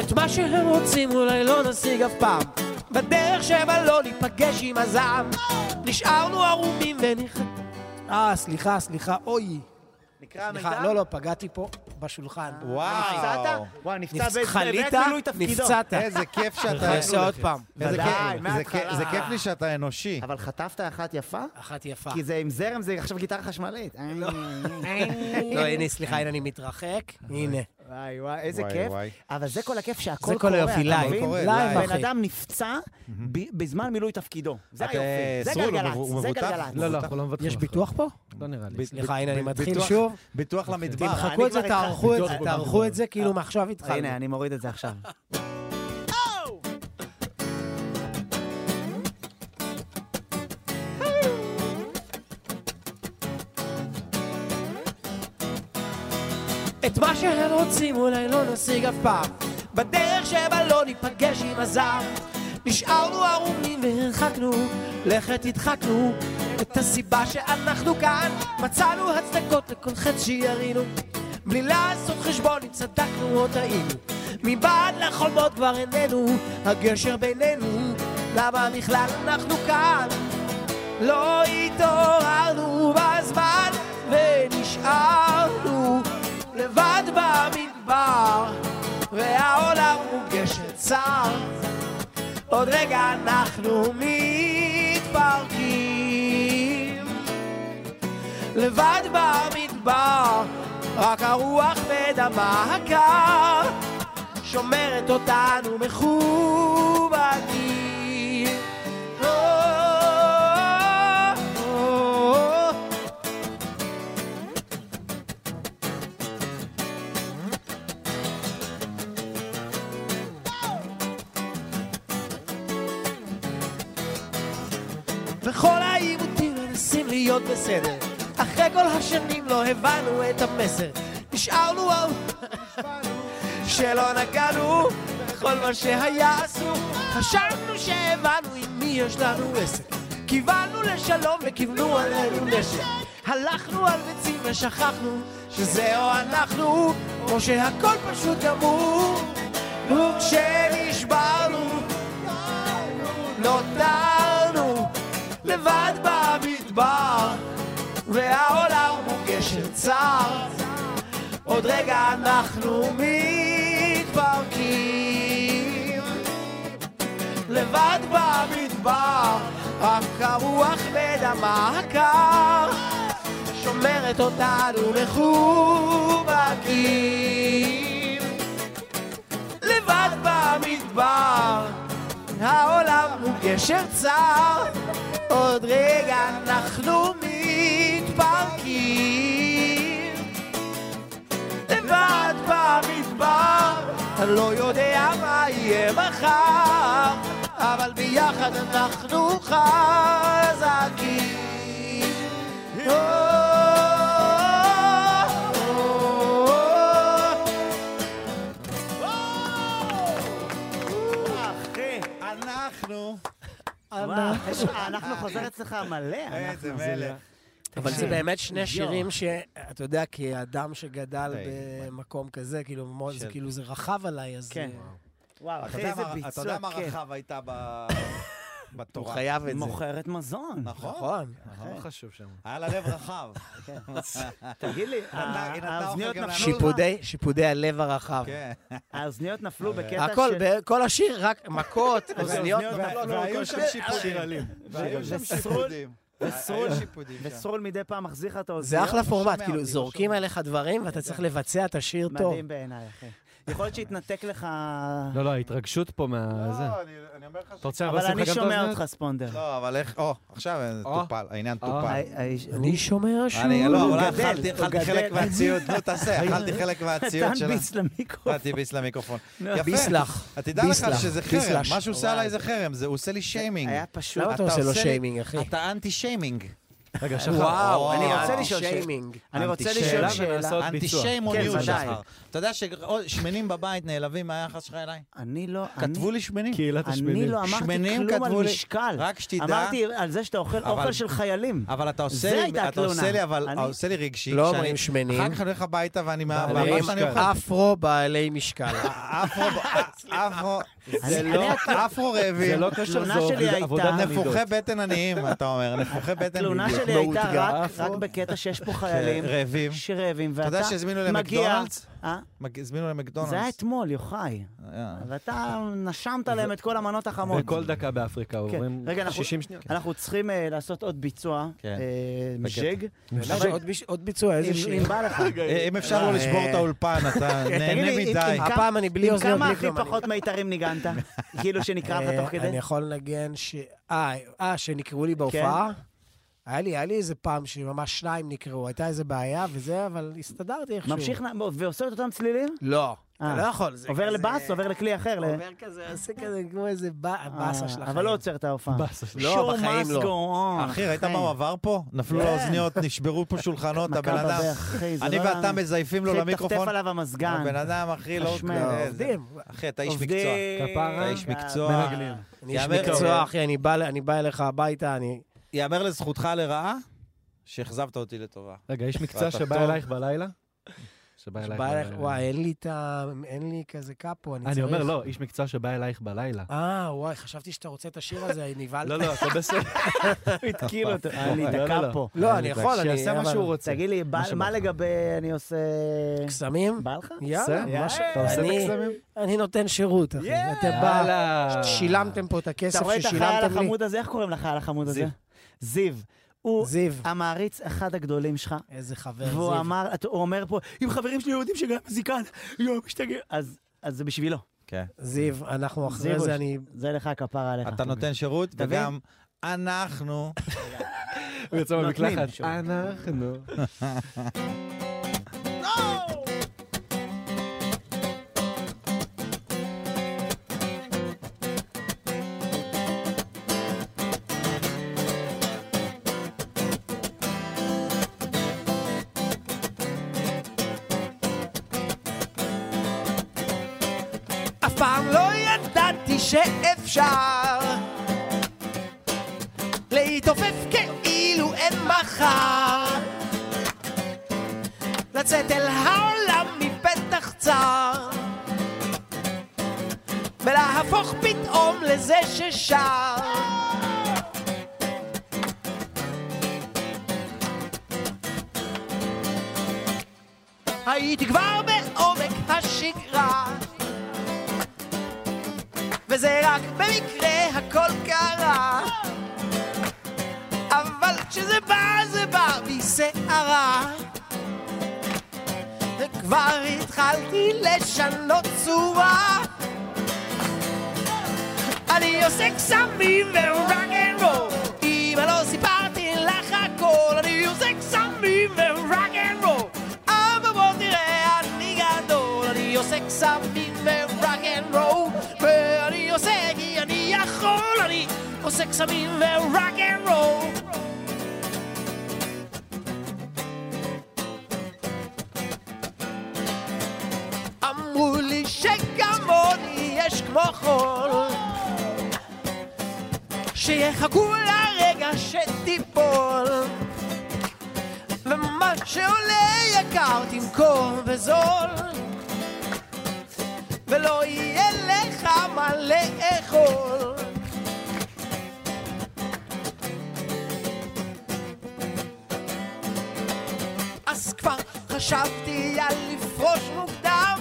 D: את מה שהם רוצים אולי לא נשיג אף פעם. בדרך שבה לא ניפגש עם הזעם. נשארנו ערומים וניח... אה, סליחה, סליחה, אוי.
A: נקרא
D: סליחה, לא, לא, פגעתי פה בשולחן.
C: וואו.
A: נפצעת? וואו, נפצע
D: נפצ-
A: בעת-
D: חלית,
A: בעת מילוי תפקידו.
D: נפצעת.
C: איזה כיף שאתה...
D: אנחנו נעשה עוד פעם.
C: איזה
A: ודאי,
C: כיף. זה
A: מההתחלה.
C: כיף- זה כיף לי שאתה אנושי.
A: אבל חטפת אחת יפה?
D: אחת יפה.
A: כי זה עם זרם, זה עכשיו גיטרה חשמלית. אה,
D: לא, הנה, סליחה, הנה אני מתרחק. הנה.
A: וואי וואי, איזה
C: וואי,
A: כיף.
C: וואי.
A: אבל זה כל הכיף שהכל
D: זה
A: קורה,
D: כל
A: אתה
D: היופי,
A: מבין?
D: לייב.
C: קורה,
D: לייב,
A: בן
D: אחי.
A: אדם נפצע ב- בזמן מילוי תפקידו. זה
C: אתה
A: היופי, זה
C: סרול, הוא
A: גלגלצ,
C: מבוטח?
A: זה
C: לא,
A: גלגלצ.
B: לא, לא, אנחנו לא מבטחים.
D: יש
B: אף
D: ביטוח פה?
B: אחד. לא נראה לי.
C: ב-
D: סליחה,
C: ב-
D: הנה, אני
C: ב-
D: מתחיל
C: ביטוח-
D: שוב.
C: ביטוח למדבר.
D: תמחקו את זה,
A: כבר
D: תערכו את
A: התחלתי.
D: זה, תערכו את זה כאילו מעכשיו התחלנו.
A: הנה, אני מוריד את זה עכשיו.
D: את מה שהם רוצים אולי לא נשיג אף פעם בדרך שבה לא ניפגש עם הזר נשארנו ערומים והרחקנו לכת הדחקנו את הסיבה שאנחנו כאן מצאנו הצדקות לכל חץ שירינו בלי לעשות חשבון אם צדקנו או טעינו מבעד לחולמות כבר איננו הגשר בינינו למה בכלל אנחנו כאן לא התעוררנו בזמן ונשארנו לבד במדבר והעולם הוא גשר צר עוד רגע אנחנו מתפרקים לבד במדבר רק הרוח ודמה הקר שומרת אותנו מכובדים Oh, oh, oh. בכל העימותים מנסים להיות בסדר. אחרי כל השנים לא הבנו את המסר. נשארנו על... שלא נגענו בכל מה שהיה אסור. חשבנו שהבנו עם מי יש לנו עסק. כיוונו לשלום וכיוונו עלינו נשק. הלכנו על ביצים ושכחנו שזה או אנחנו, או שהכל פשוט גמור. וכשנשברנו, נותרנו לבד במדבר, והעולם הוא גשר צר. עוד רגע אנחנו מתפרקים, לבד במדבר, רק הרוח בדמה הקר, שומרת אותנו מחובקים. לבד במדבר, העולם הוא גשר צר, עוד רגע אנחנו מתפרקים. לבד במדבר, אני לא יודע מה יהיה מחר, אבל ביחד אנחנו חזקים. Oh, oh, oh.
C: אנחנו...
A: וואו, אנחנו חוזר אצלך מלא. אנחנו.
C: איזה מלך.
D: אבל זה
A: תקשיב,
D: באמת שני
A: יו.
D: שירים שאתה יודע, כאדם שגדל
C: היי,
D: במקום כזה, כאילו, מאוד- זה
C: של-
D: כאילו זה רחב עליי, אז...
A: כן.
D: אה,
A: וואו,
C: אתה
A: אחי,
C: יודע
A: איזה
C: מה- אתה יודע מה
A: ביצוע כן. כיף.
C: רחב הייתה ב-
D: הוא
C: בתורה.
D: חייב את זה.
A: מוכרת מזון.
C: נכון?
D: נכון.
B: נורא אה, לא חשוב שם.
C: היה לה לב רחב.
A: תגיד לי,
C: נתנה- היא נתנה
A: אה, האוזניות
C: אוכל גם
A: נפלו-
D: שיפודי, שיפודי הלב הרחב.
C: כן.
A: האוזניות
C: אה,
A: נפלו בקטע של...
D: הכל, כל השיר, רק מכות, אוזניות.
A: אוזניות
C: וה- והיו שם שיפודים. והיו שם
A: וסרול-
C: שיפודים.
A: וסרול-
C: היו שיפודים כן. שם.
A: וסרול מדי פעם מחזיר לך את
D: זה
A: האוזניות.
D: אחלה פורמט,
C: שומע
D: כאילו
C: אותי,
D: זורקים
C: שומע.
D: עליך דברים ואתה צריך לבצע את השיר טוב.
A: מדהים בעיניי, אחי. יכול להיות שהתנתק לך...
B: לא, לא, ההתרגשות פה מה... זה.
G: לא, אני- אני אומר לך ש...
B: אתה רוצה
A: אבל אני
B: גם את
A: שומע
B: האוזניות?
A: אותך, ספונדר.
C: לא, אה, אבל איך... או, עכשיו זה
B: או.
C: טופל, העניין
B: או.
C: טופל.
A: האי- האיש-
D: אני שומע
C: אני,
D: שוב.
C: לא, אבל
A: גדל,
C: אכלתי
A: הוא
C: אכלתי
A: גדל.
C: חלק מהציוד, נו תעשה, אכלתי חלק
A: נתן
C: מהציוד שלה.
A: ביס למיקרופון.
C: נתתי ביס אה, למיקרופון.
A: נו.
C: יפה.
D: ביסלח.
C: אתה תדע לך
D: ביסלח,
C: שזה חרם,
D: ביסלש.
C: מה שהוא עושה
A: וואי.
C: עליי זה חרם, זה- הוא עושה לי שיימינג.
A: היה פשוט...
C: לא,
D: למה אתה עושה לו שיימינג, אחי?
C: אתה אנטי שיימינג.
B: רגע, שחר.
C: וואו,
A: אני רוצה לשאול שאלה.
D: שיימינג.
A: אני רוצה
C: אנטי
A: לשאול
C: שאלה
A: שאלה.
B: ולעשות-
C: אנטי
B: ביצוע.
C: שיים on
A: כן,
C: you,
A: ודאי.
C: שחר. אתה יודע ששמנים בבית נעלבים מהיחס שלך אליי?
A: אני לא... אני-
C: כתבו לי שמנים.
B: קהילת
A: אני
B: השמנים.
A: לא אמרתי
C: שמנים
A: כלום על
C: כתבו לי-
A: משקל.
C: רק שתדע-
A: אמרתי על זה שאתה אוכל אוכל של חיילים.
C: אבל אתה עושה
A: זה
C: לי,
A: הייתה
C: אתה עושה
A: התלונה.
C: לי, אבל
A: אני-
C: עושה לי רגשי.
D: לא
C: שאני-
D: אומרים שמנים.
C: אחר כך אני הולך הביתה ואני מה-
B: בעלי
C: מה שאני אוכל.
D: אפרו בעלי משקל.
C: אפרו, אפרו, זה
A: אני-
C: לא,
A: אני-
C: אפרו רעבים.
B: זה לא קשור,
A: התלונה
B: זו
A: שלי
B: עבודה-
A: הייתה-
B: עבודת מידות.
C: נפוחי בטן עניים, אתה אומר, נפוחי בטן
A: התלונה
C: בדיוק.
A: שלי
B: לא
A: הייתה
B: הותגעה
A: רק
B: אף
A: רק
B: עוד.
A: בקטע שיש פה חיילים
C: רעבים.
A: שרעבים, ואתה
C: אתה
A: מגיע...
C: יודע שהזמינו להם מקדונלדס?
A: אה?
C: מג- הזמינו להם
A: זה היה
C: מקדונלדס.
A: אתמול, יוחאי.
C: אה,
A: ואתה נשמת להם את כל המנות החמות.
B: וכל דקה באפריקה עוברים
A: כן. רגע, אנחנו-
B: 60 שניות.
A: אנחנו צריכים אה, לעשות עוד ביצוע.
C: כן.
A: אה,
C: בקטע.
A: ז'ג.
D: יש עוד ביש- עוד ביצוע, איזה
A: אם-
D: שיר.
A: אם בא לך.
C: אה, אם אפשר לא לשבור את האולפן, אתה
A: תגיד
C: נהנה
A: לי, אם-
C: מדי.
A: אם כמה-
D: הפעם אני בלי
A: עם
D: אוזניות,
A: כמה
D: בלי
A: הכי
D: כלום, אני-
A: פחות מיתרים ניגנת? כאילו שנקראת
D: אה,
A: תוך
D: אני
A: כדי?
D: יכול לנגן ש... אה, אה, שנקראו לי בהופעה?
A: כן.
D: היה לי, היה לי איזה פעם שממש שניים נקראו, הייתה איזה בעיה וזה, אבל הסתדרתי איכשהו.
A: ממשיך, נ- ועושה את אותם צלילים?
D: לא. אתה
A: אה.
D: לא יכול. זה
A: עובר
D: כזה-
A: לבאס, עובר לכלי אחר. ל-
D: עובר כזה, עושה כזה כמו איזה באסה
A: אה,
D: של החיים.
A: אבל לא עוצר את ההופעה.
B: באסה של-
D: לא,
A: Show
D: בחיים
A: must
D: לא.
A: go on,
C: אחי, ראית מה הוא עבר פה? נפלו
A: כן.
C: לאוזניות, נשברו פה שולחנות,
A: מכה
C: הבן אדם...
A: בברך, אחי, זה
C: אני
A: לא
C: ואתה
A: יאמן.
C: מזייפים לו
A: התחיל לטפטף
C: למיקרופון.
A: עליו המזגן.
C: הבן אדם, אחי, לא...
A: חשמל.
C: כן, זה-
D: עובדים.
C: אחי, אתה איש
A: עובדים.
C: מקצוע.
B: כפרה.
C: אתה
A: כן.
C: איש מקצוע.
A: מרגלים.
D: אני איש
C: יאמר-
D: מקצוע, אחי, אני בא ל- אני בא אליך הביתה, אני...
C: יאמר לזכותך לרעה, שאכזבת אותי לטובה.
B: רגע, יש מקצוע
C: ואתה
B: שבא
C: טוב.
B: אלייך בלילה? שבא אלייך
D: בא אליך,
B: בלילה.
D: וואי, אין לי את ה... אין לי כזה קאפו, אני צריך...
B: אני אומר, לא, איש מקצוע שבא אלייך בלילה.
D: אה, וואי, חשבתי שאתה רוצה את השיר הזה, נבהלת.
B: לא, לא, אתה בסדר.
A: הוא התקיל אותו. אני
B: לא, לא,
A: דקה
B: לא.
A: פה.
D: לא, אני יכול, אני...
B: שיעשה מה
D: אבל-
B: שהוא רוצה.
A: תגיד לי, בא-
B: מה שבא
A: מה
B: לך.
A: לגבי אני עושה...
D: קסמים?
A: בא לך?
D: יאללה,
B: בסדר.
D: מה ש-
B: אתה עושה את
D: אני-
B: הקסמים?
D: אני נותן שירות, אחי. אתם בא... שילמתם פה את
A: אתה
D: הכסף
A: רואה את החייל
D: ששילמתם לי.
A: החמוד הזה? איך קוראים לחייל החמוד הזה?
B: זיו.
A: זיו. הוא
D: זיו,
A: המעריץ אחד הגדולים שלך,
D: איזה חבר
A: והוא
D: זיו.
A: אמר, אתה- הוא אומר פה, אם חברים שלי יודעים שגם מזיקן, יואו, משתגע. אז אז זה בשבילו.
C: כן.
D: זיו, אנחנו אחרי
A: זיו,
D: זה,
A: הוא-
D: אני...
A: זה לך כפרה עליך.
C: אתה נותן שירות,
A: אתה מבין?
C: וגם אנחנו...
B: הוא יוצא
A: נותנים
B: במקלחת.
A: שירות.
B: אנחנו.
D: אף פעם לא ידעתי שאפשר להתעופף כאילו אין מחר לצאת אל העולם מפתח צר ולהפוך פתאום לזה ששר הייתי כבר בעומק השגרה וזה רק במקרה הכל קרה אבל כשזה בא זה בא בסערה וכבר התחלתי לשנות צורה אני עושה קסמים ורק אין רול אם אני לא סיפרתי לך הכל אני עושה קסמים ורק אין רול אבל בוא תראה אני גדול אני עושה קסמים ורק אין רול ואני עושה כי אני יכול אני עושה קסמים ורק אין רול אמרו לי שכמוני יש כמו חול שיחכו לרגע שתיפול ומה שעולה יקר תמכור בזול ולא יהיה לך מה לאכול אז כבר חשבתי על לפרוש מוקדם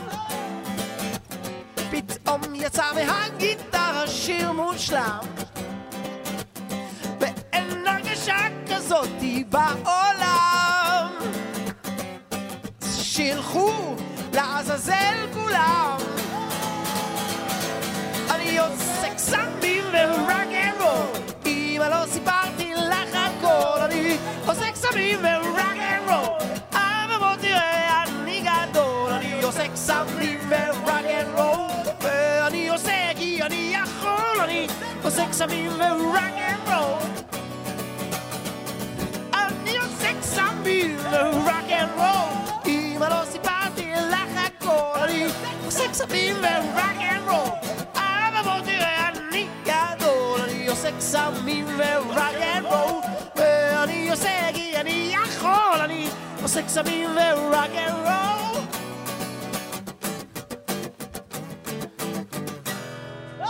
D: פתאום יצא מהגיטרה שיר מושלם ואין הרגשה כזאתי בעולם. אז שילכו לעזאזל כולם. אני עושה קסמים ורק אנרול. אם אני לא סיפרתי לך הכל, אני עושה קסמים ורק אנרול. אבל בוא תראה, אני גדול. אני עושה קסמים ורק אנרול. ואני עושה כי אני יכול, אני עושה קסמים ורק אנרול. אני עושה קסמים ורק אנד רול אם אני לא סיפרתי לך הכל אני עושה קסמים ורק אנד רול אבל בוא תראה אני גדול אני עושה קסמים ורק אנד רול ואני עושה כי אני יכול אני עושה קסמים ורק אנד רול
C: Oh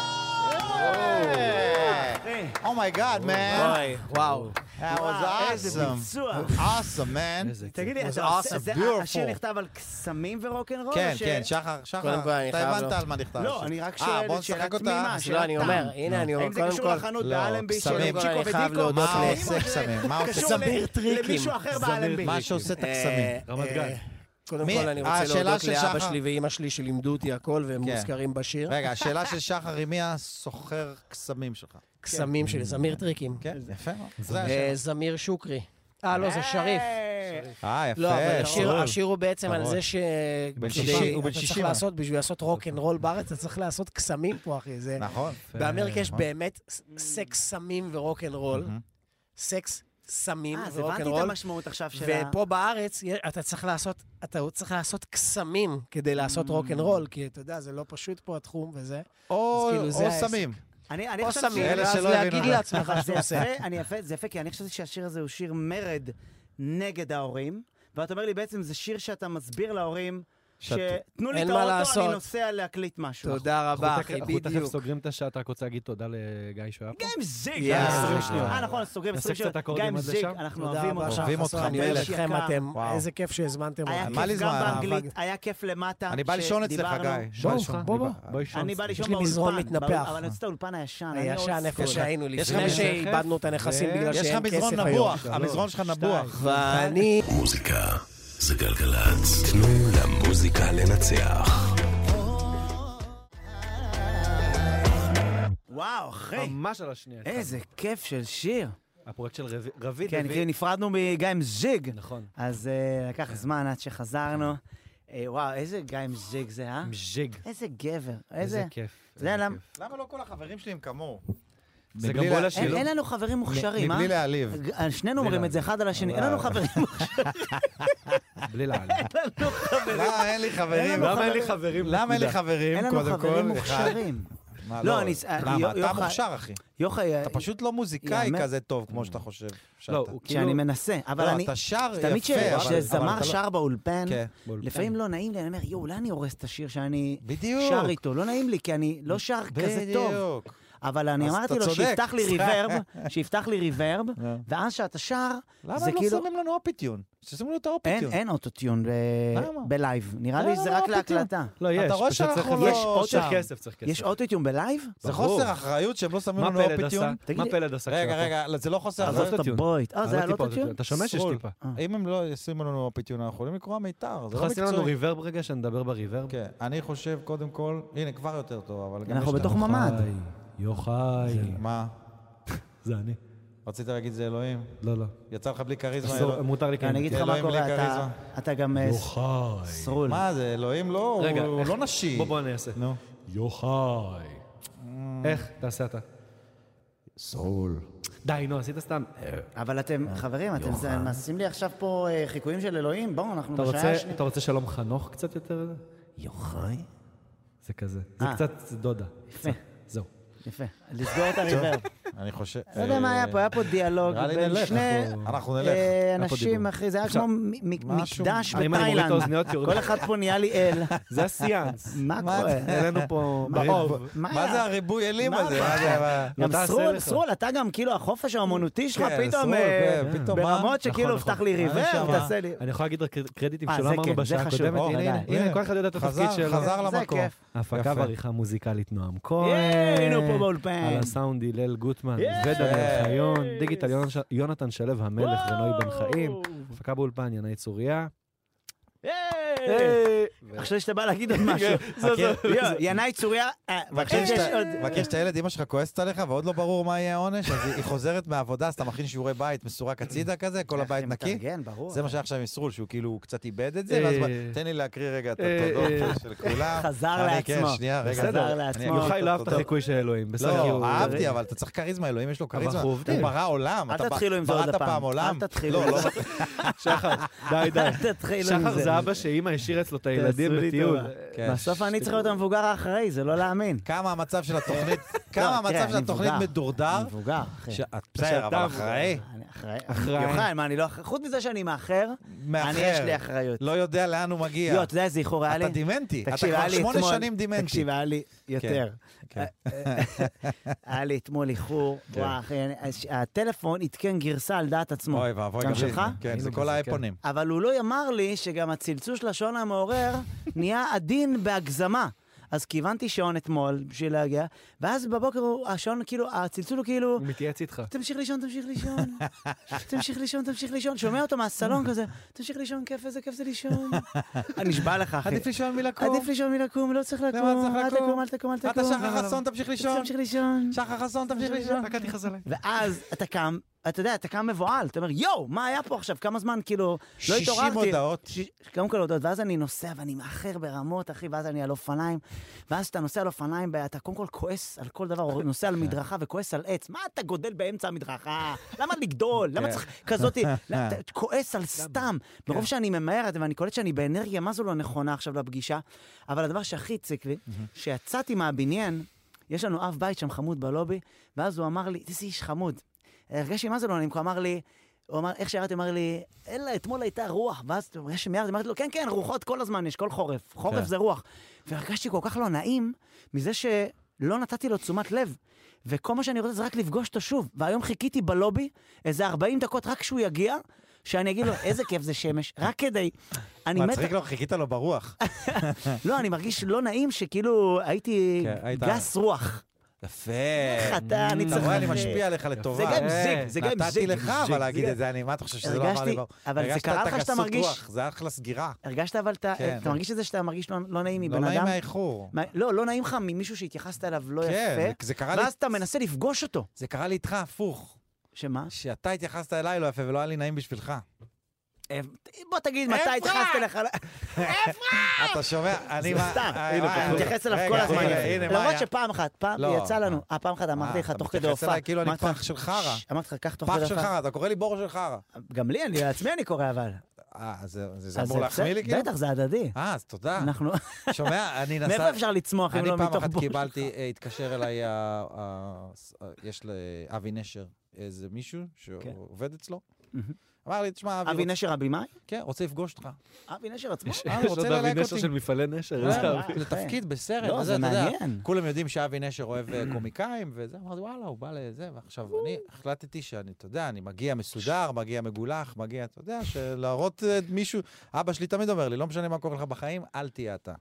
C: אומייגאד, מן.
D: וואו
C: That was
A: וואו, איזה
C: awesome.
A: ביצוע.
C: awesome, man. כן,
A: תגיד לי,
C: It was
A: אתה עושה-
C: awesome,
A: זה-
C: beautiful.
A: השיר נכתב על קסמים ורוקנרול?
C: כן,
A: או ש-
C: כן, שחר, שחר,
D: קודם כל, אני
C: אתה
D: חייב
C: הבנת
D: לו.
C: על מה נכתב.
A: לא,
C: השיר.
A: אני רק
C: אה,
A: שואל
C: בוא
A: שאלה
C: נשחק
A: תמימה,
C: אותה.
A: ש-
D: לא, אני
A: שאלת
D: אומר,
A: תם.
D: הנה, אני אומר,
A: האם זה
D: קודם
A: קשור
D: כל,
A: לחנות
C: לא,
A: באלנבי של
C: קסמים.
A: צ'יקו
D: אני חייב
A: ודיקו?
D: להודות
A: האם
D: ל-
A: זה
C: קסמים, מה עושה?
A: קשור ל-
D: זמיר טריקים.
A: למישהו אחר
B: זמיר
A: באלנבי.
C: מה שעושה את הקסמים.
D: אה,
B: רמת גן.
D: אה, קודם
C: מי-
D: כל, אני רוצה
C: השאלה
D: להודות
C: של שחר-
D: לאבא שלי ואימא שלי שלימדו אותי הכל, והם
C: כן.
D: מוזכרים בשיר.
C: רגע, השאלה של שחר היא מי הסוחר קסמים שלך?
D: קסמים של זמיר טריקים.
C: כן, יפה. מאוד. זה
D: אה,
C: השאלה.
D: זמיר שוקרי. אה, לא, זה שריף.
C: אה, יפה.
D: לא, אבל
C: ברור.
D: השיר- השיר הוא בעצם על
C: ברור.
D: זה ש...
C: בן
D: כדי-
C: 60, הוא בן
D: אתה צריך
C: 60, אה.
D: לעשות, בשביל לעשות רוק אנד רול בארץ, אתה צריך לעשות קסמים פה, אחי. זה...
C: נכון.
D: באמריקה יש
C: נכון.
D: באמת ס- סקס סמים ורוק אנד רול.
C: מהמם.
D: סקס סמים
A: אה, אז
D: ורוק
A: הבנתי
D: אנד
A: את
D: רול.
A: המשמעות עכשיו של ה...
D: ופה בארץ יה- אתה צריך לעשות, אתה עוד צריך לעשות קסמים כדי לעשות רוק אנד רול, כי אתה יודע, זה לא פשוט פה התחום וזה.
C: או
D: אז כאילו זה
C: או
D: העסק.
C: סמים.
A: אני, אני
D: או
A: חשבתי
D: סמים,
A: ש-
C: אלה
D: ואז
C: שלא הבינו
D: להגיד
C: את זה.
D: לעצמך
A: אבל זה
D: שאתה עושה.
A: יפה, אני יפה, זה יפה, כי אני חשבתי שהשיר הזה הוא שיר מרד נגד ההורים, ואתה אומר לי, בעצם זה שיר שאתה מסביר להורים,
C: שאת-
A: שתנו לי
D: אין
A: את
D: מה
A: האוטו,
D: לעשות."
A: אני נוסע להקליט משהו.
D: תודה רבה,
B: אנחנו
D: אחי,
B: תכף- אנחנו תכף
D: בדיוק.
B: סוגרים את השעה, אתה רק רוצה להגיד תודה לגיא שהיה פה?
A: גם עם זה,
D: יאללה.
A: גם עם
D: עשרים
A: זה.
B: שניות.
A: אה, נכון, סוגרים
B: נעשה
A: 20 שניות.
B: קצת אקורדים
A: גם עם
B: עד
A: זיג,
B: לשם?
A: אנחנו
D: תודה
A: אוהבים
D: רבה,
A: אותך.
C: אוהבים
D: שחר,
C: אותך,
D: אני אוהב
C: מלך.
D: אתכם,
A: יקר.
D: אתם,
C: וואו.
D: איזה כיף שהזמנתם
A: היה
D: אותנו.
C: מה לי
A: כיף
C: זמן?
A: גם באנגלית,
D: אהבה.
A: היה כיף למטה.
C: אני בא לישון אצלך,
A: כשדיברנו.
C: גיא.
B: בוא,
C: בא לישון,
B: בוא, בוא.
C: אני בא-
B: בוא ישון.
A: אני בא
D: יש
A: לישון
D: לי מזרון
A: באולפן,
D: מתנפח.
A: באול- אבל אני רוצה את האולפן היכן. אה, אני
D: הישן,
A: old
D: איפה
A: school.
D: שהיינו,
C: יש לך
D: לפני
C: מזרחף?
D: שאיבדנו את הנכסים
B: ו-
D: בגלל
C: יש
D: שאין
C: לך
D: כסף היום.
C: מזרון נבוח,
B: שלוש,
C: המזרון שלך נבוח.
D: ואני
G: מוזיקה זה גלגלצ. תנו למוזיקה לנצח.
A: וואו, אחי,
B: ממש על השנייה.
A: איזה כיף של שיר.
B: הפרויקט של רביד דוד.
A: כן, כי נפרדנו מגיא עם זיג.
B: נכון.
A: אז אה, לקח זמן עד שחזרנו. אה, וואו, איזה גיא עם זיג זה, אה?
B: ז'יג.
A: איזה גבר, איזה...
B: איזה כיף.
A: אתה יודע
B: איזה
A: למה-
B: כיף.
C: למה לא כל החברים שלי הם כמוהו?
B: זה
C: מבלי
B: גם בוא
C: לה-
B: לשיר.
A: אין
B: שלא-
A: אין לנו חברים מוכשרים, אה?
C: מבלי להעליב.
A: אה, שנינו אומרים את זה אחד על השני, אין לנו חברים מוכשרים.
B: בלי לעלות.
C: למה אין לי חברים?
B: למה אין לי חברים?
C: למה אין לי חברים?
A: אין לנו
C: קודם
A: חברים
C: כל? אחד.
A: מוכשרים.
C: מה,
A: לא, אני-
C: למה?
A: יוחאי-
C: אתה מוכשר, אחי.
A: יוחאי, אה,
C: אתה פשוט לא מוזיקאי
A: יאמת.
C: כזה טוב כמו שאתה חושב. שאתה.
B: לא, הוא
A: כשאני
B: כאילו...
A: מנסה, אבל
C: לא,
A: אני...
C: אתה שר יפה,
A: תמיד
C: אבל- אבל
A: כשזמר
C: אתה לא-
A: שר באולפן,
C: כן.
A: לפעמים לא נעים לי, אני אומר, יואו, אולי אני הורס את השיר שאני
C: בדיוק.
A: שר איתו? לא נעים לי, כי אני לא שר כזה טוב.
C: בדיוק.
A: אבל אני
C: אז
A: אמרתי
C: אתה
A: לו
C: צודק.
A: שיפתח לי ריברב, שיפתח לי ריברב, ואז כשאתה שר,
C: למה
A: אה. זה
C: הם לא
A: כאילו...
C: שמים לנו אופיטיון? שישימו לנו את
A: אין,
C: האופיטיון.
A: אין אוטוטיון ב-
C: למה?
A: בלייב, נראה לי
C: למה
A: שזה
C: לא
A: רק
C: פתאום?
A: להקלטה.
B: לא, יש.
C: אתה רואה
B: פשוט צריך-
C: שאנחנו
B: יש
C: לא
B: עוד צריך
C: שם.
B: כסף, צריך כסף.
A: יש אוטוטיון בלייב?
C: זה
B: ברור.
C: חוסר אחריות שהם לא שמים
B: מה
C: לנו
B: פלד עשה?
C: אופיטיון.
A: תגיד
B: מה
A: לי-
B: פלד עשה?
C: רגע,
B: כשאנחנו-
C: רגע, לא, זה לא חוסר
B: עזוב
C: אחריות.
A: עזוב את
B: אוטוטיון.
A: הבויט. אה, זה היה
B: לא
A: לא
B: טיפה,
A: אוטוטיון?
B: אתה שומע שיש
C: סרול.
B: טיפה.
A: אה.
C: אם הם לא ישימו לנו אופיטיון, אנחנו יכולים לקרוא מיתר, זה
B: יכול
C: לא
B: לשים לנו
C: מקצועי.
B: ריברב רגע, שנדבר בריברב?
C: כן, אני חושב, קודם כל, הנה, כבר יותר טוב, אבל גם יש...
A: אנחנו
C: לנו.
A: בתוך ממ"ד.
B: היי, יוחאי.
C: מה?
B: זה אני.
C: רצית להגיד זה אלוהים?
B: לא, לא.
C: יצא לך בלי כריזמה?
B: אסור,
C: אלוה-
B: מותר לי
A: לא.
B: כן,
A: אני אגיד לך מה
C: אלוהים
A: קורה,
C: בלי
A: אתה-
C: כריזמה.
A: אתה גם אה,
B: יוחאי.
A: סרול.
C: מה זה, אלוהים לא?
B: כן. רגע,
C: הוא
B: איך-
C: לא נשי.
B: בוא, בוא, אני אעשה.
C: נו.
B: יוחאי. איך? תעשה אתה.
C: סול.
B: די, נו, עשית סתם.
A: אבל אתם, חברים, אתם זה- מעשים לי עכשיו פה אה, חיקויים של אלוהים? בואו, אנחנו
B: אתה
A: בשעה
B: רוצה-
A: השנייה.
B: אתה רוצה שלום חנוך קצת יותר?
A: יוחאי?
B: זה כזה. זה
A: אה.
B: קצת זה דודה.
A: יפה,
B: זהו.
A: יפה. לסגור את הריברב.
C: אני חושב...
A: לא יודע מה היה פה, היה פה דיאלוג
C: נראה לי
A: בין
C: נלך,
A: שני
C: אנחנו- אנחנו נלך.
A: אה,
B: פה
A: אנשים,
B: דיבור.
A: אחי, זה היה
B: אפשר-
A: כמו מ- מ-
C: משהו-
A: מקדש
B: אם אני מוריד את
A: בתאילנד.
B: האוזניות, יורד.
A: כל אחד פה נהיה לי אל.
B: זה הסיאנס.
A: מה
C: מה
A: קורה?
B: העלינו פה ברוב.
C: מה זה הריבוי אלים
A: מה
C: הזה?
A: זה?
C: מה זה? מה-
B: לא
A: גם
B: תעשה
A: סרול,
B: לך.
A: סרול, אתה גם כאילו החופש האומנותי שלך
C: כן,
A: פתאום
C: סרול,
A: אה,
C: כן, פתאום, מה?
A: ברמות
B: נכון,
A: שכאילו פתח
B: נכון.
A: לי
C: אני
A: ריבר,
C: שומע.
A: תעשה לי.
B: אני יכול להגיד רק קרדיטים
A: אה,
B: שלא
A: זה
B: אמרנו
A: כן, זה
B: בשעה
A: חשוב,
B: הקודמת. הנה, הנה,
A: ודאי.
B: הנה, כל אחד יודע את התפקיד
C: חזר,
B: שלו.
C: חזר
A: זה
C: למקום.
A: כיף.
B: הפקה
C: יפה.
B: ועריכה מוזיקלית נועם כהן.
A: יאה, היינו פה באולפן.
B: על הסאונד הלל גוטמן
A: יאה.
B: ודניאל חיון. דיגיטל יונש- יונתן שלו המלך ונוי בן חיים. הפקה באולפן ינאי צוריה.
A: היי! אה, עכשיו שאתה בא להגיד עוד משהו.
C: כן,
A: יו, ינאי צוריה, אה,
C: מבקש
A: יש
C: שאתה-
A: עוד...
C: מבקש את הילד, אמא שלך כועסת עליך ועוד לא ברור מה יהיה העונש, אז היא- היא חוזרת מהעבודה, אז אתה מכין שיעורי בית מסורק הצידה כזה, כל הבית נקי.
A: מתארגן, ברור.
C: זה מה שהיה עכשיו עם סרול, שהוא כאילו קצת איבד את זה, ואז
B: אה.
C: בא- תן לי להקריא רגע את
B: אה, אה.
C: התודות של כולם.
A: חזר
C: אני-
A: לעצמו.
C: כן, שנייה, רגע.
A: בסדר.
C: אני-
A: לעצמו.
C: אני אגיד
B: יוחאי
C: את
B: לא אהב את
C: התודות.
B: החיקוי של אלוהים. בסדר, כאילו, אה, כי
C: לא,
B: הוא-
C: אהבתי, אבל אתה צריך כריזמה, אלוהים יש לו כריזמה.
B: אנחנו
C: הוא
B: עובדים.
C: ברא עולם.
A: אל
C: אתה ב-
A: תתחילו עם זה עוד
C: בראת
A: הפעם.
C: פעם
A: אל
C: עולם.
A: תתחילו
C: לא,
A: עם
C: לא.
A: זה.
B: שחר, די, די.
A: אל תתחילו עם
B: שחר
A: זה.
B: זה אבא שאימא השאירה אצלו את הילדים
A: תעשו לי
B: בטיול.
A: טובה.
C: כן.
A: בסוף אני צריך להיות המבוגר האחראי, זה לא להאמין.
C: כמה המצב של התוכנית, כמה
A: לא, תראה,
C: המצב של
A: אני
C: התוכנית
A: מבוגר.
C: מדורדר.
A: אני מבוגר, אחי.
C: ש- בסדר, אבל אחראי.
A: אני אחראי.
B: אחראי.
A: יוחאי, מה, אני לא אחראי? חוץ מזה שאני מאחר, אני יש לי אחריות.
C: לא יודע לאן הוא מגיע.
A: יו, אתה יודע איזה איחור היה לי?
C: אתה דימנטי. אתה
A: תקשיב, היה
C: כבר
A: לי
C: שמונה
A: אתמול-
C: שנים דימנטי.
A: תקשיב, היה לי יותר.
C: כן.
A: היה לי אתמול איחור, וואי, אחי, אני- הש- הטלפון עדכן גרסה על דעת עצמו.
C: אוי ואבוי,
A: גם
C: לי.
A: שלך?
C: כן, זה
B: היינו
C: כל
B: כזה,
C: האייפונים.
A: אבל הוא לא אמר לי שגם הצלצול של השעון המעורר נהיה עדין בהגזמה. אז כיוונתי שעון אתמול בשביל להגיע, ואז בבוקר הוא- השעון, כאילו, הצלצול הוא כאילו,
B: הוא מתייעץ איתך.
A: תמשיך לישון, תמשיך לישון, תמשיך לישון, תמשיך לישון, שומע אותו מהסלון כזה, תמשיך לישון, כיף, איזה כיף זה לישון. אני נשבע לך, אחי.
C: עדיף לישון מלקום.
A: עדיף לישון מלקום, לא צריך
C: למה
A: לקום,
C: צריך
A: אל
C: לקום?
A: תקום, אל תקום, אל תקום.
C: אתה
A: לא, לא,
C: שחר
A: לא.
C: חסון, תמשיך לישון.
A: תמשיך לישון.
C: שחר חסון, תמשיך לישון.
B: רק אל תכעס עליי.
A: ואז אתה קם, אתה יודע, אתה קם מבוהל, אתה אומר, יואו, מה היה פה עכשיו? כמה זמן, כאילו, לא
C: 60
A: התעוררתי.
C: הודעות.
A: ש... קודם כל הודעות, ואז אני נוסע ואני מאחר ברמות, אחי, ואז אני על אופניים. ואז כשאתה נוסע על אופניים, אתה קודם כל כועס על כל דבר,
C: כן.
A: או נוסע על מדרכה וכועס על עץ. מה אתה גודל באמצע המדרכה? למה לגדול?
C: כן.
A: למה צריך כזאת... למה- אתה כועס על סתם. מרוב שאני ממהר, אתה- ואני קולט שאני באנרגיה, מה זו לא נכונה עכשיו לפגישה. אבל הדבר שהכי הציק לי, שיצאתי מהבניין, יש לנו אב בית שם חמוד בלובי, ואז הוא אמר לי, איזה איש חמוד. הרגשתי מה זה לא נעים, כי הוא אמר לי, הוא אמר, איך שירדתי, אמר לי, אלא, אתמול הייתה רוח, ואז אחרי שמירדתי, אמרתי לו, כן, כן, רוחות כל הזמן יש, כל חורף, חורף
C: כן.
A: זה רוח. והרגשתי כל כך לא נעים מזה שלא נתתי לו תשומת לב. וכל מה שאני רוצה זה רק לפגוש אותו שוב. והיום חיכיתי בלובי איזה 40 דקות רק כשהוא יגיע, שאני אגיד לו, איזה כיף זה שמש, רק כדי... אני מת...
C: מצחיק לו, חיכית לו ברוח.
A: לא, אני מרגיש לא נעים שכאילו הייתי
C: כן, היית-
A: גס רוח.
C: יפה.
A: איך אתה, אני
C: אתה
A: צריך...
C: רואה, אני משפיע עליך לטובה.
A: גם זיג, זה גם
C: נתתי
A: זיג,
C: לך
A: זיג,
C: אבל
A: זיג.
C: להגיד את זה, אני, מה אתה חושב שזה לא אמר לי
A: הרגשתי-
C: ברור?
A: אבל זה קרה לך שאתה מרגיש-
C: זה אחלה סגירה.
A: הרגשת אבל, את ה-
C: כן.
A: אתה מרגיש את זה שאתה מרגיש לא- לא נעים
C: לא
A: מבן
C: נעים
A: אדם?
C: מהאיחור.
A: מה- לא, לא נעים לך ממישהו שהתייחסת אליו לא
C: כן,
A: יפה,
C: זה קרה לי-
A: ואז אתה מנסה לפגוש אותו.
C: זה קרה לי איתך הפוך.
A: שמה?
C: שאתה התייחסת אליי לא יפה ולא היה לי נעים בשבילך.
A: אה, בוא תגיד מתי התייחסת לך...
C: אתה שומע? אני...
A: זה
C: מה-
A: סתם,
C: אה,
A: הנה,
C: מה-
A: אני מתייחס אליו
C: רגע,
A: כל הזמן. לא
C: הנה, הנה, מה
A: למרות
C: היה?
A: שפעם אחת, פעם
C: לא.
A: יצא לנו, אה, פעם אחת אמרתי לך
C: אתה
A: תוך כדי
C: מתייחס
A: הופעה.
C: אליי כאילו אני
A: אמרתי לך,
C: פח של חרא.
A: "ששש", אמרתי לך, קח תוך
C: פח
A: כדי
C: של
A: הופעה.
C: חרא, אתה קורא לי בור של חרא.
A: גם לי, אני לעצמי אני קורא אבל.
C: אה, זה- זה זה
A: אז
C: אמור
A: בסדר,
C: להחמיא לי כאילו?
A: בטח, זה הדדי.
C: אה, אז תודה.
A: אנחנו...
C: שומע, אני נסע...
A: מאיפה אפשר לצמוח אם
C: אני
A: לא
C: פעם
A: מתוך
C: אחת
A: בור?
C: קיבלתי, אה, התקשר אליי, ה- ה- ס- אה, יש לאבי נשר איזה מישהו
A: כן.
C: שעובד אצלו.
A: מהמם.
C: אמר לי, תשמע, אבי,
A: אה, אבי
C: רוצ-
A: נשר הבמאי?
C: כן, רוצה לפגוש אותך.
A: אבי נשר עצמו?
C: אה,
B: יש
C: רוצה
B: עוד אבי
C: ללהק
B: נשר
C: אותי?
B: של מפעלי נשר.
C: אה,
B: איזה אבי.
A: אוקיי.
C: לתפקיד בסרט.
A: לא,
C: וזה,
A: זה
C: אתה יודע,
A: מעניין.
C: כולם יודעים שאבי נשר אוהב אה, קומיקאים וזה, אמרתי, וואלה, הוא בא לזה, ועכשיו אני החלטתי שאני, אתה יודע, אני מגיע מסודר, מגיע מגולח, מגיע, אתה יודע, שלהראות אה, מישהו, אבא שלי תמיד אומר לי, לא משנה מה קורה לך בחיים, אל תהיה אתה.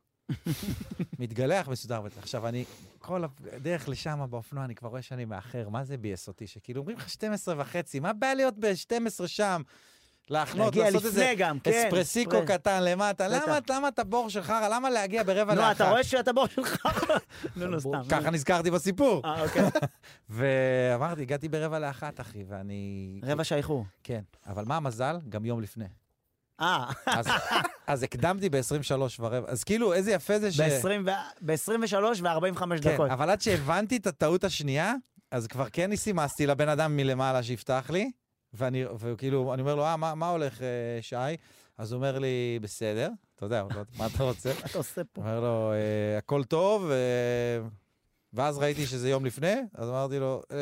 C: מתגלח מסודר, וזה. עכשיו אני, כל הדרך לשם באופנוע, אני כבר רואה שאני מאחר, מה זה ביאס אותי? שכאילו אומרים לך 12 וחצי, מה בא להיות ב-12 שם? להחנות,
A: להגיע
C: לעשות איזה
A: לפני גם, כן.
C: אספרסיקו
A: אספרס.
C: קטן למטה,
A: בטח.
C: למה למה אתה בור של חרא? למה להגיע ברבע לאחת?
A: נו, לא, אתה רואה שאתה בור שלך? נו, נו, סתם.
C: ככה נזכרתי בסיפור.
A: אה, אוקיי.
C: ואמרתי, הגעתי ברבע לאחת, אחי, ואני...
A: רבע שעה איחור.
C: כן, אבל מה המזל? גם יום לפני.
A: אה,
C: אז- אז הקדמתי ב-23 ורבע, אז כאילו, איזה יפה זה ש...
A: ב-23 ו-45
C: כן,
A: דקות.
C: אבל עד שהבנתי את הטעות השנייה, אז כבר כן סימסתי לבן אדם מלמעלה שיפתח לי, ואני, וכאילו, אני אומר לו, אה, מה, מה הולך, אה, שי? אז הוא אומר לי, בסדר, אתה יודע, הוא לא- מה אתה רוצה?
A: מה אתה עושה פה?
C: אומר לו, "אה, הכל טוב, אה, ואז ראיתי שזה יום לפני, אז אמרתי לו, "אה,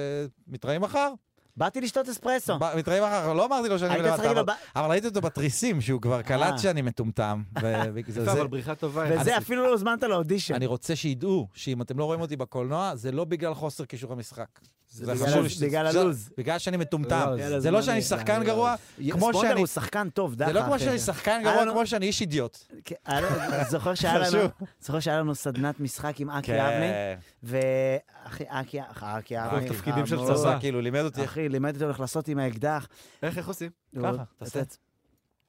C: מתראים מחר?
A: באתי לשתות אספרסו.
C: ב- מתראים אחר, לא אמרתי לו שאני
A: היית צריך
C: מלמטה,
A: להגיד לו,
C: אבל- אבל ראיתי אותו בתריסים, שהוא כבר
A: אה.
C: קלט שאני מטומטם. ובגלל
B: יפה,
C: זה-
B: אבל בריחה טובה. אה.
A: "ב- וזה אפילו לא הוזמנת לאודישן.
C: אני רוצה שידעו שאם אתם לא רואים אותי בקולנוע, זה לא בגלל חוסר כישורי משחק. זה
A: בגלל
C: חשוב
A: ה-
C: לי שזה-
A: בגלל
C: זה-
A: הלו"ז.
C: בגלל שאני מטומטם.
B: לא,
A: זה-
C: זה לא
A: הזמן
C: שאני
A: יהיה,
C: שחקן
B: אני-
C: גרוע, כמו
A: ספונדר
C: שאני...
A: הוא שחקן טוב, דחה.
C: זה לא כמו
A: אחי.
C: שאני שחקן
A: היה
C: גרוע,
A: לנו-
C: כמו שאני איש אידיוט.
A: אה, כן, היה לנו- זוכר שהיה לנו- זוכר שהיה לנו סדנת משחק עם
C: כן.
A: אקי אבני, ואחי, אקי אקי אבני.
B: תפקידים של
A: חמוד.
C: הוא עשה,
B: צבא.
C: כאילו, לימד אותי איך...
A: אחי, לימד אותו איך לעשות עם האקדח.
B: איך איך עושים?
A: הוא-
C: תעשה.
A: אה, אתה-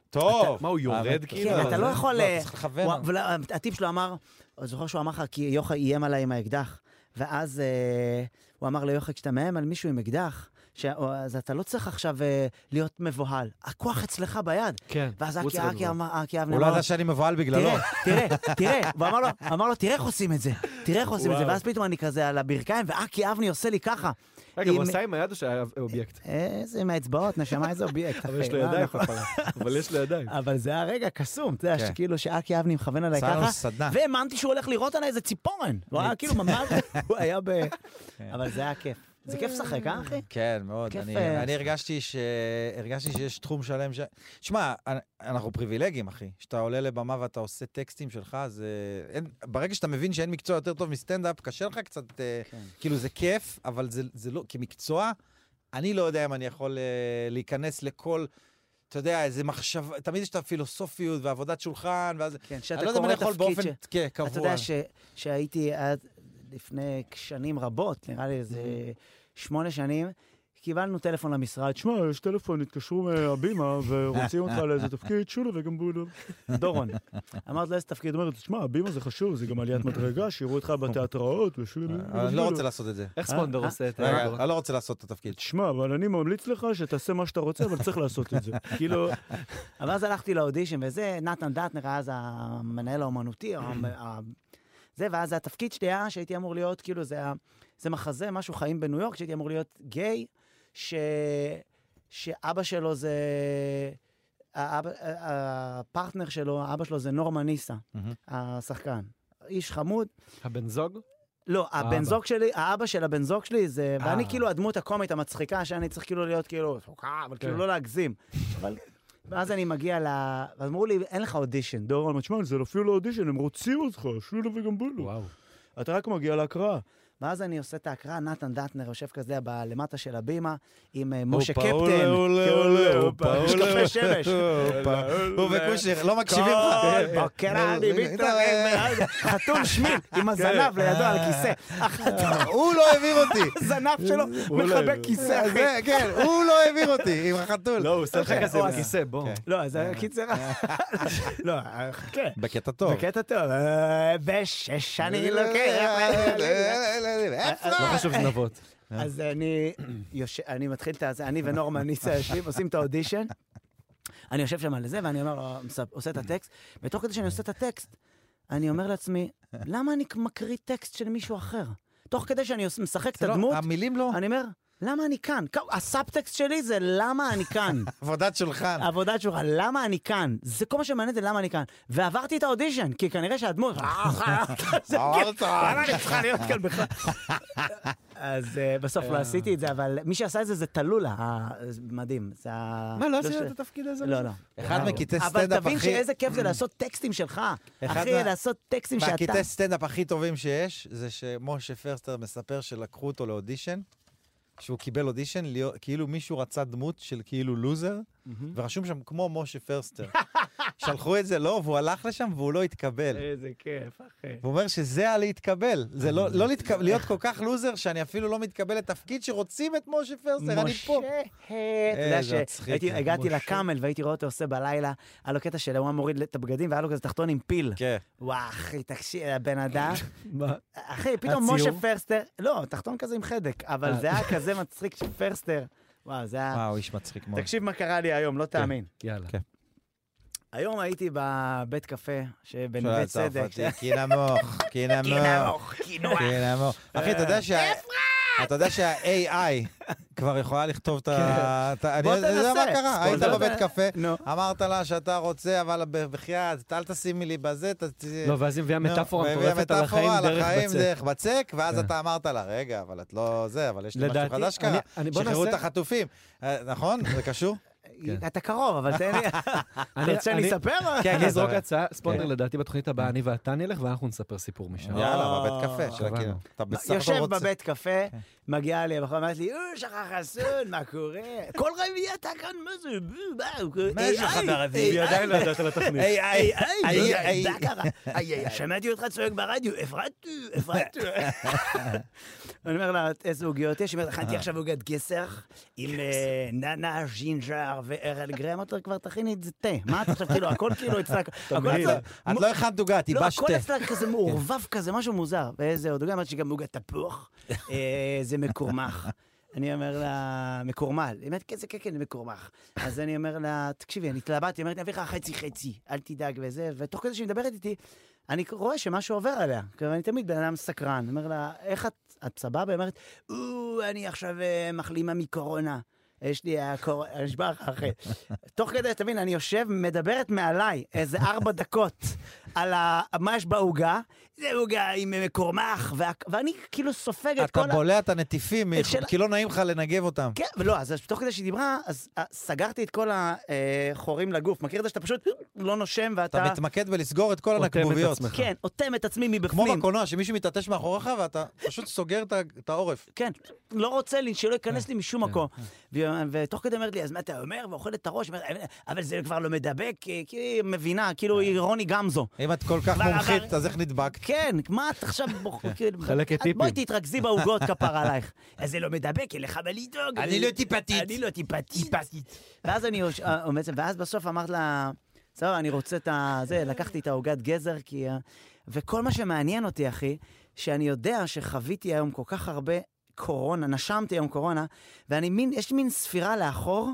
C: טוב.
B: מה, הוא יורד
C: אבל-
B: כאילו?
A: כן, אתה לא
C: זה-
A: יכול,
C: לא,
A: אה,
C: צריך לכוון.
A: הוא- אבל הטיפ שלו אמר, אני זוכר שהוא אמר לך, כי יוחאי איים עליי עם האקדח. ואז אה, הוא אמר ליוחאי, כשאתה מאיים על מישהו עם אקדח, ש- או- אז אתה לא צריך עכשיו אה, להיות מבוהל. הכוח אצלך ביד.
B: כן.
A: ואז
B: הוא
A: אקי
B: צריך
A: אקי
B: לבוא.
A: אמר, אקי אבני
C: הוא לא
A: אמר, לו,
C: ידע שאני מבוהל בגללו.
A: תראה,
B: לא.
A: תראה, תראה, הוא אמר לו, אמר לו, תראה איך עושים את זה, תראה איך עושים את זה, ואז פתאום אני כזה על הברכיים, ואקי אבני עושה לי ככה.
B: רגע,
A: אם- אה,
B: הוא עשה עם היד או שהיה אובייקט?
A: איזה עם האצבעות, נשמה, איזה אובייקט.
B: אבל יש
A: אחי,
B: לו
A: מה
B: ידיים
A: אנחנו-
B: כפרה. אבל יש לו ידיים.
A: אבל זה היה רגע קסום, אתה יודע,
C: כן.
A: שכאילו שאקי אבני מכוון עליי
C: עשה לנו
A: ככה,
C: סדנה.
A: והאמנתי שהוא הולך לירות עליי איזה ציפורן. הוא היה כאילו ממש, הוא היה ב... אבל זה היה כיף. זה כיף לשחק, אה, אחי?
C: כן, מאוד.
A: כיף,
C: אני,
A: אה.
C: אני הרגשתי, ש... הרגשתי שיש תחום שלם ש... שמע, אנ- אנחנו פריבילגים, אחי. כשאתה עולה לבמה ואתה עושה טקסטים שלך, זה... אין... ברגע שאתה מבין שאין מקצוע יותר טוב מסטנדאפ, קשה לך קצת... אה,
A: כן.
C: כאילו, זה כיף, אבל זה, זה לא... כמקצוע, אני לא יודע אם אני יכול אה, להיכנס לכל... אתה יודע, איזה מחשבה, תמיד יש את הפילוסופיות ועבודת שולחן, ואז...
A: כן,
C: אני
A: שאתה
C: לא יודע אם
A: קורא
C: אני יכול
A: תפקיד
C: באופן...
A: ש-
C: כן, קבוע.
A: אתה יודע ש-
C: Mm-hmm.
A: שהייתי עד לפני שנים רבות, נראה לי איזה שמונה שנים, קיבלנו טלפון למשרד, שמע, יש טלפון, התקשרו מהבימה ורוצים אותך לאיזה תפקיד, שולה וגמבולה. דורון. אמרת לו איזה תפקיד, אומרת, שמע, הבימה זה חשוב, זה גם עליית מדרגה, שיראו אותך בתיאטראות. ושולה
C: אבל אני לא
A: וגמבולה."
C: רוצה לעשות את זה.
B: איך ספונדר
A: אה,
B: עושה את
C: רגע,
B: ה...
C: אני לא רוצה לעשות את התפקיד.
A: תשמע, אבל אני ממליץ לך שתעשה מה שאתה רוצה, אבל צריך לעשות את זה. כאילו... אבל אז הלכתי לאודישן וזה, נתן דטנר היה אז המנהל האומנותי, או המ- ה- זה, ואז התפקיד שלי היה שהייתי אמור להיות, כאילו, זה, ה- זה מחזה, משהו חיים בניו יורק, שהייתי אמור להיות גיי, ש... שאבא שלו זה... האבא, הפרטנר שלו, האבא שלו זה נורמן ניסה,
C: מהמם.
A: השחקן. איש חמוד,
B: הבן זוג?
A: לא, הבן
B: האבא.
A: זוג שלי, האבא של הבן זוג שלי זה,
B: אה.
A: ואני כאילו הדמות הקומית המצחיקה, שאני צריך כאילו להיות כאילו, "אה", אבל כאילו
B: כן.
A: לא להגזים. אבל... ואז אני מגיע ל... אז אמרו לי, אין לך אודישן. דורון, "אבל תשמע, זה אפילו לא אודישן, הם רוצים אותך, שולה וגמבולו.
B: וואו.
A: אתה רק מגיע להקראה. ואז אני עושה את ההקראה, נתן דטנר יושב כזה ב- למטה של הבימה, עם אה, משה
C: הופה,
A: קפטן.
C: עולה, עולה,
A: כן,
C: עולה,
A: הופה,
C: הופה,
A: יש
C: עולה.
A: קפה שמש.
C: הופה. הוא וקושניר, לא מקשיבים
B: אה,
A: כל
C: לך.
A: בוקר אני מתערב, חתום שמי עם הזנב לידו
B: כן.
A: על הכיסא. החתום-
C: הוא לא העביר אותי.
A: הזנב שלו מחבק כיסא, אחי.
C: זה, כן, הוא לא העביר אותי עם החתול.
B: אה, לא, הוא עושה
A: אוקיי.
B: לך כזה בכיסא, בוא.
C: כן.
A: לא, זה קיצר... לא, חכה.
C: בקטע טוב.
A: בקטע טוב. אה, בשש אני אה, לוקח...
B: לא חשוב זנבות.
A: אה. אז אני יושב- אני מתחיל את הזה, אני ונורמן ניסה יושבים, עושים את האודישן. אני יושב שם על זה, ואני אומר לו, מספ- עושה את הטקסט, ותוך כדי שאני עושה את הטקסט, אני אומר לעצמי, למה אני מקריא טקסט של מישהו אחר? תוך כדי שאני עוש- משחק את
C: זה לא-
A: הדמות,
C: המילים לא,
A: אני אומר, למה אני כאן? כ- הסאבטקסט שלי זה למה אני כאן.
C: עבודת שולחן.
A: עבודת שולחן, למה אני כאן? זה כל מה שמעניין זה למה אני כאן. ועברתי את האודישן, כי כנראה שהדמות...
B: אה,
A: זה כן,
C: אמרת.
A: למה אני צריכה להיות כאן בכלל? אז אה, בסוף לא עשיתי את זה, אבל מי שעשה את זה זה תלולה, אה, זה מדהים. זה ה-
B: מה, לא
A: ש-
B: עשית את התפקיד הזה?
A: לא, לא.
C: אחד מקטעי
A: אבל
C: סטנדאפ
A: תבין
C: הכי...
A: שאיזה כיף זה לעשות טקסטים שלך.
C: אחד
A: אחי,
C: מה-
A: לעשות טקסטים שאתה...
C: מהקטעי סטנדאפ הכי טובים שיש, זה שמשה פרסטר מספר שלקחו אותו לאודישן, שהוא קיבל אודישן, להיות- כאילו מישהו רצה דמות של כאילו לוזר, ורשום שם כמו משה פרסטר. שלחו את זה לו, והוא הלך לשם והוא לא התקבל.
A: איזה כיף, אחי.
C: הוא אומר שזה הלהתקבל, זה לא, לא להתקבל, להיות כל כך לוזר שאני אפילו לא מתקבל לתפקיד שרוצים את משה פרסטר, אני פה.
A: כן. אתה יודע
C: איזה מצחיק.
A: שהגעתי
C: משה.
A: לקאמל והייתי רואה אותו עושה בלילה, היה לו קטע של הוא היה מוריד את הבגדים והיה לו כזה תחתון עם פיל.
C: כן.
A: וואו, אחי, תקשיב, הבן אדם.
B: מה?
A: אחי, פתאום משה
B: הציור?
A: פרסטר, לא, תחתון כזה עם חדק, אבל זה היה כזה מצחיק של פרסטר. וואו, זה היה...
C: וואו, איש מצחיק מאוד.
A: תקשיב מה קרה לי היום, לא תאמין.
B: יאללה.
C: כן.
A: היום הייתי בבית קפה שבנווה
C: שואל
A: צדק.
C: הצרפתי, כי נמוך, כי
A: כי
C: נמוך,
A: נמוך, כי נוח.
C: כי נמוך. אחי, אתה יודע שה... אתה יודע שה-AI כבר יכולה לכתוב את ה... אתה- אני
A: כן. בוא
C: אני יודע
A: תנסה.
C: מה קרה, היית
A: בוא
C: בבית
A: תנסה.
C: קפה,
A: נו.
C: אמרת לה שאתה רוצה, אבל בחייאת, אל תשימי לי בזה, ת...
B: לא, ואז היא מביאה
C: נו,
B: מטאפורה
C: והביאה
B: מטורפת על החיים
C: מטאפורה
B: דרך
C: לחיים
B: בצק. כן.
C: דרך בצק, ואז אתה אמרת לה, רגע, אבל את לא זה, אבל יש לי משהו
B: לדעתי,
C: חדש
B: אני-
C: קרה,
B: אני- בוא
C: שחררו את
B: נעשה-
C: החטופים. אה, נכון? זה קשור?
A: אתה קרוב, אבל תן לי... אתה
B: כן. אני-
A: רוצה שאני
B: אני-
A: אספר?
C: כן,
B: אני אזרוק
C: אתה-
B: הצעה, ספונדר,
C: כן.
B: לדעתי בתוכנית הבאה אני ואתה נלך ואנחנו נספר סיפור משם.
C: יאללה, בבית קפה של
B: קבענו.
C: הקהילה. אתה בסך הכל
A: יושב
C: רוצה...
A: בבית קפה,
B: כן.
A: מגיעה לי הבחורה, אומרת לי, אה, שחר חסון, מה קורה? כל רביעי אתה כאן, מה זה?
C: מה יש לך ברביעי?
A: עדיין לא ידעת על התוכנית.
C: איי, איי, איי, איי.
A: שמעתי אותך צועק ברדיו, הפרטו, הפרטו. אני אומר לה, איזה עוגיות יש? היא אומרת, הכנתי עכשיו עוגת גסר עם אה, נאנה, ג'ינג'ר וארל גרם, אמרתי לה, כבר תכיני את זה תה. מה את עכשיו, כאילו, הכל כאילו אצלה... הכל
C: תמהיל.
A: אצלה-
C: את לא הכנת עוגה,
A: לא,
C: תיבשת.
A: הכל אצלה כזה מעורבב כזה, משהו מוזר. ואיזה עוד, גם אמרת שגם עוגת תפוח, אה, זה מקורמח. אני אומר לה, מקורמל. היא אומרת, כן, זה כן, כן, זה מקורמח. אז אני אומר לה, תקשיבי, אני התלבטתי, היא אומרת, אני אביא לך חצי-חצי, אל תדאג וזה, ותוך כדי שהיא מדברת איתי, אני רואה שמשהו עובר עליה. כלומר, אני תמיד בן אדם סקרן. אני אומר לה, איך את, את סבבה? היא אומרת, או, אני עכשיו אה, מחלימה מקורונה. יש לי הקור... אני נשבע לך, אחי. תוך כדי, תבין, אני יושב, מדברת מעליי איזה ארבע דקות על ה... מה יש בעוגה. זה עוגה עם אה, קורמח, וה... ואני כאילו סופג את
C: אתה
A: כל ה...
C: בולע את הנטיפים,
A: את של-
C: כי לא נעים לך לנגב אותם.
A: כן, ולא, אז תוך כדי שהיא דיברה, אז אה, סגרתי את כל החורים לגוף. מכיר את זה שאתה פשוט לא נושם ואתה...
C: אתה מתמקד בלסגור את כל
B: אוטם את
C: הנקבוביות.
B: עצמך.
A: כן, אוטם את עצמי מבפנים.
C: כמו בקולנוע, שמישהו מתעטש מאחוריך ואתה פשוט סוגר את ה- את העורף.
A: כן, לא רוצה לי, שלא ייכנס לי משום מקום. והיא- ותוך כדי אומרת לי, אז מה אתה אומר? ואוכלת את הראש, אומרת, אבל זה כבר לא מדבק, כי כי היא מבינה, כאילו היא רוני גמזו.
C: אם את כל כך
A: כבר
C: מומחית,
A: עבר-
C: אז איך נדבקת?
A: כן, מה את עכשיו בוחרת?
B: חלקת טיפים.
A: בואי תתרכזי בעוגות כפר עלייך. אז זה לא מדבק, אין לך מה לדאוג.
C: אני לא טיפתית.
A: אני לא טיפתית. ואז אני עוש- אה, עומד שם, ואז בסוף אמרת לה, סבבה, אני רוצה את ה... זה, לקחתי את העוגת גזר, כי... ה- וכל מה שמעניין אותי, אחי, שאני יודע שחוויתי היום כל כך הרבה קורונה, נשמתי היום קורונה, ואני מין, יש מין ספירה לאחור,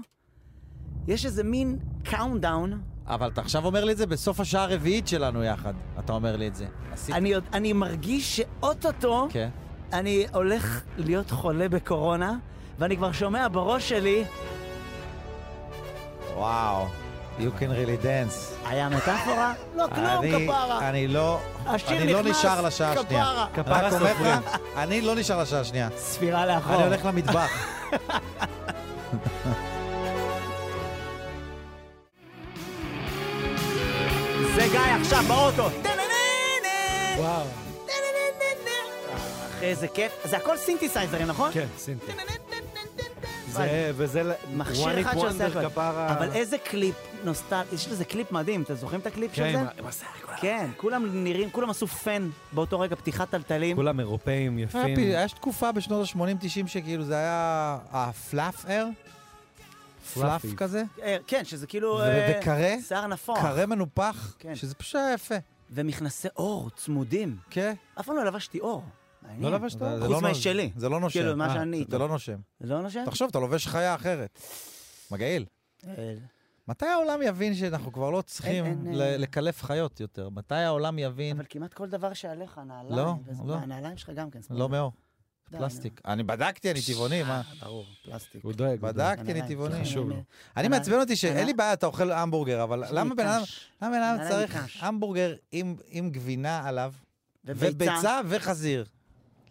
A: יש איזה מין קאונדאון.
C: אבל אתה עכשיו אומר לי את זה בסוף השעה הרביעית שלנו יחד. אתה אומר לי את זה. עשית...
A: אני, עוד- אני מרגיש שאו-טו-טו
C: כן.
A: אני הולך להיות חולה בקורונה, ואני כבר שומע בראש שלי,
C: וואו. You can really dance.
A: היה מטאפורה? לא כלום,
C: אני-
A: כפרה.
C: אני לא...
A: השיר
C: אני לא
A: נכנס,
C: נשאר לשעה השנייה.
A: כפרה.
C: אני רק אומר לך, אני לא נשאר לשעה השנייה.
A: ספירה לאחור.
C: אני הולך למטבח.
A: זה גיא עכשיו באוטו.
D: וואו.
A: אחי, איזה כיף. זה הכל סינתסייזרים, נכון?
B: כן, סינטי. זה, וזה ל- one
A: מכשיר אחד
B: hit
A: שעושה
B: wonder,
A: הכל.
B: כפרה.
A: אבל איזה קליפ נוסטל... יש לזה קליפ מדהים, אתם זוכרים את הקליפ של
B: כן,
A: זה?
B: עם ה- עם השיער, כולם-
A: כן, כולם נראים, כולם עשו פן באותו רגע, פתיחת טלטלים.
B: כולם אירופאים
C: היה
B: יפים.
C: פי- יש תקופה בשנות ה-80-90 שכאילו זה היה אה, הפלאפר? פלאף
B: פלאפי.
C: כזה?
A: אה, כן, שזה כאילו...
C: ו-
A: אה,
C: וקרה?
A: שיער נפוח.
C: קרה מנופח?
A: כן.
C: שזה פשוט היה יפה.
A: ומכנסי אור, צמודים.
C: כן.
A: אף פעם לא לבשתי אור. מעניין.
B: לא לבשת?
C: זה- זה
A: חוץ
C: לא נוש-
A: מהשלי.
C: זה לא נושם.
A: כאילו, מה
C: אה,
A: שאני
C: זה
A: איתו.
C: לא נושם.
A: לא נושם?
C: תחשוב, אתה לובש חיה אחרת. מגעיל.
A: אה,
C: מתי העולם יבין שאנחנו כבר לא צריכים
A: אין,
C: ל-
A: אין.
C: לקלף חיות יותר? מתי העולם יבין?
A: אבל כמעט כל דבר שעליך, נעליים.
C: לא,
A: וזה-
C: לא.
A: הנעליים שלך גם כן.
C: לא מאור,
A: די,
C: פלסטיק. אני בדקתי, אני טבעוני, מה?
A: אה, ברור, פלסטיק.
B: הוא דואג. הוא דואג.
C: בדקתי, אני
A: הנעליים,
C: טבעוני.
A: כן, אני-
C: אני
A: אבל-
C: מעצבן אותי שאין
A: אבל-
C: לי בעיה, אתה אוכל המבורגר, אבל
A: יש לי
C: למה בן אדם...
A: קש
C: למה בן אדם
A: נעליים
C: צריך
A: מקש.
C: המבורגר עם עם גבינה עליו?
A: וביצה.
C: וביצה וחזיר.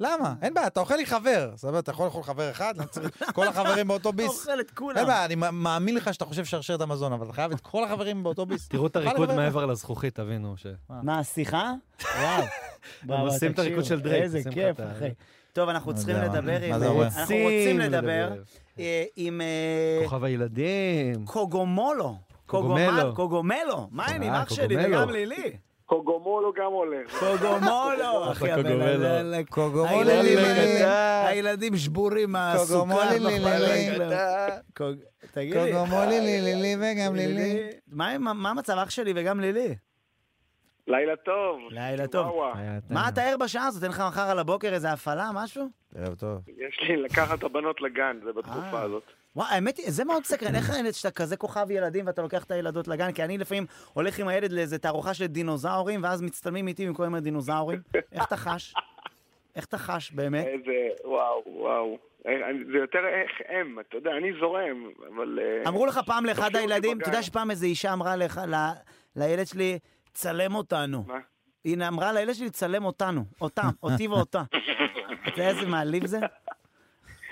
C: למה? אין בעיה, אתה אוכל לי חבר. סבבה, אתה יכול לאכול חבר אחד, לא צריך כל החברים באותו ביס.
A: אוכל את
C: אין
A: כולם.
C: בעיה, אני מא- מאמין לך שאתה חושב שרשרת המזון, אבל אתה חייב את כל החברים באותו ביס.
B: תראו את
C: אוכל
B: הריקוד
C: לחבר אחד.
B: מעבר לזכוכית, תבינו ש...
A: מה, השיחה? וואו. וואו,
B: הם עושים את
A: תקשיב,
B: הריקוד של דרייק,
A: איזה
B: עושים לך
A: כיף,
B: את ה-
A: אחי. טוב, אנחנו
C: לא
A: צריכים
C: יודע מה-
A: לדבר עם... אה,
C: מה זה אומר?
A: אנחנו רוצים
B: רוצים
A: לדבר
B: לדבר.
A: אה, עם... אה,
B: כוכב הילדים.
A: קוגומולו.
B: קוגומלו.
A: קוגומל- קוגומלו. מה העניינים?
B: אה,
A: אח שלי,
B: קוגומלו.
A: וגם לילי.
E: קוגומולו גם הולך.
A: קוגומולו, אחי, הבן
B: קוגומלו.
A: אלה.
C: קוגומולי
A: הילדים
B: לילי.
A: האלה, הילדים שבורים מהסוכר.
C: קוגומולי לילי.
A: קוג- תגיד לי.
C: קוגומולי לילי וגם לילי.
A: מה עם- מה המצב אח שלי וגם לילי?
E: לילה טוב.
A: לילה טוב.
E: וואו,
B: היה אתה.
A: מה אתה ער בשעה הזאת? אין לך מחר על הבוקר איזה הפעלה, משהו?
C: ערב טוב.
E: יש לי לקחת את הבנות לגן, זה
A: אה.
E: בתקופה הזאת.
A: וואי, האמת היא, זה מאוד סקרן, איך האמת שאתה כזה כוכב ילדים ואתה לוקח את הילדות לגן? כי אני לפעמים הולך עם הילד לאיזה תערוכה של דינוזאורים, ואז מצטלמים איתי עם כל מיני דינוזאורים. איך אתה חש? איך אתה חש, באמת?
E: איזה, וואו, וואו. אה, אני- זה יותר איך הם, אתה יודע, אני זורם, אבל... אה,
A: אמרו לך פעם לאחד
E: תושיעו אותי
A: הילדים,
E: בגן.
A: אתה יודע שפעם איזו אישה אמרה לך, ל- לילד שלי, צלם אותנו.
E: מה?
A: הנה, אמרה לילד שלי, צלם אותנו. אותם, אותי ואותה. אתה יודע איזה מעליב זה?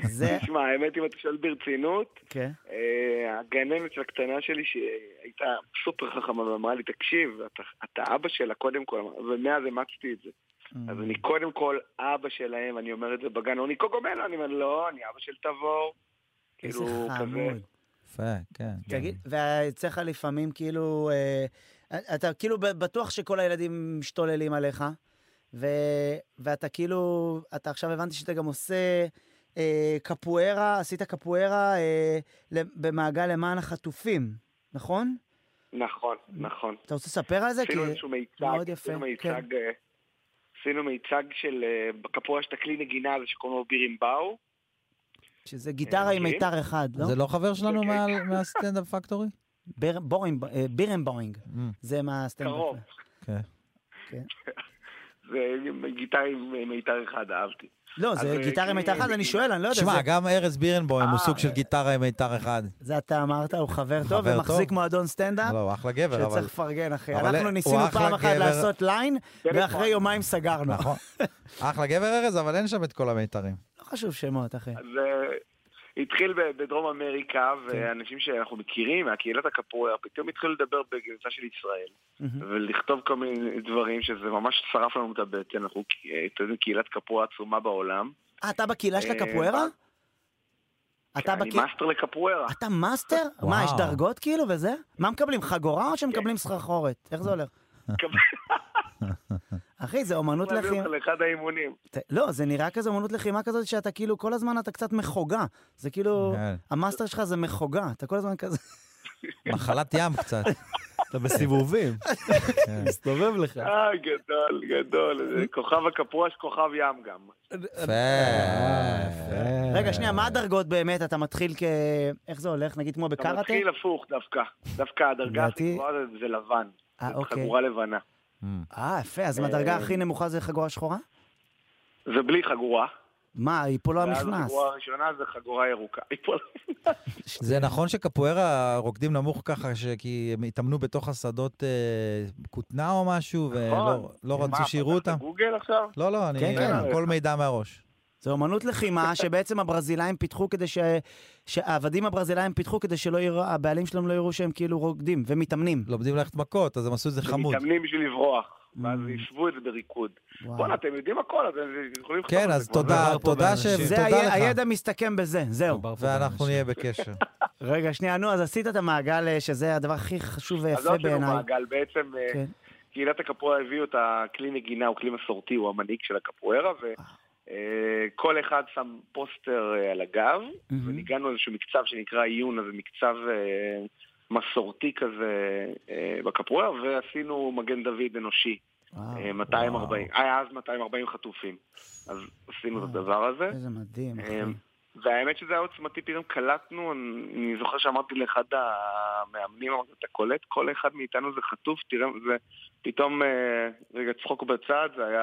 A: זה,
E: תשמע, האמת, אם אתה שואל ברצינות,
A: כן.
E: אה, הגננת של הקטנה שלי, שהייתה סופר חכמה, ואמרה לי, תקשיב, אתה, אתה אבא שלה קודם כל, ומאז אימצתי את זה.
A: Mm.
E: אז אני קודם כל אבא שלהם, אני אומר את זה בגן, אני קוגומלו, אני אומר, לא, אני אבא של תבור.
A: איזה
E: כאילו, כזה.
A: חמוד.
C: יפה, כן.
A: תגיד, ויוצא לך לפעמים כאילו, אה, אתה כאילו ב- בטוח שכל הילדים משתוללים עליך, ו, ואתה כאילו, אתה עכשיו הבנתי שאתה גם עושה אה, קפוארה, עשית קפוארה אה, למ- במעגל למען החטופים, נכון?
E: נכון, נכון.
A: אתה רוצה לספר על זה?
E: עשינו
A: כי-
E: איזשהו מיצג,
A: מאוד יפה,
E: עשינו
A: כן.
E: מיצג, אה, עשינו מיצג של אה, בקפואה של הכלי נגינה הזה שקוראים לו בירימבאו.
A: שזה גיטרה עם
E: מכירים?
A: מיתר אחד, לא?
C: זה לא חבר שלנו מה- מהסטנדאפ פקטורי?
A: בר- בורינג- אה, בירנבוינג, זה מהסטנדאפ.
E: קרוב. כן.
C: כן.
E: זה גיטרה עם מיתר אחד, אהבתי.
A: לא, זה
E: אז, אה,
A: גיטרה עם מיתר
E: כאילו,
A: אחד, אני שואל, אני לא יודע. זה-
C: תשמע, גם ארז בירנבוים הוא
E: אה,
C: סוג של גיטרה עם מיתר אחד.
A: זה אתה אמרת, הוא חבר טוב
C: חבר
A: ומחזיק
C: טוב.
A: מועדון סטנדאפ.
C: לא, הוא אחלה גבר, אבל...
A: שצריך לפרגן, אחי.
C: אבל
A: אנחנו
C: הוא
A: ניסינו
C: אחלה
A: פעם אחת
C: גבר.
A: לעשות ליין,
E: כן,
A: ואחרי יומיים סגרנו.
C: נכון. אחלה גבר ארז, אבל אין שם את כל המיתרים.
A: לא חשוב שמות, אחי.
E: אז אה, התחיל ב- בדרום אמריקה,
A: כן.
E: ואנשים שאנחנו מכירים מהקהילת הקפואר, פתאום התחילו לדבר בגרסה של ישראל,
A: מהמם.
E: ולכתוב כל מיני דברים שזה ממש שרף לנו את הבטן, אנחנו אה, אתה יודע, קהילת קפואר עצומה בעולם.
A: אה, אתה בקהילה של
E: אה,
A: הקפוארה? אתה
E: אני
A: בקהילה...
E: מאסטר לקפוארה.
A: אתה מאסטר? מה, יש
C: וואו.
A: דרגות כאילו
E: כן.
A: וזה? מה מקבלים, חגורה או שמקבלים סחרחורת? איך זה הולך? אחי, זה אומנות
E: להביא
A: לחימה.
E: אותך לאחד האימונים.
A: ת- לא, זה נראה כזה אומנות לחימה כזאת שאתה כאילו, כל הזמן אתה קצת מחוגה. זה כאילו,
C: כן.
A: המאסטר שלך זה מחוגה, אתה כל הזמן כזה...
C: מחלת ים קצת.
B: אתה בסיבובים,
C: כן.
B: מסתובב לך.
E: אה, גדול, גדול.
A: אה.
E: זה כוכב הקפואש, כוכב ים גם.
C: יפה. אה.
B: יפה.
A: רגע, שנייה, מה הדרגות באמת? אתה מתחיל כ... איך זה הולך? נגיד כמו
E: אתה
A: בקראטה?
E: מתחיל הפוך דווקא. דווקא הדרגה הכי
A: לדעתי-
E: גבוהה זה- זה לבן.
A: אה,
E: זה
A: אוקיי.
E: חגורה לבנה.
C: Mm.
A: אה, יפה, אז מהדרגה הכי נמוכה זה חגורה שחורה?
E: זה בלי חגורה.
A: מה, היא פה לא
E: ואז
A: נכנס.
E: החגורה הראשונה זה חגורה ירוקה. היא פה-
C: זה נכון שקפוארה רוקדים נמוך ככה, ש- כי הם התאמנו בתוך השדות אה, כותנה או משהו, ולא
E: נכון.
C: לא
E: מה,
C: רצו שיראו
E: פתחת
C: אותם.
E: גוגל עכשיו?
C: לא, לא, אני...
A: כן, כן.
C: הכל מידע מהראש.
A: זו אומנות לחימה שבעצם הברזילאים פיתחו כדי ש... שהעבדים הברזילאים פיתחו כדי שלא יראו, הבעלים שלהם לא יראו שהם כאילו רוקדים ומתאמנים.
C: לומדים ללכת מכות, אז הם עשו את זה חמוד.
E: מתאמנים בשביל לברוח. ואז השוו את זה בריקוד.
A: וואו.
E: בואנה, אתם יודעים הכל, אז אתם יכולים...
C: כן,
E: לחתום על
C: אז
E: זה לא כבר.
C: תודה,
B: מדובר פה
C: תודה ש...
B: באנשים.
A: לא- זה
C: תודה
A: היה-
C: לך.
A: הידע מסתכם בזה, זהו.
B: מדובר פה
C: ואנחנו
B: באנשים.
C: נהיה בקשר.
A: רגע, שנייה, נו, אז עשית את המעגל, אה, שזה הדבר הכי חשוב
E: אז לא
A: ויפה
E: עשינו
A: בעיניי.
E: מעגל, בעצם אה,
A: כן.
E: קהילת הקפוארה הביאו את הכלי נגינה, הוא כלי מסורתי, הוא המנהיג של הקפוארה, וכל אחד שם פוסטר אה, על הגב,
A: מהמם.
E: וניגענו איזשהו מקצב שנקרא עיון, אז זה מקצב אה, מסורתי כזה אה, בקפוארה, ועשינו מגן דוד אנושי,
A: וואו,
E: אה, 240, היה אז 240 חטופים, אז עשינו את
A: וואו.
E: הדבר הזה.
A: איזה מדהים, אחי.
E: אה, והאמת שזה היה עוצמתי, פתאום קלטנו, אני זוכר שאמרתי לאחד המאמנים, אמרתי, אתה קולט? כל אחד מאיתנו זה חטוף, תראה, זה פתאום, אה, רגע, צחוק בצד, זה היה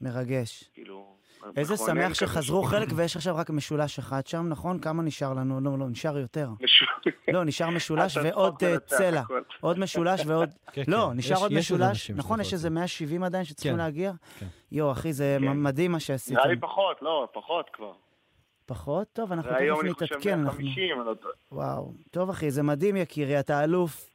A: מרגש.
E: כאילו...
A: איזה
E: מכונן
A: שמח
E: כזה.
A: שחזרו חלק ויש עכשיו רק משולש אחד שם, נכון? כמה נשאר לנו? לא, לא, נשאר יותר.
E: משולש.
A: לא, נשאר משולש
E: אתה
A: ועוד
E: צחוק
A: אה,
E: ולצד,
A: צלע.
E: הכל.
A: עוד משולש ועוד...
B: כן,
A: לא,
B: כן.
A: נשאר
B: יש-
A: עוד
B: יש עוד
A: משולש.
B: אנשים
A: נכון,
B: שזה
A: יש איזה 170 עדיין שצריכים
B: כן.
A: להגיע?
B: כן.
A: יו, אחי, זה
E: כן.
A: מדהים מה שעשיתם.
E: נראה לי פחות, לא, פחות כבר.
A: פחות? טוב, אנחנו
E: זה היום,
A: תכף
E: אני חושב,
A: נתעדכן. אנחנו-
E: 150, אני לא טועה.
A: וואו. טוב, אחי, זה מדהים, יקירי, אתה אלוף.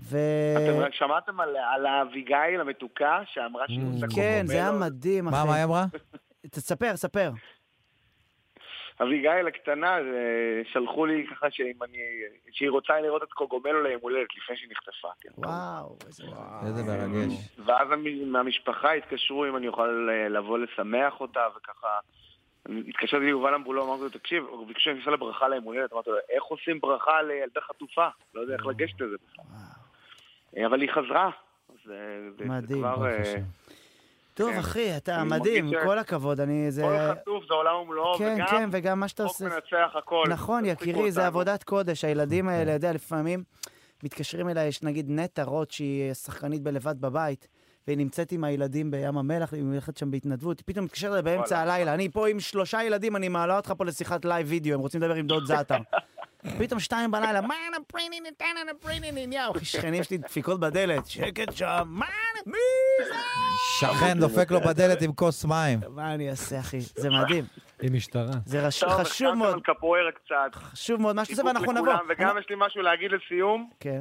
A: ו...
E: אתם רק שמעתם על- על האביגיל המתוקה, שאמרה שהיא רוצה
A: כן, זה היה
E: קוקובלות?
A: מדהים,
C: מה, מה
A: אחי.
C: היא אמרה?
A: תספר, ספר.
E: אביגיל הקטנה, אה, שלחו לי ככה שאם אני... שהיא רוצה לראות את קוגומלו ליום הולדת לפני שהיא נחטפה. כן.
A: וואו, איזה...
C: איזה מרגש.
E: ואז המ- מהמשפחה התקשרו אם אני אוכל אה, לבוא לשמח אותה, וככה... אני- התקשרתי ליובל אמבולו, אמרתי לו, תקשיב, הוא ביקש שאני אעשה לה ברכה ליום הולדת, אמרתי לו, איך עושים ברכה לילדה חטופה? לא יודע איך לגשת לזה. אה, אבל היא חזרה. אז, אה, זה- זה
A: מדהים.
E: כבר, אה,
A: טוב,
E: כן.
A: אחי, אתה
E: אני
A: מדהים,
E: מרגיש ש-
A: כל הכבוד, אני... זה...
E: כל חטוף זה עולם ומלואו,
A: כן, כן,
E: וגם
A: וגם מה שאתה
E: חוק
A: עושה...
E: מנצח הכל.
A: נכון,
E: תפסיקו
A: יקירי, זה
E: אותנו.
A: עבודת קודש. הילדים
E: כן.
A: האלה, יודע, לפעמים מתקשרים אליי, יש נגיד נטע רוט, שהיא שחקנית בלבד בבית, והיא נמצאת עם הילדים בים המלח, היא הולכת שם בהתנדבות, היא פתאום מתקשרת אליי באמצע
E: וואלה.
A: הלילה, אני פה עם שלושה ילדים, אני מעלה אותך פה לשיחת לייב וידאו, הם רוצים לדבר עם דוד זאטר. פתאום שתיים בלילה, מה אנא פרינין, תנא פרינין, יאו, אחי, שכנים שלי דפיקות בדלת, שקט שם, מה אנא, מי זה?
C: שכן דופק לו בדלת עם כוס מים.
A: מה אני אעשה, אחי? זה מדחים,
B: עם משטרה.
A: זה רש-
E: טוב,
A: חשוב
E: החכמתם
A: מאוד,
E: על קפוארה קצת.
A: חשוב מאוד מה שאתה עושה,
E: חיבוק
A: ואנחנו נבוא.
E: לכולם, וגם יש לי משהו להגיד לסיום,
A: כן.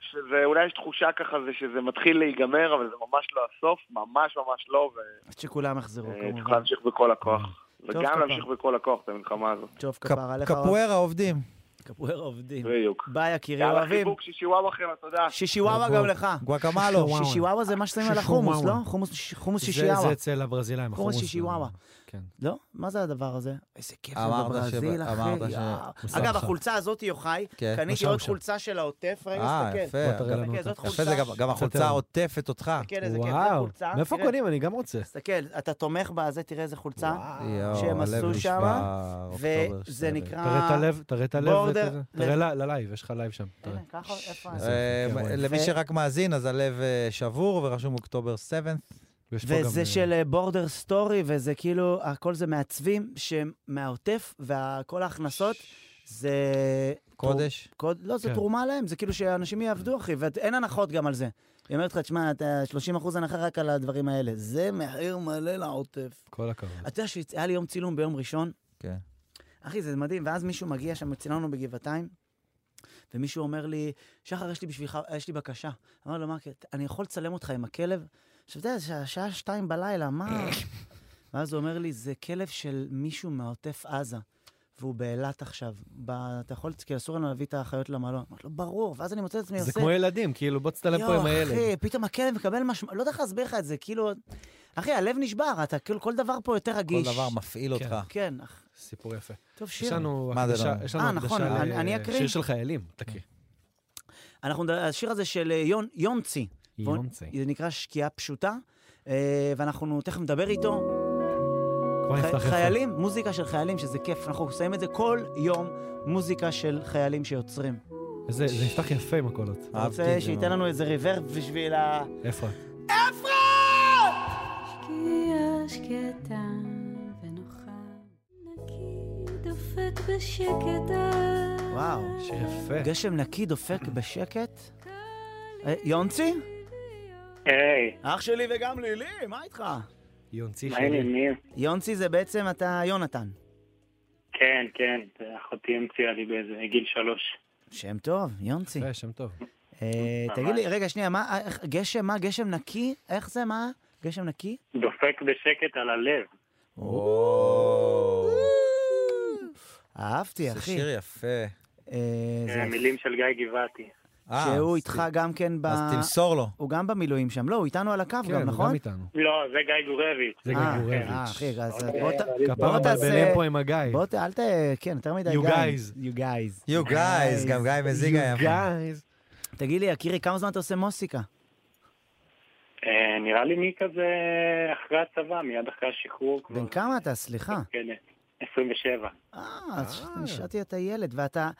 E: שזה אולי יש תחושה ככה זה שזה מתחיל להיגמר, אבל זה ממש לא הסוף, ממש ממש לא,
A: עד שכולם יחזרו,
E: וצריך
A: לא כמובן.
E: להמשיך בכל הכוח.
A: כפרה.
E: וגם להמשיך בכל הכוח את המלחמה הזאת.
A: טוב,
C: קפ-
A: כפר עליך. אה,
C: קפוארה עובדים.
A: קפואר עובדים.
E: בדיוק.
A: ביי, יקירי,
E: יאללה
A: אוהבים.
E: חיבוק, שישי וואו אחר, תודה.
A: שישיוואבה גם לך.
C: גואקמלו.
A: שישיוואבה זה מה ששמים על החומוס, לא? חומוס חומוס
B: זה-
A: שישיוואבה.
B: זה אצל הברזילאים.
A: חומוס
B: החומוס.
A: שישיוואבה.
B: כן.
A: לא? מה זה הדבר הזה? איזה כיף זה
C: אמרת
A: בברזיל,
C: שב-
A: אחי.
C: אמרת ש-
A: יאה.
B: הוא שם
A: אגב,
B: שם.
A: החולצה הזאת, יוחאי,
C: כן,
A: קניתי
B: שם
A: עוד
B: שם.
A: חולצה של העוטף. רגע,
C: אה,
A: תסתכל.
B: בוא
C: יפה.
B: תראה לנו
A: תסתכל,
B: אותה.
A: כן, זאת חולצה.
C: יפה, זה גם- גם החולצה עוטפת אותך.
A: תסתכל כן, איזה כיף, זה
B: וואו,
A: חולצה. כן. אה,
B: מאיפה
A: תראה,
B: קונים? אני גם רוצה.
A: תסתכל, אתה תומך בה, זה, תראה איזה חולצה.
C: יואו,
A: שהם
C: הלב
A: עשו
C: נשבר,
A: שמה,
C: אוקטובר
A: וזה
C: שלג.
A: נקרא...
B: תראה את הלב, תראה את הלב.
A: border-
B: וכזה. תראה ל- ללייב, יש לך לייב שם. תראה.
A: הנה, ככה, איפה...
B: איזה
C: אה,
B: כן, רואים.
C: למי
A: ו-
C: שרק מאזין, אז הלב אה, שבור ורשום אוקטובר 7.
B: ויש פה גם,
A: וזה
B: אה,
A: של בורדר סטורי, וזה כאילו, הכל זה מעצבים שהם מהעוטף, וכל ההכנסות זה...
C: קודש.
A: תרום- קוד, לא, זה
B: כן.
A: תרומה להם, זה כאילו שאנשים יעבדו, אחי, ואין הנחות גם על זה. היא אומרת לך, תשמע, אתה 30 אחוז הנחה רק על הדברים האלה. זה מחיר מלא לעוטף.
B: כל הכבוד.
A: אתה יודע שהיה לי יום צילום ביום ראשון?
C: כן.
A: אחי, זה מדהים. ואז מישהו מגיע שם, צילמנו בגבעתיים, ומישהו אומר לי, שחר, יש לי בשבילך, יש לי בקשה. אמר לו, מה, הקטע? אני יכול לצלם אותך עם הכלב? עכשיו, אתה יודע, זה השעה שתיים בלילה, מה? ואז הוא אומר לי, זה כלב של מישהו מעוטף עזה. והוא באילת עכשיו. ב... אתה יכול, כי אסור לנו להביא את האחיות למלון. אמרתי לו, ברור, ואז אני מוצא את עצמי
B: זה
A: עושה...
B: כמו ילדים, כאילו, בוא תצטלם פה עם
A: יואו,
B: הילד.
A: אחי, פתאום הכלב מקבל משמעות, לא יודע איך להסביר לך את זה, כאילו... אחי, הלב נשבר, אתה כאילו כל דבר פה יותר
C: כל
A: רגיש.
C: דבר מפעיל אותך.
A: כן, אח...
B: סיפור יפה.
A: טוב, שיר.
B: יש לנו
C: מה זה
B: הקדשה
C: לא?
B: יש לנו
A: אה,
B: הקדשה
A: נכון,
B: ל-
A: אני- אני אקריא.
B: שיר של חיילים, תקריא.
A: אנחנו, נדבר- השיר הזה של אה, יון, יונצי. בוא-
B: יונצי.
A: זה נקרא שקיעה פשוטה, אה, ואנחנו תכף נדבר איתו.
B: כבר
A: חי-
B: נפתח יפה.
A: חיילים, מוזיקה של חיילים, שזה כיף, אנחנו עושים את זה כל יום, מוזיקה של חיילים שיוצרים.
B: זה זה נפתח יפה עם הקולות.
A: אני
C: את
A: רוצה
C: זה
A: שייתן
C: מאוד.
A: לנו איזה ריברב בשביל ה...
B: איפה?
H: שקיעה שקטה ונוחה, נקי דופק בשקט על
A: וואו.
B: שיר יפה.
A: גשם נקי דופק בשקט. אה, יונצי?
E: היי,
A: אח שלי וגם לילי, מה איתך?
B: יונצי
E: מה
B: שלי.
E: העניינים?
A: יונצי זה בעצם אתה יונתן.
E: כן, כן, אחותי המציאה לי באיזה גיל שלוש.
A: שם טוב, יונצי.
B: יפה, שם טוב.
A: אה, תגיד לי, רגע, שנייה, מה, איך- גשם, מה, גשם נקי? איך זה, מה? גשם נקי?
E: דופק בשקט על הלב.
C: או,
A: אהבתי,
C: זה
A: אה, אחי.
C: שיר יפה.
A: אה, זה יפה.
E: המילים של גיא גבעתי.
C: אה,
A: שהוא
C: אז
A: איתך
C: ת-
A: גם כן ב...
C: אז תמסור לו.
A: הוא גם במילואים שם. לא, הוא איתנו על הקו
B: כן,
A: גם,
B: הוא גם
A: נכון?
B: איתנו.
E: לא, זה גיא גורביץ'.
B: זה
A: אה,
B: גם גורביץ'.
A: אה, אחי, אז בוא ת...
B: כפרה
A: תעשה-
B: מבלבלים פה עם הגיא.
A: בוא ת... אל ת... כן, יותר מדי
B: You
A: גיא.
B: guys.
A: You guys.
C: You guys, גם גיא מזיגה
B: You
C: יפה.
B: guys.
A: תגיד לי, יקירי, כמה זמן אתה עושה מוסיקה?
E: אה, נראה לי מי כזה אחרי הצבא, מיד אחרי השחרור כבר.
A: בן כמה אתה? סליחה.
E: כן, 27.
A: אה, אז נשארתי אתה ילד, ואתה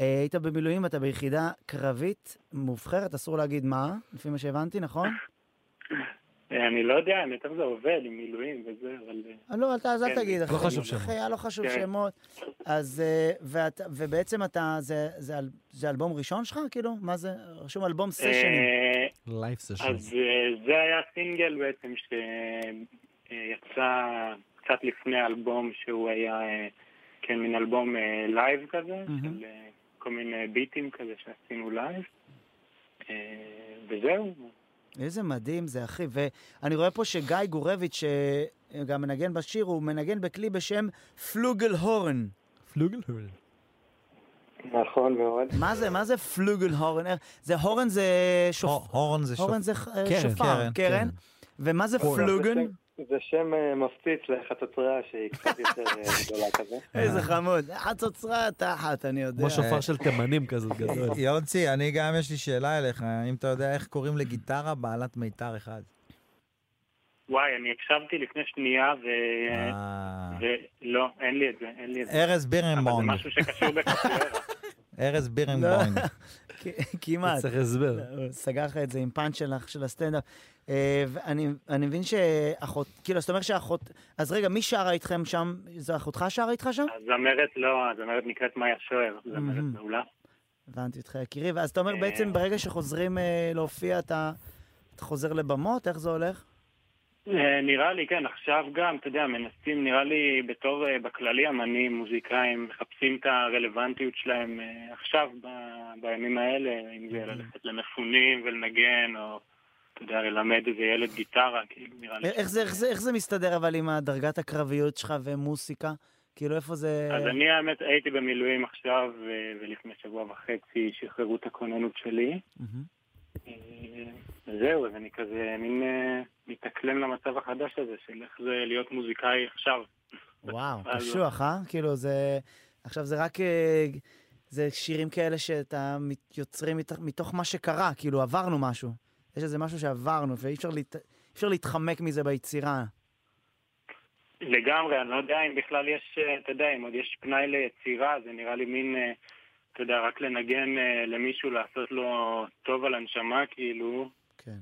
A: אה, היית במילואים, אתה ביחידה קרבית מובחרת, אסור להגיד מה, לפי מה שהבנתי, נכון?
E: אה, אני לא יודע, האמת איך זה עובד עם מילואים וזה, אבל... אה,
A: אה, לא, אל ת- אז אל
E: כן.
A: תגיד, אחי.
B: לא חשוב שמות.
A: אחי, אה, לא חשוב
E: כן.
A: שמות. אז, אה, ואת- ובעצם אתה, זה- זה אל- זה אלבום ראשון שלך, כאילו? מה זה? רשום אלבום סשנים.
E: אה,
B: Life
C: כן.
B: sessions.
E: אז אה, זה היה סינגל בעצם שיצא קצת לפני האלבום שהוא היה, אה, כן, מין אלבום אה, לייב כזה,
A: מהמם.
E: של אה, כל מיני ביטים כזה שעשינו לייב. אה, וזהו,
A: איזה מדהים זה, אחי. ואני רואה פה שגיא גורביץ', שגם מנגן בשיר, הוא מנגן בכלי בשם פלוגל הורן.
B: פלוגל הורן.
E: נכון מאוד.
A: מה זה, מה זה פלוגל הורן? אה, זה הורן זה שופר.
C: הור- הורן זה שופר.
A: הורן זה אה,
C: קרן,
A: שופר,
C: קרן,
A: קרן.
C: קרן.
B: כן.
A: ומה זה פלוגל?
E: כן.
F: זה שם אה, מפציץ לחצוצרה שהיא קצת יותר אה, גדולה כזה.
A: איזה חמוד. חצוצרה תחת, אני יודע.
B: כמו שופר של תימנים כזה גדול.
C: יונצי, אני גם יש לי שאלה אליך, אם אתה יודע איך קוראים לגיטרה בעלת מיתר אחד.
E: וואי, אני הקשבתי לפני שנייה, ו...
C: אה.
E: ולא, אין לי את זה, אין לי את זה.
C: ארז
E: אבל זה
C: בירנבונג,
E: משהו לא. שקשור בקפוארה.
C: ארז בירנבונג.
A: כ- כמעט.
B: צריך הסבר.
A: הוא סגר לך את זה עם פאנץ' שלך, של הסטנדאפ. אה, ואני אני מבין שאחות, כאילו, זאת אומרת שאחות, אז רגע, מי שרה איתכם שם? זו אחותך שרה איתך שם?
E: הזמרת לא, הזמרת נקראת מאיה שוער, זמרת
A: Mhm.
E: מעולה.
A: הבנתי אותך, יקירי. ואז אתה אומר,
E: אה.
A: בעצם ברגע שחוזרים אה, להופיע, אתה אתה חוזר לבמות? איך זה הולך?
E: אה, נראה לי, כן, עכשיו גם, אתה יודע, מנסים, נראה לי, בתור, אה, בכללי, אמנים, מוזיקאים, מחפשים את הרלוונטיות שלהם אה, עכשיו, ב- בימים האלה, אם
A: Mhm.
E: זה ללכת למפונים ולנגן, או, אתה יודע, ללמד איזה ילד גיטרה, כאילו, נראה לי.
A: א- אה, איך זה- איך זה- איך זה מסתדר אבל עם הדרגת הקרביות שלך ומוסיקה? כאילו, איפה זה...
E: אז אני, האמת, הייתי במילואים עכשיו, ו- ולפני שבוע וחצי שחררו את הכוננות שלי.
A: מהמם.
E: אה, זהו, אז אני כזה מין אה, מתאקלם למצב החדש הזה של איך זה להיות מוזיקאי עכשיו.
A: וואו,
E: אז-
A: קשוח, אה? כאילו, זה... עכשיו זה רק... אה, זה שירים כאלה שאתה מת- יוצרים מתוך- מתוך מה שקרה, כאילו, עברנו משהו. יש איזה משהו שעברנו, ואי אפשר להת- אי אפשר להתחמק מזה ביצירה.
E: לגמרי, אני לא יודע אם בכלל יש, אה, אתה יודע, אם עוד יש פנאי ליצירה, זה נראה לי מין, אה, אתה יודע, רק לנגן אה, למישהו, לעשות לו טוב על הנשמה, כאילו,
A: כן,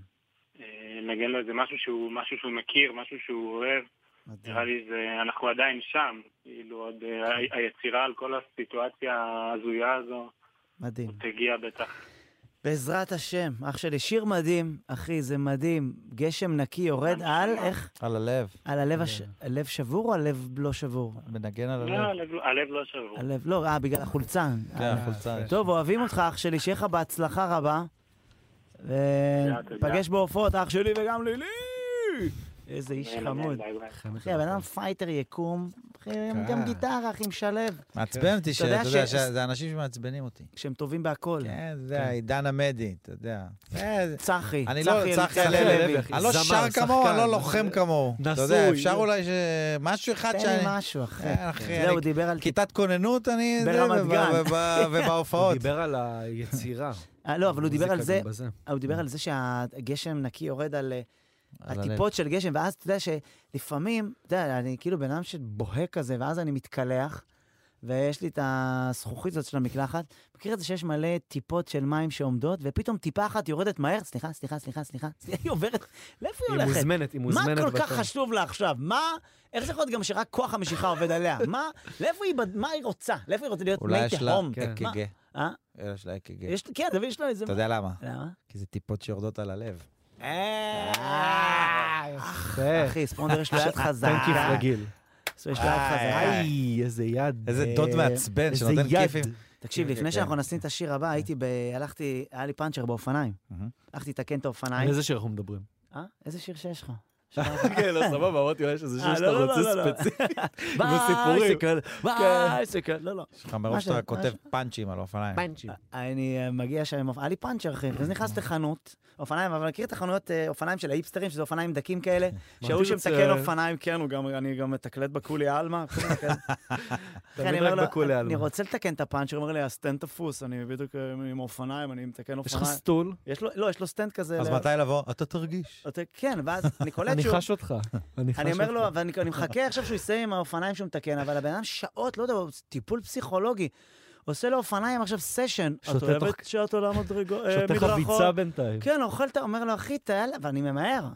E: אה, לנגן לו איזה משהו שהוא, משהו שהוא מכיר, משהו שהוא אוהב.
A: מדהים.
E: נראה לי זה, אנחנו עדיין שם, כאילו, עוד אה, ה- היצירה על כל הסיטואציה ההזויה הזו,
A: מדהים.
E: עוד תגיע בטח.
A: בעזרת השם, אח שלי, שיר מדהים, אחי, זה מדהים. גשם נקי יורד על, איך?
C: על הלב,
A: על הלב, הש... הלב שבור או הלב לא שבור?
C: מנגן על
E: לא,
C: הלב.
E: הלב- הלב לא שבור.
A: הלב, לא, אה, בגלל החולצה.
C: כן,
A: אה,
C: החולצה.
A: טוב, אוהבים אותך, אח שלי, שיהיה לך בהצלחה רבה. וניפגש בהופעות, אח שלי וגם לילי! איזה איש
E: אין, אין,
A: חמוד.
E: ביי, ביי.
A: אחי, הבן אדם פייטר יקום, אחי, הם
C: אה.
A: גם גיטרה, אחי, משלב.
C: מעצבן אותי,
A: אתה יודע
C: שאתה יודע,
A: ש-
C: שזה אנשים שמעצבנים אותי.
A: שהם טובים בהכל.
C: כן, זה העידן המדי, אתה יודע. זה-
A: צחי.
C: אני לא, צחי
B: הלוי,
C: הלוי,
B: אחי.
C: אני לא
B: זמר,
C: שר כמוהו, אני
B: שחקן,
C: לא לוחם כמוהו. אתה יודע,
B: נשוי.
C: אפשר אולי ש... משהו אחד
A: תן
C: שאני...
A: לי משהו, אחי.
C: כן, אחי,
A: זהו,
C: אני-
A: הוא דיבר על...
C: כיתת כוננות אני... זה,
A: ברמת
C: וב-
A: גן.
C: וב-
B: הוא
C: ובהופעות.
B: דיבר על היצירה.
A: אה, לא, אבל הוא דיבר על
B: המוזיקה
A: זה,
B: גם בזה.
A: הוא דיבר על זה שהגשם נקי יורד על... אה,
C: כן. על הלב.
A: הטיפות של גשם, ואז אתה יודע שלפעמים, אתה יודע, אני כאילו בן אדם שבוהה כזה, ואז אני מתקלח, ויש לי את הזכוכית הזאת של המקלחת. מכיר את זה שיש מלא טיפות של מים שעומדות, ופתאום טיפה אחת יורדת מהר, סליחה, סליחה, סליחה, סליחה, סליחה, היא עוברת, לאיפה היא
B: היא
A: הולכת?
B: מוזמנת, היא
A: מה
B: מוזמנת.
A: כל כך
B: בתור.
A: חשוב לה עכשיו? מה, איך זה יכול להיות גם שרק כוח המשיכה עובד עליה? מה, לאיפה היא, בד- מה היא רוצה? לאיפה היא רוצה להיות
C: אולי
A: מי
C: יש לה
A: תהום?
B: כן.
A: מה?
C: אק"ג.
A: אה?
C: אלה שלה אק"ג.
A: יש- כן, אבל יש לה איזה...
C: אתה יודע למה?
A: למה?
C: כי זה טיפות שיורדות על הלב.
A: אה,
B: יפה.
A: אחי, ספונדר יש לו
C: אה,
A: יד
B: תן כיף
A: חזקה.
B: רגיל.
A: יש לו יד חזקה.
B: איי, איזה יד.
C: איזה
B: אה,
C: דוד מעצבן
B: איזה
C: שנותן
B: יד.
C: כיפים.
A: תקשיב,
C: כן,
A: לפני
C: כן.
A: שאנחנו נשים את השיר הבא, הייתי ב... הלכתי, היה לי פאנצ'ר באופניים.
C: מהמם.
A: הלכתי לתקן את
B: על
A: האופניים.
B: איזה שיר אנחנו מדברים?
A: אה? איזה שיר שיש לך?
B: כן, לא, סבבה, אמרתי, אולי יש איזה
A: אה, לא, לא, לא, לא, לא. ביי,
C: כן.
A: ביי, לא, לא.
C: יש לך מראש
A: מה
C: שאתה
A: ש-
C: כותב פאנצ'ים על האופניים.
B: פאנצ'ים.
A: אני אה, מגיע שם, עם אופ- היה לי פאנצ'ר אחי, אז נכנס לחנות, אופניים, אבל אני מכיר את החנויות אה, אופניים של האיפסטרים, שזה אופניים דקים כאלה, שההוא
B: רוצה?
A: שמתקן אופניים, כן, הוא גם, אני גם מתקלט בקולי עלמה. אחי, אני
B: תמיד
A: אומר
B: רק
A: לו,
B: בקולי
A: אני
B: עלמה.
A: רוצה לתקן את הפאנצ'ר, הוא אומר לי, הסטנד תפוס, אני בדיוק אה, עם אופניים, אני מתקן
B: יש לך
A: אופניים.
B: סטול?
A: יש לו, לא, יש לו סטנד כזה.
C: אז
A: ל-
C: מתי לבוא? אתה תרגיש.
A: אתה- כן, ואז אני קולט
B: אני
A: שהוא...
B: חש אותך. אני חש
A: אני אומר לו,
B: אותך.
A: אבל אני אני מחכה עכשיו שהוא יסיים עם האופניים שהוא מתקן, אבל הבן אדם שעות, לא יודע, הוא טיפול פסיכולוגי. עושה לו אופניים עכשיו סשן. את
B: שותה
A: אוהבת
B: תוך-
A: שאת עולה מדרגות, אה,
B: שותה
A: מדרכות?
B: חביצה בינתיים.
A: כן, אוכל, אתה אומר לו, אחי, תעלה, ואני ממהר.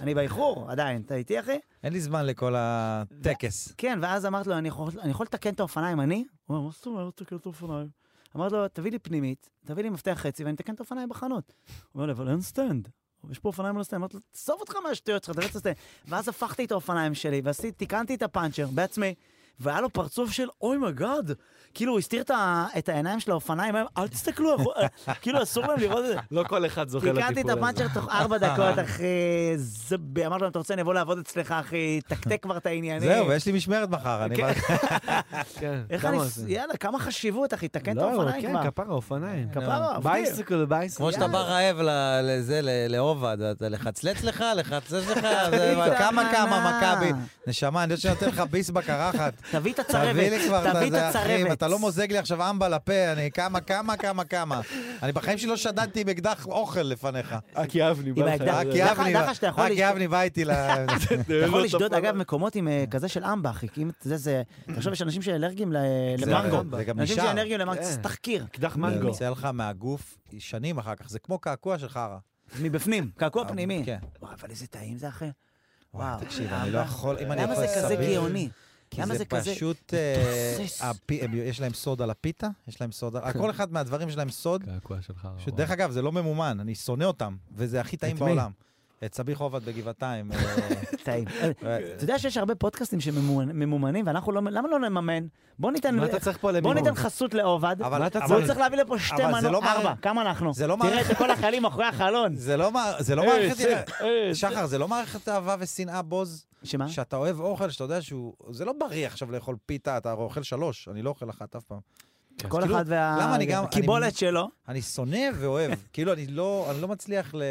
A: אני באיחור עדיין, אתה איתי, אחי?
C: אין לי זמן לכל הטקס.
A: כן, ואז אמרת לו, אני יכול, אני יכול לתקן את האופניים, אני? הוא אמר, מה זאת אומרת לתקן את האופניים? אמרתי לו, תביא לי פנימית, תביא לי מפתח חצי ואני אתקן את האופניים בחנות. הוא אומר לי, אבל אין סטנד. יש פה אופניים על הסטנד. אמרתי לו, תעזוב אותך מהשטויות שלך, תביא את הסטנד. ואז הפכתי את האופניים שלי, ועשיתי, תיקנתי את הפאנצ'ר בעצמי. והיה לו פרצוף של אוי מגאד, כאילו הוא הסתיר את ה- את העיניים של האופניים, היה, אל תסתכלו, יכול- אה, כאילו אסור להם לראות את זה.
B: לא כל אחד זוכה לטיפול הזה.
A: תיקנתי את הפאנצ'ר תוך ארבע דקות, אחי, זבי, אמרתי לו, אם אתה רוצה אני אבוא לעבוד אצלך, אחי, תקתק כבר את העניינים.
C: זהו, ויש לי משמרת מחר. אני
A: כן.
C: מרגיש-
B: כן,
A: איך
B: כמה
A: אני...
B: זה?
A: יאללה, כמה חשיבות, אחי, תקן את
B: לא,
A: האופניים
B: כן,
A: כבר. אה, לא,
B: כפרה, אופניים.
A: כפרה, עובדים.
B: בייסקל, בייסקל.
C: כמו שאתה בא רעב ל- לזה, ל- לעובד, אתה לחצלץ לך, לחצלץ לך, זה
A: תביא
C: כמה כמה
A: תחנה.
C: מכבי. נשמה, אני יודע שאני נותן לך ביס בקרחת.
A: תביא את הצרבת,
C: תביא לי כבר
A: תביא
C: את
A: את
C: זה, אחי, אם
A: הצרבת.
C: אתה לא מוזג לי עכשיו עם לפה, אני כמה, כמה, כמה, כמה. אני בחיים שלי לא שדדתי עם אקדח אוכל לפניך.
B: רק יבני, אה, בא
A: עם
B: לך.
A: האקדח.
C: רק
A: דרך-
C: יבני,
A: דרך שאתה יכול
C: רק
A: להשת-
C: יבני בא איתי ל...
A: אתה
C: לא
A: יכול
B: לא,
A: לשדוד, אגב, מקומות עם אה, כזה של אמבה, אחי, כי אם אתה יודע, זה... תחשוב, יש אנשים שאלרגיים ל-
C: זה-
A: למנגו.
C: זה גם
A: אנשים
C: נשאר.
A: שאלרגיים למנגו,
B: כן.
A: זה תחקיר.
B: אקדח
C: זה
B: מנגו.
C: יוצא לך מהגוף שנים אחר כך, זה כמו קעקוע של חרא.
A: מבפנים, קעקוע פנימי.
C: כן.
A: וואי, אבל איזה טעים זה, אחי.
C: וואו,
A: וואו,
C: תקשיב,
A: למה?
C: אני לא יכול, אם אני
A: אה, למה
C: יכול
A: זה
C: לסביר...
A: כזה גאוני?
C: כי
A: למה
C: זה
A: זה כזה...
C: פשוט... אה,
A: מתוסס?
C: הפי- הם- יש להם סוד על הפיתה, יש להם סוד על... כל אחד מהדברים שלהם סוד.
B: קעקוע שלך.
C: פשוט, דרך אגב, זה לא ממומן, אני שונא אותם, וזה הכי טעים
B: את מי?
C: בעולם. את סביח עובד בגבעתיים. אה,
A: טעים. אה,
C: אה,
A: אתה יודע שיש הרבה פודקאסטים שממומנים, ואנחנו לא... למה לא נממן? בוא ניתן...
B: מה אתה צריך פה
A: בוא
B: למימון?
A: ניתן חסות לעובד,
C: אבל-
A: והוא
C: מה אתה צריך?
A: צריך להביא לפה שתי
C: אבל זה
A: מנות,
C: לא מערכת-
A: ארבע, כמה אנחנו?
C: זה לא
A: תראה
C: מערכת-
A: את כל החיילים מאחורי החלון.
C: זה לא מע- זה לא מערכת... שחר, זה לא מערכת אהבה ושנאה, בוז,
A: שמה?
C: שאתה אוהב אוכל, שאתה יודע שהוא... זה לא בריא עכשיו לאכול פיתה, אתה אוכל שלוש, אני לא אוכל אחת אף פעם.
A: כל
C: כאילו,
A: אחד
C: למה אני גם- אני-
A: והקיבולת שלו.
C: אני שונא ואוהב. כאילו, אני לא אני לא מצליח ל...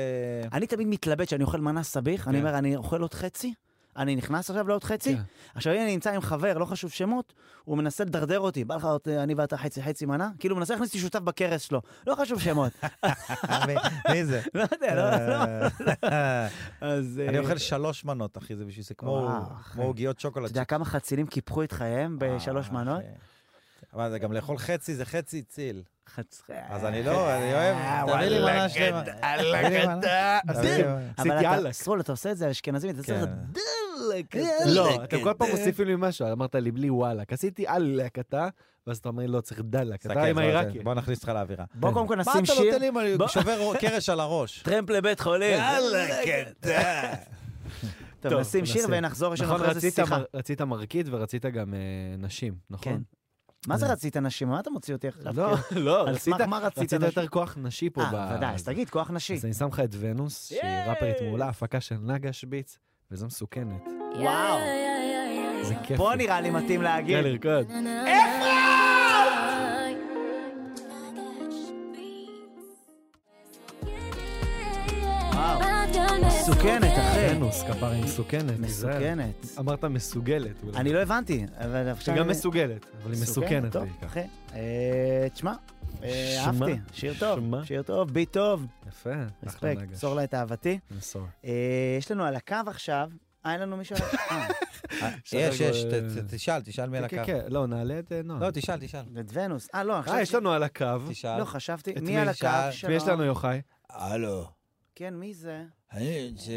A: אני תמיד מתלבט כשאני אוכל מנה סביח, אני
C: כן.
A: אומר, אני אוכל עוד חצי? אני נכנס עכשיו לעוד חצי?
B: כן.
A: עכשיו, אם אני נמצא עם חבר, לא חשוב שמות, הוא מנסה לדרדר אותי. בא לך, עוד, אה, אני ואתה חצי חצי מנה? כאילו, הוא מנסה להכניס לי שותף בכרס שלו. לא חשוב שמות.
C: מי- מי זה?
A: לא יודע, לא... לא-
C: אה,
A: אז... אה,
C: אני אוכל שלוש מנות, אחי, זה בשביל זה כמו
A: וואו, אחי.
C: כמו עוגיות
A: אתה
C: שוקולד.
A: יודע כמה חצילים קיפחו את חייהם בשלוש
C: אה,
A: מנות?
C: אחי. אבל זה גם לאכול חצי, זה חצי ציל.
A: חצ...
C: אז אני לא, אני אוהב,
A: אה,
C: תביא לי מנה שלמה. תביא לי מנה. תביא לי מנה.
A: אבל
B: עשיתי
A: אתה,
B: עלק.
A: סרול, אתה עושה את זה אשכנזים, אתה צריך...
C: כן.
A: דלק.
B: לא, אתם
A: כן.
B: כל פעם מוסיפים לי משהו, אמרת לי בלי וואלק, עשיתי עלק אתה, ואז אתה אומר לי לא, צריך דלק, אתה
C: תסתכל,
B: עם
C: בוא,
B: העיראקי.
A: כן.
C: בוא נכניס אותך לאווירה.
A: בוא קודם כל
C: מה
A: נשים
C: אתה
A: שיר.
C: נותן לי אם אני
A: בוא-
C: שובר קרש על הראש?
A: טרמפ לבית חולים. יאללה,
C: כן.
A: קטע. טוב,
B: טוב,
A: נשים שיר
B: נשים.
A: ונחזור, יש לנו
B: נכון,
A: אחרי זה
B: רצית
A: שיחה. כן.
B: מר- רצית מרקית ורצית גם אה, נשים, נכון?
A: מה
C: אה.
A: זה רצית נשים? מה אתה מוציא אותי עכשיו?
B: לא,
A: כאילו?
B: לא,
A: על
B: רצית
A: סמך מה רצית
B: רצית
A: נשים?
B: יותר כוח נשי פה. ב-
A: אה, ודאי, אז תגיד, כוח נשי.
B: אז אני שם לך את ונוס, שהיא ראפרית מעולה, הפקה של נגה שביץ, וזו מסוכנת.
H: וואו.
B: איזה כיף.
A: פה נראה לי מתאים
B: כן,
A: להגיד.
B: לרקוד.
A: מסוכנת, אחי.
B: נוס, כפרה מסוכנת. תיזהר.
A: אה. מסוכנת.
B: אמרת מסוגלת. אולי.
A: אני לא הבנתי, אבל
B: היא
A: עכשיו...
B: גם מסוגלת, אבל היא מסוכנת
A: כן, טוב,
B: בעיקר.
A: אחי. אה, תשמע, אה,
B: שמע.
A: אהבתי. שיר טוב,
B: שמע.
A: שיר טוב, ביט טוב.
B: יפה. אחלה
A: רספקט,
B: נגש.
A: צור לה את אהבתי.
B: מסור.
A: אה, יש לנו על הקו עכשיו, אה, אין לנו מישהו על הקו. אה,
C: יש,
B: בסדר,
C: יש,
B: אה,
C: ת- ת- תשאל, תשאל מי על
B: כן,
C: הקו.
B: כן, כן, לא, נעלה את אה, נועם.
C: לא, תשאל, תשאל.
A: את ונוס. אה, לא, עכשיו...
B: אה, יש לנו על הקו,
C: תשאל.
A: לא, חשבתי.
B: את
A: מי
B: מי
A: על הקו?
C: שאל?
A: שלום.
B: ויש לנו יוחאי.
C: הלו.
A: כן, מי זה?
C: אני ש...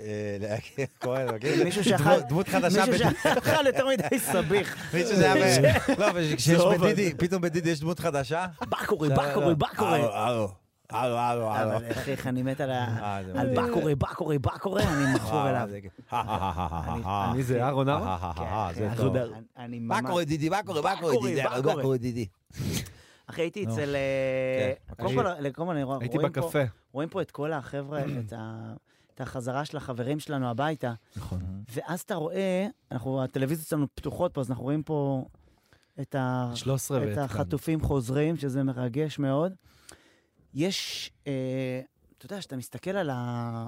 C: אה, להכיר כהן, מכיר?
A: מישהו שאכל-
C: דמות- דמות חדשה.
A: מישהו
C: בד-
A: שאכל יותר מדי סביך.
C: מישהו שהיה... ב- לא, אבל כשיש
A: זהוב,
C: בדידי, פתאום בדידי יש דמות חדשה. אה,
A: בקורי, בקורי, בקורי.
C: הלו, הלו. הלו, הלו, הלו.
A: אה, אבל אחי, איך אני מת על ה-
C: אה, זה
A: על
C: מדהים.
A: בקורי, בקורי, בקורי, אני מכור
C: אה,
A: אליו. אני-
B: מי זה, אהרון אהרון?
A: כן, אחי,
C: אה, זה טוב.
A: אני- אני
C: מה
A: ממש...
C: קורה דידי? מה קורה? מה קורה
A: בקורי,
C: דידי? מה
A: בקורי.
C: קורה דידי?
A: אחי, הייתי
C: נו.
A: אצל... אה,
C: כן,
A: קודם
B: בבקשה.
A: כל, קודם כל, אני רואה-
B: הייתי
A: רואים פה-
B: בקפה.
A: רואים פה את כל החבר'ה, את ה- את החזרה של החברים שלנו הביתה.
C: נכון.
A: ואז אתה רואה, אנחנו, הטלוויזיות שלנו פתוחות פה, אז אנחנו רואים פה את, ה,
B: 13
A: את
B: ואת כאן.
A: החטופים חוזרים, שזה מרגש מאוד. יש, אה, אתה יודע, כשאתה מסתכל על, ה,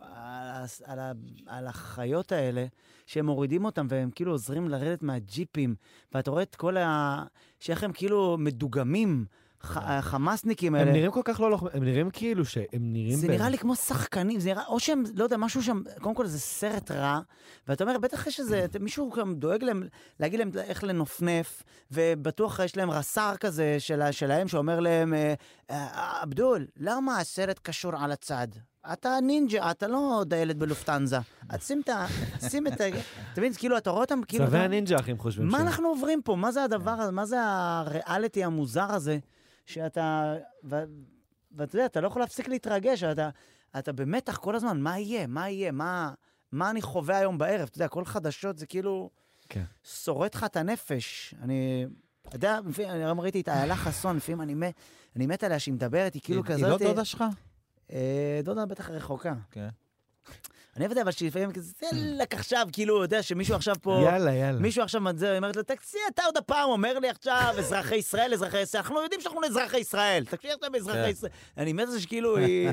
A: על, ה, על, ה, על החיות האלה, שהם מורידים אותם והם כאילו עוזרים לרדת מהג'יפים, ואתה רואה את כל ה... שאיך הם כאילו מדוגמים, ח, החמאסניקים
B: הם
A: האלה.
B: נראים כל כך לא לוחמים, הם נראים כאילו שהם נראים...
A: זה
B: בהם-
A: נראה לי כמו שחקנים, זה נראה, או שהם, לא יודע, משהו שם, קודם כל זה סרט רע, ואתה אומר, בטח יש איזה, אתם- מישהו גם דואג להם, להגיד להם איך לנופנף, ובטוח יש להם רס"ר כזה של, שלהם שאומר להם, אה, אה, עבדול, למה הסרט קשור על הצד? אתה נינג'ה, אתה לא דיילת בלופטנזה. אז שים את ה... שים את ה... אתה מבין, כאילו, אתה רואה אותם, כאילו...
B: צווי
A: אתה-
B: הנינג'ה, אחים חושבים.
A: מה
B: שהם.
A: אנחנו עוברים פה? מה זה הדבר הזה? מה זה הריאליטי המוזר הזה, שאתה... ו- ואתה יודע, אתה לא יכול להפסיק להתרגש, אתה, אתה במתח כל הזמן, מה יהיה? מה יהיה? מה, מה אני חווה היום בערב? אתה יודע, כל חדשות זה כאילו...
B: כן.
A: שורט לך את הנפש. אני... אתה יודע, לפעמים- אני גם ראיתי את איילה חסון, לפעמים אני, מת- אני מת עליה שהיא מדברת, היא כאילו
C: היא
A: כזאת...
C: היא לא דודה שלך?
A: אה, דודה בטח רחוקה.
C: כן.
A: אני אוהב את זה, אבל שלפעמים כזה, "יאללה, עכשיו, כאילו, אתה יודע, שמישהו עכשיו פה...
B: יאללה,
C: כן.
B: יאללה.
A: מישהו עכשיו מזה, היא אומרת לו, תקשיב, אתה עוד הפעם אומר לי עכשיו, אזרחי ישראל, אזרחי ישראל, אנחנו יודעים שאנחנו אזרחי ישראל, תקשיב עכשיו אזרחי
C: כן.
A: ישראל. אני מת על זה שכאילו היא...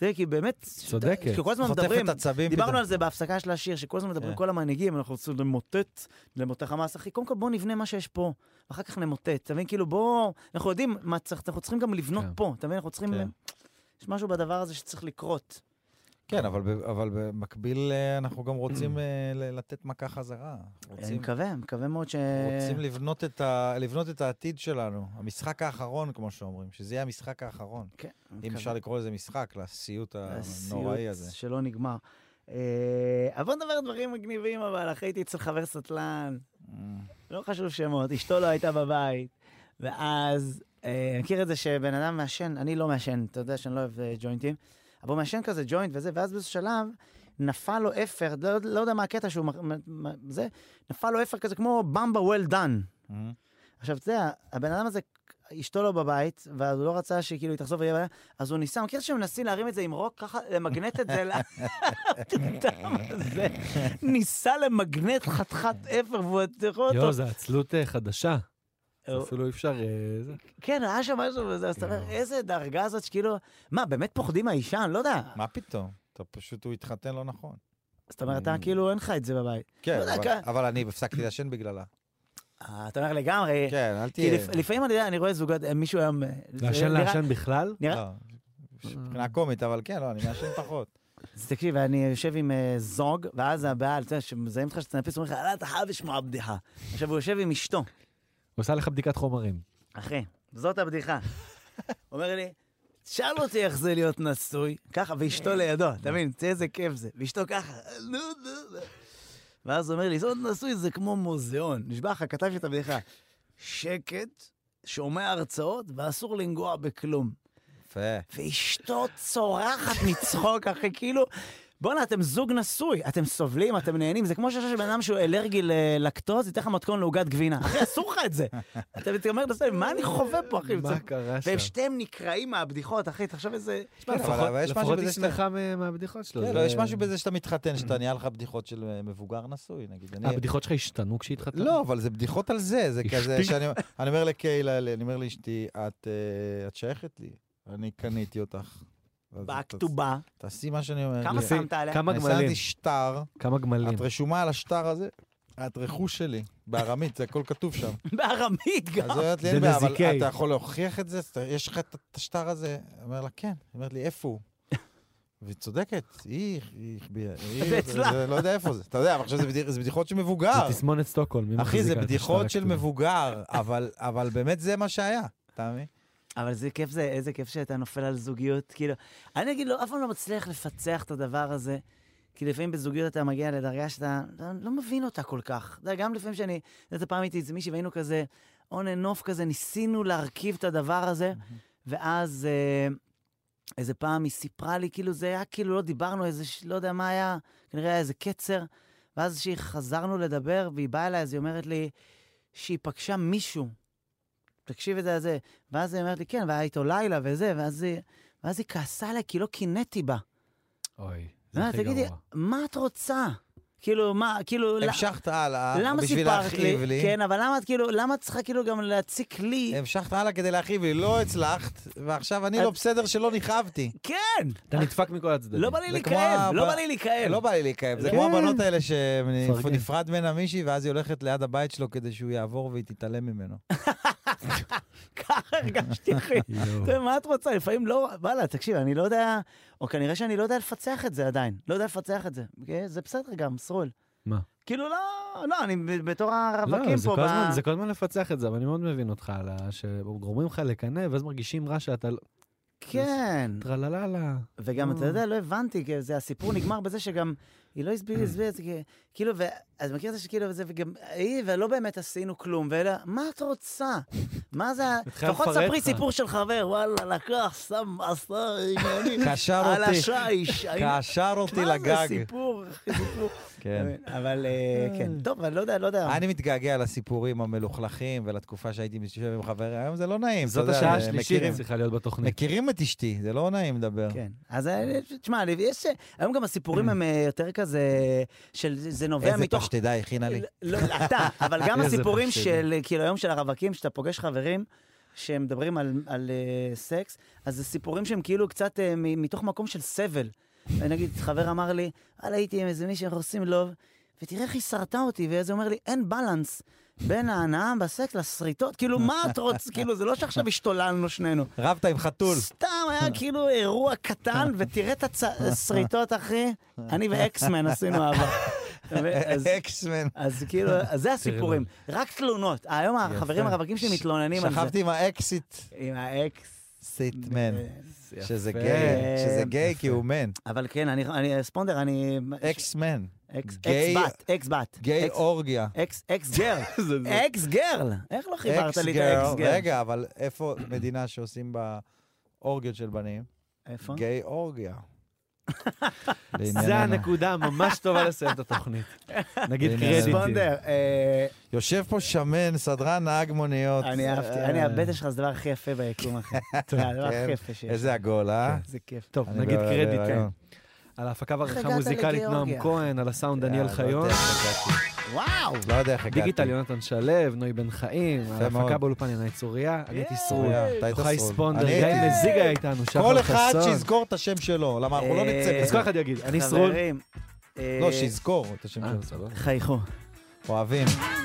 A: זה כי באמת...
B: צודקת.
A: כי כל הזמן
C: חוטפת
A: מדברים,
C: עצבים
A: דיברנו
C: פתאום.
A: על זה בהפסקה של השיר, שכל הזמן מדברים
C: כן.
A: כל המנהיגים, אנחנו רוצים למוטט, למוטט חמאס, אחי, קודם כל בואו נבנה מה שיש פה, אחר כך נמוטט, אתה מבין? כאילו בואו, אנחנו יודעים מה צריך, אנחנו צריכים גם לבנות
B: כן.
A: פה, אתה מבין? אנחנו צריכים...
C: כן.
A: יש משהו בדבר הזה שצריך לקרות.
C: כן, אבל ב- אבל במקביל אה, אנחנו גם רוצים אה, ל- לתת מכה חזרה.
A: אני
C: רוצים-
A: מקווה, מקווה מאוד ש...
C: רוצים לבנות את ה- לבנות את העתיד שלנו. המשחק האחרון, כמו שאומרים, שזה יהיה המשחק האחרון.
A: כן,
C: אם
A: מקווה.
C: אפשר לקרוא לזה משחק, לסיוט הנוראי הזה.
A: שלא נגמר. אה, אבל בוא נדבר על דברים מגניבים, אבל אחי הייתי אצל חבר סטלן,
C: אה.
A: לא חשוב שמות, אשתו לא הייתה בבית, ואז, אה, מכיר את זה שבן אדם מעשן, אני לא מעשן, אתה יודע שאני לא אוהב אה, ג'וינטים, אבל הוא מעשן כזה ג'וינט וזה, ואז באיזשהו שלב נפל לו אפר, לא, לא יודע מה הקטע שהוא, מ- מ- מ- זה, נפל לו אפר כזה כמו במבה well done.
C: אה.
A: עכשיו, אתה יודע, הבן אדם הזה, אשתו לא בבית, והוא לא רצה שכאילו היא תחזור ויהיה בעיה, אז הוא ניסה, מכיר שמנסים להרים את זה עם רוק, ככה, למגנט את זה, ל- המטומטם הזה, ניסה למגנט חתיכת אפר, והוא, אתה
C: לא
A: יכול
B: יואו,
A: אותו,
B: זו עצלות אה, חדשה. זה
A: הוא-
B: אפילו אי אפשר... אה, זה-
A: כן, היה שם משהו וזה, אז אתה אומר, איזה דרגה זאת, שכאילו, מה, באמת פוחדים מהאישה? אני לא יודע.
C: מה פתאום? אתה פשוט, הוא התחתן לא נכון.
A: זאת אומרת, אתה כאילו, אין לך את זה בבית.
C: כן,
A: לא יודע,
C: אבל-
A: כ-
C: אבל אני הפסקתי לעשן בגללה.
A: אה, אתה אומר לגמרי,
C: כן, אל
A: כי
C: תהיה...
A: לפ- לפעמים אני יודע, אני רואה זוגות, אה, מישהו היום... אה, זה
B: לעשן
A: נראה-
B: לעשן בכלל?
A: נראה,
C: לא, מבחינה קומית, אבל כן, לא, אני מעשן פחות.
A: אז תקשיב, אני יושב עם אה, זוג, ואז הבעל, אתה יודע, שמזהים אותך שתנפיס, אומר לך, אללה, אתה חייב לשמוע בדיחה. עכשיו, הוא יושב עם אשתו,
B: הוא עושה לך בדיקת חומרים.
A: אחי, זאת הבדיחה. הוא אומר לי, תשאל אותי איך זה להיות נשוי, ככה, ואשתו לידו, אתה מבין? תראה איזה כיף זה. ואשתו ככה, נו, נו, נו. ואז הוא אומר לי, זאת נשוי זה כמו מוזיאון. נשבע לך, כתבתי את הבדיחה. שקט, שומע הרצאות, ואסור לנגוע בכלום.
C: יפה.
A: ואשתו צורחת מצחוק, אחי, כאילו, בואנה, אתם זוג נשוי, אתם סובלים, אתם נהנים. זה כמו שיש בן אדם שהוא אלרגי ללקטוז, ייתן לך מתכון לעוגת גבינה. אחי, אסור לך את זה. אתה אתה אומר, "תעשה, מה אני חווה פה, אחי?
B: מה קרה שם?
A: והם שתיהם נקרעים מהבדיחות, אחי, תחשוב איזה...
C: כן, אבל-
B: לפחות-
C: אבל יש משהו
B: לפחות
C: בזה שאתה-
B: תשמחה מה- מהבדיחות שלו.
C: כן,
B: זה-
C: לא, יש משהו בזה שאתה מתחתן, שאתה נהיה לך בדיחות של אה, מבוגר נשוי, נגיד. אני-
B: הבדיחות שלך השתנו כשהתחתנת?
C: לא, אבל זה בדיחות על זה, זה כזה
B: אשתי.
C: שאני אני אומר לקיילה, אני אומר לאשתי, "את, אה, את שייכת לי, אני קניתי אותך. אז ת-
A: בכתובה.
C: תעשי מה שאני אומר.
A: כמה
C: לי."
A: שמת עליה?
B: אה, כמה
C: אני שמתי
B: גמלים,
C: שטר,
B: כמה גמלים.
C: את רשומה על השטר הזה, את רכוש שלי, בארמית, זה הכל כתוב שם.
A: בארמית גם.
C: אז היא אומרת לי,
B: זה
C: אין בעיה, אבל
B: נזיקי.
C: אתה יכול להוכיח את זה? אתה- יש לך את את השטר הזה? אני אומר לה, כן. היא אומרת לי, איפה הוא? והיא צודקת, היא היא החביאה. היא-
A: זה אצלה.
C: לא יודע איפה זה. אתה יודע, אבל עכשיו זה בדיח- זה בדיחות של מבוגר.
B: זה תסמונת סטוקהולם. מי
C: אחי,
B: מחזיקה
C: זה
B: את
C: בדיחות
B: השטר
C: של
B: הכתוב?
C: מבוגר, אבל אבל באמת זה מה שהיה, אתה מבין?
A: אבל זה כיף, זה, איזה כיף שאתה נופל על זוגיות, כאילו. אני אגיד, לא, אף פעם לא מצליח לפצח את הדבר הזה, כי לפעמים בזוגיות אתה מגיע לדרגה שאתה אתה לא מבין אותה כל כך. אתה יודע, גם לפעמים שאני, איזה פעם הייתי אצל מישהי והיינו כזה, און אנ אוף כזה, ניסינו להרכיב את הדבר הזה, ואז אה, איזה פעם היא סיפרה לי, כאילו, זה היה כאילו לא דיברנו, איזה, ש- לא יודע מה היה, כנראה היה איזה קצר, ואז כשחזרנו לדבר, והיא באה אליי, אז היא אומרת לי שהיא פגשה מישהו. תקשיב את זה, זה, ואז היא אומרת לי, כן, והיה איתו לילה וזה, ואז היא, ואז היא כעסה עליי, כי לא קינאתי בה.
B: אוי, זה
A: אה,
B: הכי
A: תגידי,
B: גרוע.
A: מה את רוצה? כאילו, מה, כאילו, ל-
C: המשכת הלאה,
A: למה
C: בשביל
A: סיפרת
C: להכאיב
A: לי?
C: לי.
A: כן, אבל למה את כאילו, למה את צריכה כאילו גם להציק לי?
B: אה,
C: המשכת הלאה כדי להכאיב לי, לא הצלחת, ועכשיו אני
A: את-
C: לא בסדר שלא נכאבתי.
A: כן!
B: אתה נדפק מכל הצדדים.
A: לא בא לי
C: זה כמו
A: להיכאב, לא
C: הבא-
A: בא לי להיכאב.
C: לא בא לי להיכאב, זה
A: כן.
C: כמו הבנות האלה
B: מפרגן.
C: שנפרד ממנה מישהי, ואז היא הולכת ליד הבית שלו כדי שהוא יעבור והיא תתעלם ממנו.
A: ככה הרגשתי, אחי.
B: יואו.
A: אתה יודע, מה את רוצה? לפעמים לא, וואלה, תקשיב, אני לא יודע, או כנראה שאני לא יודע לפצח את זה עדיין. לא יודע לפצח את זה. אוקיי? זה בסדר גם, סרול.
B: מה?
A: כאילו, לא, לא, אני ב- בתור
B: לא,
A: הרווקים
B: זה
A: פה,
B: כל הזמן-
A: ב-
B: זה כל הזמן לפצח את זה, אבל אני מאוד מבין אותך, על ה- שגורמים לך לקנא, ואז מרגישים רע שאתה... לא-
A: כן.
B: טרללה.
A: וגם,
C: Mm.
A: אתה
B: אה.
A: יודע, לא הבנתי, כי זה הסיפור נגמר בזה שגם, היא לא
C: Mm.
A: הסבירה, הסבירה את זה, כי- כאילו, ו- אז מכיר את זה שכאילו, וזה, וגם, היא, ולא באמת עשינו כלום, ואלה, מה את רוצה? מה זה, ה-
B: התחילה
A: לפחות
B: לפרט
A: ספרי
B: לך.
A: סיפור של חבר, וואלה, לקח, שם, עשה, עניינים,
C: קשר
A: על
C: אותי,
A: השיש, היינו-
C: קשר אותי
A: מה זה
C: לגג.
A: סיפור, אחי, סיפור.
C: כן.
A: אבל אה, כן, טוב, אני לא יודע, לא יודע.
C: אני מתגעגע לסיפורים המלוכלכים ולתקופה שהייתי יושב עם חבר, היום זה לא נעים. אתה
B: זאת
C: יודע,
B: השעה
C: אה,
B: השלישית
C: מכירים-
B: צריכה להיות בתוכנית.
C: מכירים את אשתי, זה לא נעים לדבר.
A: כן, אז אה, תשמע, יש, אה, היום גם הסיפורים הם אה, יותר כזה, של, זה נובע
C: איזה
A: מתוך
C: פשטדה הכינה לי.
A: לא, לא, אתה, אבל גם
B: איזה
A: הסיפורים
B: פשטני.
A: של, כאילו, היום של הרווקים, שאתה פוגש חברים שמדברים על, על uh, סקס, אז זה סיפורים שהם כאילו קצת uh, מתוך מקום של סבל. נגיד, חבר אמר לי, וואלה, הייתי עם איזה מישהו, אנחנו עושים לוב, ותראה איך היא שרטה אותי, ואז הוא אומר לי, אין בלנס בין ההנאה בסקס לשריטות, כאילו, מה את רוצה? כאילו, זה לא שעכשיו השתוללנו שנינו.
C: רבת עם חתול.
A: סתם היה כאילו אירוע קטן, ותראה את השריטות, אחי. אני ואקסמן עשינו אהבה. אז-
C: אקסמן.
A: אז כאילו, אז זה הסיפורים. רק תלונות. אה, היום החברים
B: יפה.
A: הרווקים שלי מתלוננים על זה.
C: שכבתי עם האקסיט
A: עם האקס.
C: סיטמן.
B: יפה.
C: שזה גיי, שזה גיי כי הוא מן.
A: אבל כן, אני- אני ספונדר, אני...
C: אקסמן.
A: אקס
C: גיי-
A: בת, אקס בת.
C: גיי
A: אקס-
C: אורגיה.
A: אקס אקס גרל. אקס גרל. איך לא חיברת לי את
C: Ex-girl.
A: האקס גרל?
C: רגע, אבל איפה מדינה שעושים בה אורגיות של בנים?
A: איפה?
C: גיי אורגיה.
B: זה
C: לענייננו.
B: הנקודה הממש טובה לסיים את התוכנית. נגיד
C: לענייננו.
B: קרדיטים.
A: ספונדר, אה,
C: יושב פה שמן, סדרן נהג מוניות. אה,
A: אני אהבתי. אני, הבטן שלך זה הדבר הכי יפה ביקום, אחי. זה הדבר הכי יפה שיש.
C: כן.
A: כן.
C: איזה עגול, אה?
A: זה כיף.
B: טוב,
C: אני לא-
B: נגיד
C: ב-
B: קרדיט.
A: כן.
C: בהיריון.
B: על ההפקה והערכה
A: הגעת
B: המוזיקלית נועם
A: לגיאורגיה?
B: כהן, על הסאונד דניאל
C: יאללה, לא
B: חיון,
C: יודע איך הגעתי.
A: וואו!
C: לא יודע איך הגעתי.
B: דיגיטל יונתן שלו, נוי בן חיים, על ההפקה
C: מאוד.
B: באולפן ינאי צוריה, אני הייתי סרול,
C: צרויה, אתה היית
B: יוחאי
C: סרול.
B: ספונדר,
C: אני
B: גיא
C: הייתי-
B: מזיג היה איתנו, שחר חסון.
C: כל אחד שיזכור את השם שלו, למה אנחנו לא נצא
A: אה,
B: אז כל
C: מזה.
B: אחד יגיד, אני סרול.
A: חברים, אה,
C: לא, שיזכור את השם שלו.
A: חייכו.
C: אוהבים.